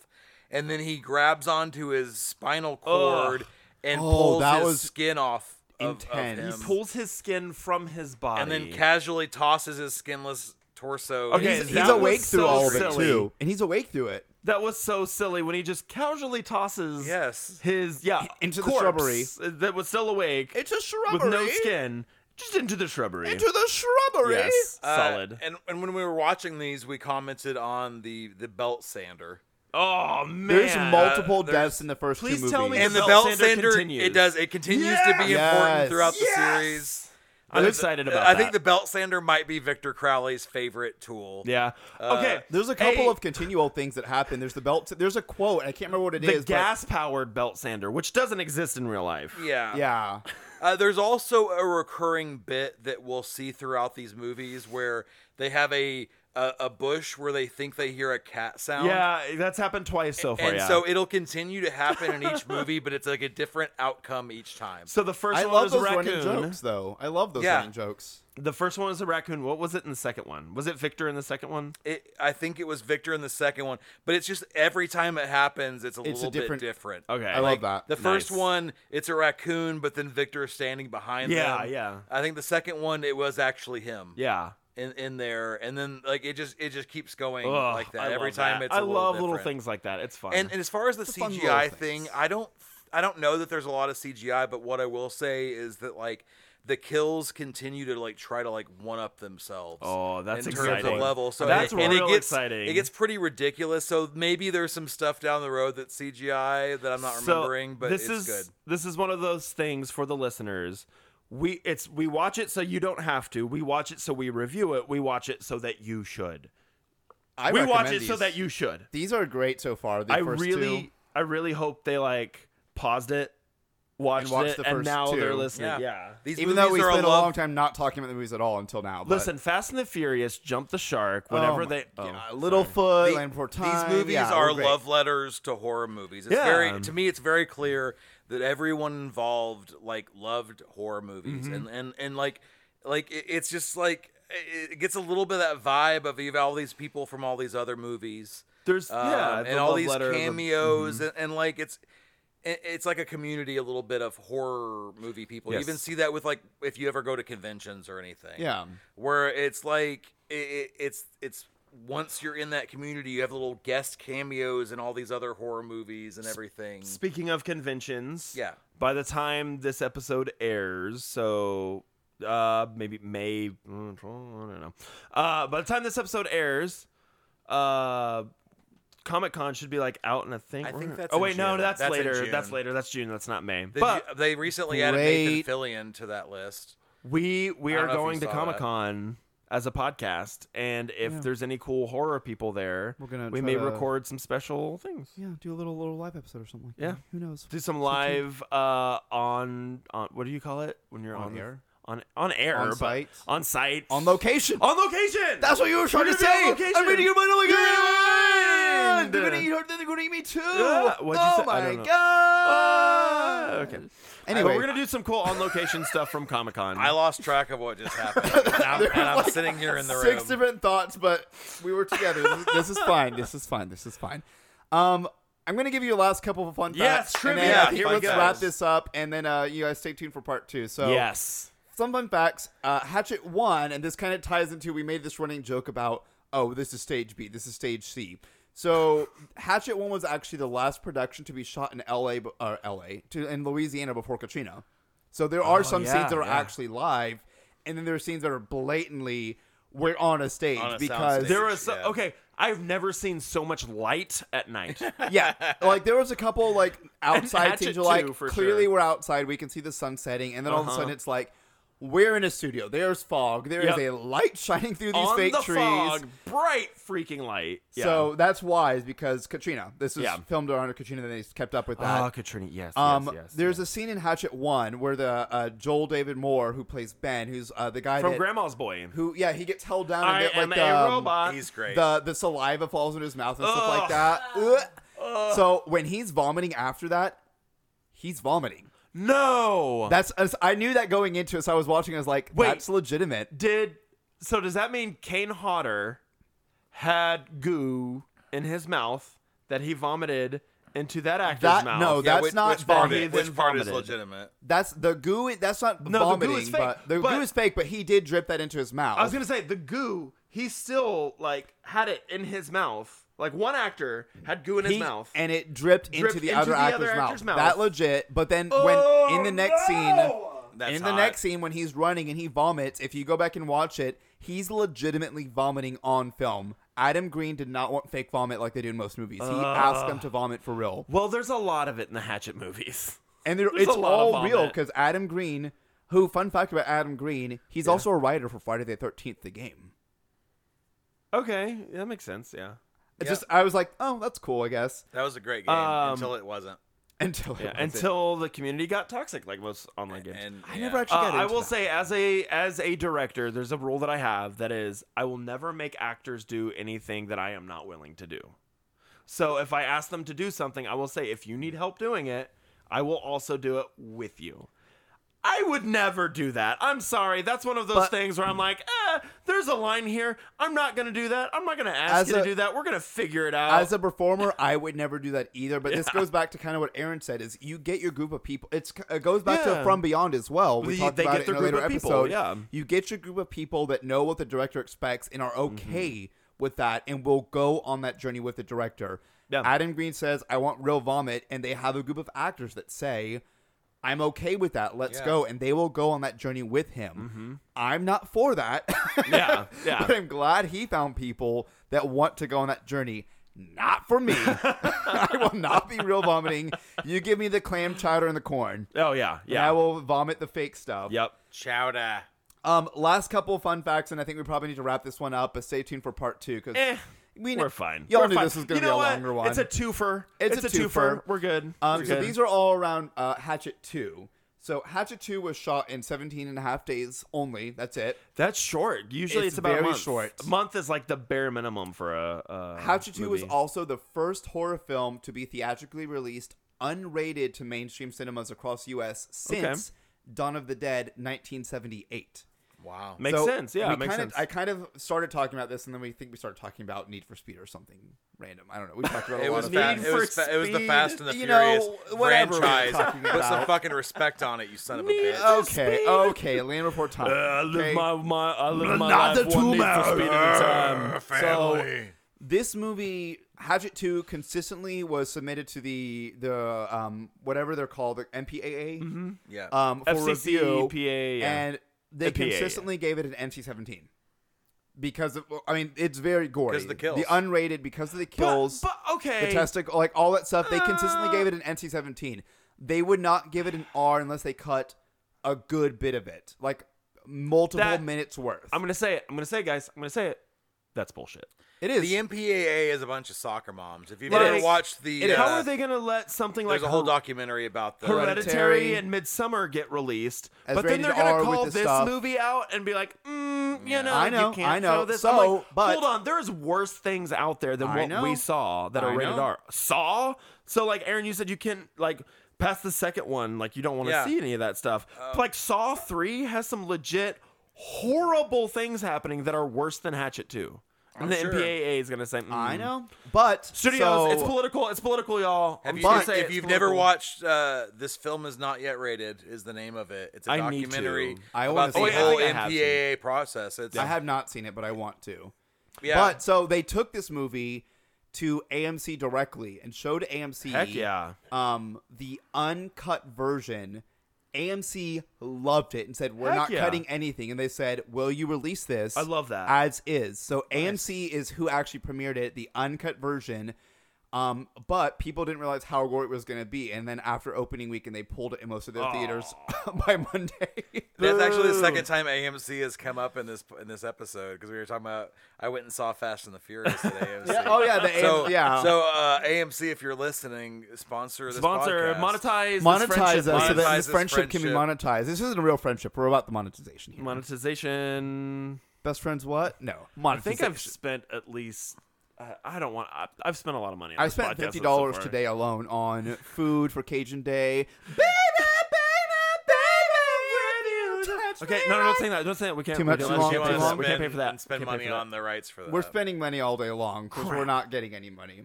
C: and then he grabs onto his spinal cord and
B: Oh,
C: pulls
B: that
C: his
B: was
C: skin off. of- of
B: intense.
C: him.
B: He
A: pulls his skin from his body, Oh,
C: and then casually tosses his skinless torso.
A: Okay,
C: into-
B: He's,
A: that
B: he's
A: was
B: awake through
A: so
B: all of it
A: silly.
B: too, and he's awake through it.
A: that was so silly when he just casually tosses
C: Yes.
A: his yeah
B: Into the
A: corpse
B: shrubbery.
A: that was still awake
B: It's a
A: with
B: shrubbery.
A: no skin, just into the shrubbery.
B: the shrubbery.
A: yes,
C: Uh,
A: solid.
C: And and when we were watching these, we commented on the the belt sander.
A: Oh man,
B: There's multiple
C: there's-
B: deaths in the first two
A: Please
B: movies.
A: tell me
C: and the
A: Belt
C: belt
A: sander
C: sander,
A: continues.
C: it does it continues to be
B: Yes.
C: important throughout the
A: Yes.
C: series.
A: I'm
C: Uh,
A: excited about
C: I
A: that.
C: think the belt sander might be Victor Crowley's favorite tool.
A: yeah.
C: Uh,
A: Okay,
B: There's a couple
A: Hey,
B: of continual things that happen. There's the belt. There's a quote. I can't remember what it is.
A: the
B: but-
A: gas-powered belt sander, which doesn't exist in real life.
C: Yeah.
B: yeah.
C: Uh, there's also a recurring bit that we'll see throughout these movies where they have a a, a bush where they think they hear a cat sound.
A: Yeah, that's happened twice so far.
C: And
A: yeah.
C: so it'll continue to happen in each movie, but it's like a different outcome each time.
A: So the first
B: I
A: one
B: love
A: was
B: those
A: a
B: running
A: raccoon.
B: jokes, though. I love those
C: Yeah.
B: running jokes.
A: The first one was a raccoon. What was it in the second one? Was it Victor in the second one?
C: It, I think it was Victor in the second one, but it's just every time it happens, it's a
B: It's a
C: little
B: different-
C: bit different.
A: Okay.
B: I love that.
C: The first
A: Nice.
C: one, it's a raccoon, but then Victor is standing behind
A: Yeah,
C: them.
A: yeah.
C: I think the second one, it was actually him.
A: Yeah.
C: in, in there, and then like it just it just keeps going
A: Ugh,
C: like that
A: I
C: every
A: love
C: time.
A: that.
C: It's
A: I
C: a little
A: love little
C: different.
A: things like that. It's fun.
C: And, and as far as the
B: fun little
C: CGI
B: things.
C: thing, I don't I don't know that there's a lot of CGI, but what I will say is that like the kills continue to like try to like one up themselves.
A: Oh, that's
C: in terms
A: exciting.
C: of level. So
A: That's
C: and, it- and
A: real
C: it gets,
A: exciting.
C: It gets pretty ridiculous. So maybe there's some stuff down the road that's CGI that I'm not
A: So,
C: remembering, but
A: this is
C: it's good.
A: this is one of those things for the listeners. We it's we watch it so you don't have to. We watch it so we review it. We watch it so that you should.
B: I
A: we watch
B: recommend
A: it so
B: these.
A: that you should.
B: These are great so far. The
A: I
B: first
A: really
B: two.
A: I really hope they like paused it, watched,
B: watched
A: it,
B: the
A: and
B: first
A: now
B: two.
A: they're listening.
C: Yeah.
A: Yeah.
C: These
B: Even though
C: movies
B: we
C: are
B: spent a
C: love-
B: long time not talking about the movies at all until now. but-
A: Listen, Fast and the Furious jumped the shark
B: Oh
A: whenever
B: my
A: they oh,
B: God,
A: sorry.
B: Littlefoot,
C: The-
B: Land Before
C: These
B: Time,
C: movies
B: yeah,
C: are
B: they're great.
C: love letters to horror movies. It's
A: Yeah.
C: very to me it's very clear that everyone involved like loved horror movies
B: Mm-hmm.
C: and and and like like it- it's just like it it gets a little bit of that vibe of you've all these people from all these other movies.
A: There's
C: um,
A: yeah, the
C: and all
A: love
C: these
A: letter, the-
B: mm-hmm.
C: cameos and, and like it's it- it's like a community a little bit of horror movie people. You
A: Yes.
C: even see that with like if you ever go to conventions or anything
B: Yeah.
C: where it's like it, it, it's it's once you're in that community, you have little guest cameos in all these other horror movies and everything.
A: Speaking of conventions,
C: Yeah.
A: By the time this episode airs, so uh maybe May, mm, I don't know. Uh, by the time this episode airs, uh, Comic Con should be like out in a thing.
C: I think
A: we're-
C: that's
A: oh
C: in
A: wait, no,
C: June.
A: that's,
C: That's in
A: later.
C: June.
A: That's later. That's June. That's not May.
C: They,
A: but
C: they recently added
B: great-
C: Nathan Fillion to that list.
A: we we
C: I
A: are
C: don't know if you
A: going to
C: saw
A: Comic
C: that.
A: Con as a podcast, and if there's any cool horror people there,
B: We're gonna
A: we
B: try
A: may
B: to-
A: record some special things.
B: Yeah, do a little little live episode or something like
A: Yeah.
B: that. Who knows?
A: do some live uh on on what do you call it when you're
B: On
A: on, the-
B: air?
A: on on air
B: On
A: but-
B: site?
A: on site
B: On location.
A: on location
B: That's what you were trying to
A: gonna be
B: say.
A: on location.
B: I'm reading your mind. Oh my god!
A: Mind.
B: They're gonna eat her. They're gonna eat me too.
A: Yeah, what'd you
B: oh
A: say? I
B: my
A: don't know.
B: god!
A: Uh, okay
B: Ah! Anyway,
A: But we're gonna do some cool on location stuff from Comic Con
C: I lost track of what just happened, and I'm, and I'm sitting here in the
B: six
C: room.
B: different thoughts, but we were together. this, this is fine. This is fine. This is fine. Um, I'm gonna give you the last couple of fun
A: Yes,
B: facts. and then
A: trivia.
B: I think
A: Here we
B: let's
A: go.
B: wrap this up, and then uh, you guys stay tuned for part two. So
A: yes
B: some fun facts. Uh, Hatchet one, and this kind of ties into we made this running joke about oh this is stage B, this is stage C. So Hatchet one was actually the last production to be shot in L.A. b- or L.A. to in Louisiana before Katrina. So there are some
A: yeah,
B: scenes that are
A: yeah.
B: actually live, and then there are scenes that are blatantly we're on a stage
C: On a
B: because
C: soundstage.
A: there was so,
C: Yeah.
A: okay I've never seen so much light at night
B: yeah, like there was a couple like outside
A: Hatchet
B: scenes. You're like,
A: too, for
B: clearly
A: sure. Uh-huh.
B: we're outside. We can see the sun setting, and then all of a sudden it's like we're in a studio. There's fog. There is
A: Yep.
B: a light shining through these
A: on
B: fake
A: the
B: trees.
A: fog bright freaking light yeah.
B: So that's wise because Katrina. This was
A: Yeah.
B: filmed around Katrina, and they kept up with that.
A: oh Katrina yes
B: Um,
A: yes, yes
B: there's a scene in Hatchet One where the uh, Joel David Moore, who plays Ben, who's uh, the guy
A: from
B: that,
A: Grandma's Boy
B: who yeah he gets held down
A: I
B: and get,
A: am
B: like
A: a
B: the, um,
A: robot
C: He's great.
B: the the saliva falls into his mouth and stuff like
A: Ugh.
B: that. Ugh. So when he's vomiting after that, he's vomiting.
A: no
B: That's as- I knew that going into it. So I was watching. I was like,
A: Wait.
B: that's legitimate.
A: did so does that mean Kane Hodder had goo in his mouth that he vomited into that actor's
B: That-
A: mouth?
B: no,
C: Yeah,
B: that's
C: which,
B: not
C: which part,
B: vomiting.
C: is- which
A: Then
C: part is
A: vomited.
C: legitimate.
B: That's the goo. That's not
A: No, the
B: vomiting,
A: goo is fake,
B: but the goo
A: but-
B: is fake. But he did drip that into his mouth.
A: I was gonna say the goo. He still like had it in his mouth. Like one actor had goo in his
B: He-
A: mouth.
B: and it dripped,
A: Dripped
B: into the,
A: into
B: other,
A: the other
B: actor's,
A: actor's
B: mouth.
A: mouth. Oh,
B: That legit. But then when in the next scene,
C: That's
B: in the
C: hot.
B: next scene when he's running and he vomits, if you go back and watch it, he's legitimately vomiting on film Adam Green did not want fake vomit like they do in most movies. He asked them to vomit for real,
A: Well, there's a lot of it in the Hatchet movies.
B: and they're-
A: There's
B: it's
A: a lot of
B: all real
A: vomit.
B: because Adam Green, who fun fact about Adam Green, he's also a writer for Friday the Thirteenth, the game.
A: Okay, that makes sense. Yeah.
B: It's Just I was like, oh, that's cool, I guess.
C: That was a great game
A: Um,
C: until it wasn't.
B: oh Until it
A: Yeah,
B: wasn't.
A: until the community got toxic, like most online games.
C: And
B: I
C: yeah.
B: never actually
A: Uh,
B: got
A: I
B: into
A: will
B: that.
A: say, as a as a director, there's a rule that I have that is, I will never make actors do anything that I am not willing to do. So if I ask them to do something, I will say, if you need help doing it, I will also do it with you. I would never do that. I'm sorry. That's one of those
B: But-
A: things where I'm like, eh, there's a line here. I'm not gonna do that. I'm not gonna
B: As
A: ask you
B: a-
A: to do that. We're gonna figure it out.
B: as a performer, I would never do that either. But this goes back to kind of what Aaron said: is you get your group of people. It's it goes back to
A: Yeah.
B: From Beyond as well. We
A: They-
B: talked
A: they
B: about
A: get
B: it
A: their
B: in a later
A: group of people,
B: episode.
A: yeah.
B: you get your group of people that know what the director expects and are
A: Mm-hmm.
B: okay with that, and will go on that journey with the director.
A: Yeah.
B: Adam Green says, "I want real vomit," and they have a group of actors that say. I'm okay with that. Let's go. And they will go on that journey with him.
A: Mm-hmm.
B: I'm not for that.
A: Yeah, yeah.
B: but I'm glad he found people that want to go on that journey. Not for me. I will not be real vomiting. You give me the clam chowder and the corn.
A: oh yeah,
B: Yeah.
A: yeah,
B: I will vomit the fake stuff.
A: yep.
C: Chowder.
B: Um, last couple of fun facts, and I think we probably need to wrap this one up. But stay tuned for part two because
A: Eh,
B: we
A: We're fine.
B: Y'all
A: We're
B: knew
A: fine.
B: this was going to
A: You know
B: be a
A: what?
B: longer one.
A: It's a twofer.
B: It's a twofer.
A: We're good.
B: Um,
A: We're
B: so
A: good.
B: these are all around uh, Hatchet 2. So Hatchet 2 was shot in 17 and a half days only. That's it.
A: That's short. Usually
B: It's
A: it's, about
B: very
A: a month.
B: short.
A: A month is like the bare minimum for a. a
B: Hatchet 2 was
A: movie.
B: also the first horror film to be theatrically released unrated to mainstream cinemas across US since Dawn of the Dead 1978.
C: Wow.
A: makes
B: So
A: sense. Yeah,
B: we
A: it makes
B: kinda-
A: sense.
B: I kind of started talking about this, and then we think we started talking about Need for Speed or something random. I don't know. We talked about a
C: It
B: lot
C: was,
B: of
C: fa-
A: Need
B: things.
C: it,
A: for
C: was fa- it was the
A: Speed,
C: Fast and the
B: you
C: Furious
B: know, whatever we were
C: franchise.
B: talking
C: Put some
B: about.
C: fucking respect on it, you son of a
A: Need
C: bitch.
A: for
B: Okay,
A: Speed. Uh,
B: okay, land before time.
A: I live
B: okay?
A: my, my I live my
B: Another
A: life one need for
B: two-man.
A: speed at a time.
B: So this movie, Hatchet Two, consistently was submitted to the the um whatever they're called, the MPAA,
A: Mm-hmm.
C: yeah.
B: um, for
A: FCC,
B: review,
A: EPA, yeah.
B: and they
A: EPA,
B: consistently gave it an NC seventeen because of, I mean it's very gory.
C: Because of the kills.
B: the unrated because of the kills,
A: But, but okay.
B: the testicle, like all that stuff. They consistently gave it an NC seventeen. They would not give it an R unless they cut a good bit of it, like multiple
A: That-
B: minutes worth.
A: I'm gonna say it. I'm gonna say it, guys. I'm gonna say it. That's bullshit.
B: It is
C: the MPAA is a bunch of soccer moms. If you've
A: It
C: ever
A: is.
C: watched the, uh,
A: How are they gonna let something like
C: there's a whole
A: Her-
C: documentary about the
A: Hereditary,
B: Hereditary
A: and Midsummer get released,
B: As
A: but then
B: rated
A: they're gonna
B: R with
A: call
B: the
A: this
B: stuff.
A: movie out and be like, mm, you know,
B: I know,
A: you can't
B: I know.
A: throw this.
B: So,
A: I'm like,
B: but-
A: hold on, there's worse things out there than
B: I
A: what
B: know.
A: we saw that
B: I
A: are rated
B: know.
A: R. Saw. So like Aaron, you said you can like past the second one, like you don't want to
C: Yeah.
A: see any of that stuff.
B: Oh.
A: like Saw Three has some legit horrible things happening that are worse than Hatchet Two, and the
C: sure.
A: MPAA is gonna say, mm.
B: I know, but
A: Studios,
B: so-
A: it's political. It's political, y'all.
C: Have
A: I'm
C: you,
A: just gonna
C: if,
A: say
C: if
A: it's
C: you've never
A: political.
C: watched uh, this film is not yet rated is the name of it. It's a
A: I need
C: documentary
A: to.
B: I wanna
C: about the
B: see it.
A: Oh,
C: whole
A: yeah, I have
C: MPAA process. It's
B: I have not seen it, but I want to.
C: yeah.
B: But so they took this movie to AMC directly and showed AMC
A: Heck yeah.
B: um the uncut version. AMC loved it and said, "We're
A: Heck
B: not
A: yeah.
B: cutting anything." And they said, "Will you release this?"
A: I love that.
B: as is. So AMC is who actually premiered it, the uncut version. Um, but people didn't realize how gory it was going to be, and then after opening weekend, they pulled it in most of their theaters by Monday.
C: That's actually the second time AMC has come up in this in this episode because we were talking about. I went and saw Fast and the Furious at AMC.
B: oh yeah, the
C: So
B: AM, yeah.
C: So uh, AMC, if you're listening, sponsor this
A: sponsor
C: podcast.
A: monetize this friendship.
B: monetize us so that
C: Monetize
B: this
C: this
B: friendship, can be
C: friendship.
B: monetized. This isn't a real friendship. We're about the monetization here.
A: monetization
B: Best friends, what? No,
A: i think
B: monetization.
A: i've spent at least I i don't want I, i've spent a lot of money on
B: I
A: this
B: spent
A: podcast
B: fifty dollars
A: so far.
B: today alone on food for Cajun Day. Baby, baby, baby, when you touch
A: okay
B: me
A: no no don't
B: right-
A: say that don't say that we can't
B: Too
A: we
B: much,
A: can't-
B: too
A: we
B: long,
A: can't
B: too
A: pay for
B: long.
A: that. we can't pay for that
C: And spend
A: Can't pay
C: money
A: for that.
C: on the rights for that.
B: We're spending money all day long because we're not getting any money.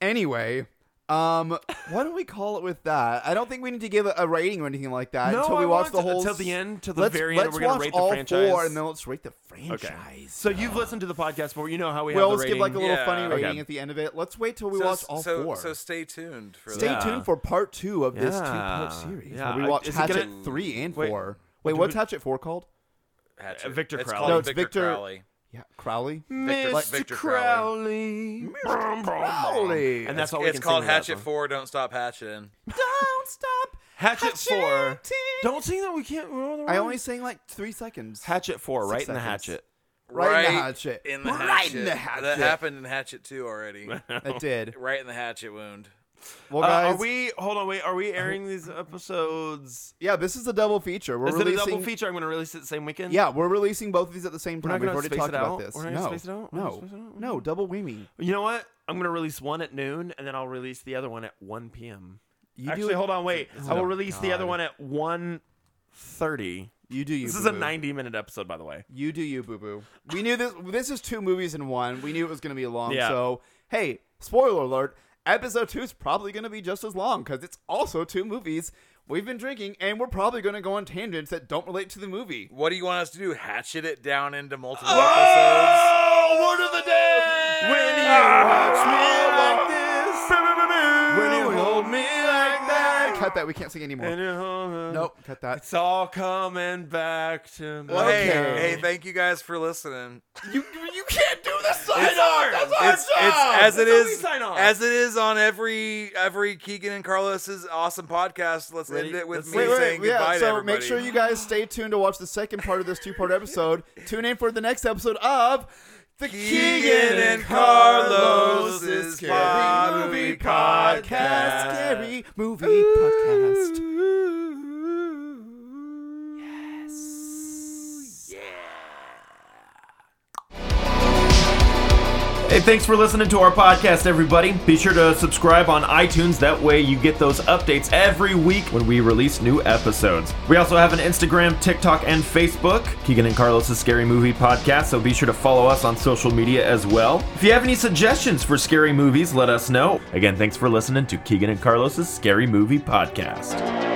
B: Anyway, um, what do we call it with that? I don't think we need to give a, a rating or anything like that
A: No,
B: until
A: I
B: we watch
A: want
B: the
A: to-
B: whole
A: until
B: s-
A: the end, to the
B: let's,
A: very end,
B: Let's
A: we're gonna
B: watch
A: rate the
B: all four,
A: franchise.
B: and then let's rate the franchise.
A: okay so you've listened to the podcast before you know how we
B: We
A: have
B: always
A: the
B: give like a
A: rating.
B: little
C: Yeah.
B: funny rating
A: Okay.
B: at the end of it. Let's wait till we
C: so,
B: watch all
C: so,
B: four.
C: So stay tuned for
B: Stay
C: that.
A: Yeah.
B: tuned for part two of this
A: Yeah.
B: two-part series.
A: Yeah.
B: Where we watch
A: Is it gonna-
B: Hatchet three and
A: Wait,
B: four. Wait,
A: do
B: what's
A: we-
B: Hatchet four called?
C: Hatchet.
A: Victor
C: It's
A: Crowley.
C: called
A: No,
B: it's
C: Victor
B: Victor-
C: Crowley.
B: Yeah, Crowley.
C: Victor,
A: Mr.
C: Victor Crowley.
A: Crowley.
B: Crowley.
A: And that's all Oh, we
C: It's
A: can
C: called
A: sing about
C: Hatchet
A: them.
C: Four. Don't stop hatcheting.
B: Don't stop.
A: Hatchet, Four.
B: hatcheting.
A: Don't sing that. We can't. we're on the
B: I
A: wrong-
B: only sang like three seconds.
A: Hatchet Four, right in the
B: seconds.
A: hatchet.
B: Right in the hatchet.
C: in the
B: Right in
C: hatchet. Uh,
B: the hatchet.
C: That happened in Hatchet Two already.
B: It did.
C: right in the hatchet wound.
B: Well,
A: Uh,
B: guys,
A: are we? Hold on, wait. Are we airing these episodes?
B: yeah, this is a double feature. We're
A: Is it a
B: releasing.
A: double feature? I'm going to release it the same weekend.
B: Yeah, we're releasing both of these at the same
A: not
B: time. We've
A: gonna
B: already
A: space
B: talked
A: it
B: about
A: out?
B: this.
A: We're not
B: no,
A: gonna space it out? We're not
B: no,
A: gonna space it out?
B: no, double whammy.
A: You know what? I'm going to release one at noon, and then I'll release the other one at 1 p.m.
B: You
A: Actually,
B: do,
A: hold on, wait. I will release the other
B: God.
A: one at 1.30.
B: You do you.
A: This
B: boo
A: is a
B: boo.
A: 90-minute episode, by the way.
B: You do you, boo boo. We knew this. This is two movies in one. We knew it was going to be long.
A: Yeah.
B: So hey, spoiler alert: episode two is probably going to be just as long because it's also two movies. We've been drinking, and we're probably going to go on tangents that don't relate to the movie.
C: What do you want us to do? Hatchet it down into multiple
B: Oh!
C: episodes?
A: When you watch me like this, when you hold me like that,
B: Cut that. We can't sing anymore.
A: and you hold-
B: Nope. Cut that.
A: It's all coming back to me.
C: Well, hey,
B: Okay.
C: hey, thank you guys for listening.
B: You you can't do the sign
C: It's, it's as
A: That's how
C: it
A: we
C: is
A: sign off.
C: as it is on every every Keegan and Carlos's awesome podcast. Let's
A: Ready?
C: end it with
A: Let's
C: me
A: do it.
C: saying goodbye
B: yeah,
C: to
B: so
C: everybody.
B: make sure you guys stay tuned to watch the second part of this two-part episode. Tune in for the next episode of the
C: Keegan, and Carlos is
B: Scary
C: Pod
B: Movie
C: Movie
B: Podcast.
C: Podcast.
B: Scary Movie Podcast.
J: Hey, thanks for listening to our podcast, everybody. Be sure to subscribe on iTunes. That way, you get those updates every week when we release new episodes. We also have an Instagram, TikTok, and Facebook, Keegan and Carlos' Scary Movie Podcast, so be sure to follow us on social media as well. If you have any suggestions for scary movies, let us know. Again, thanks for listening to Keegan and Carlos' Scary Movie Podcast.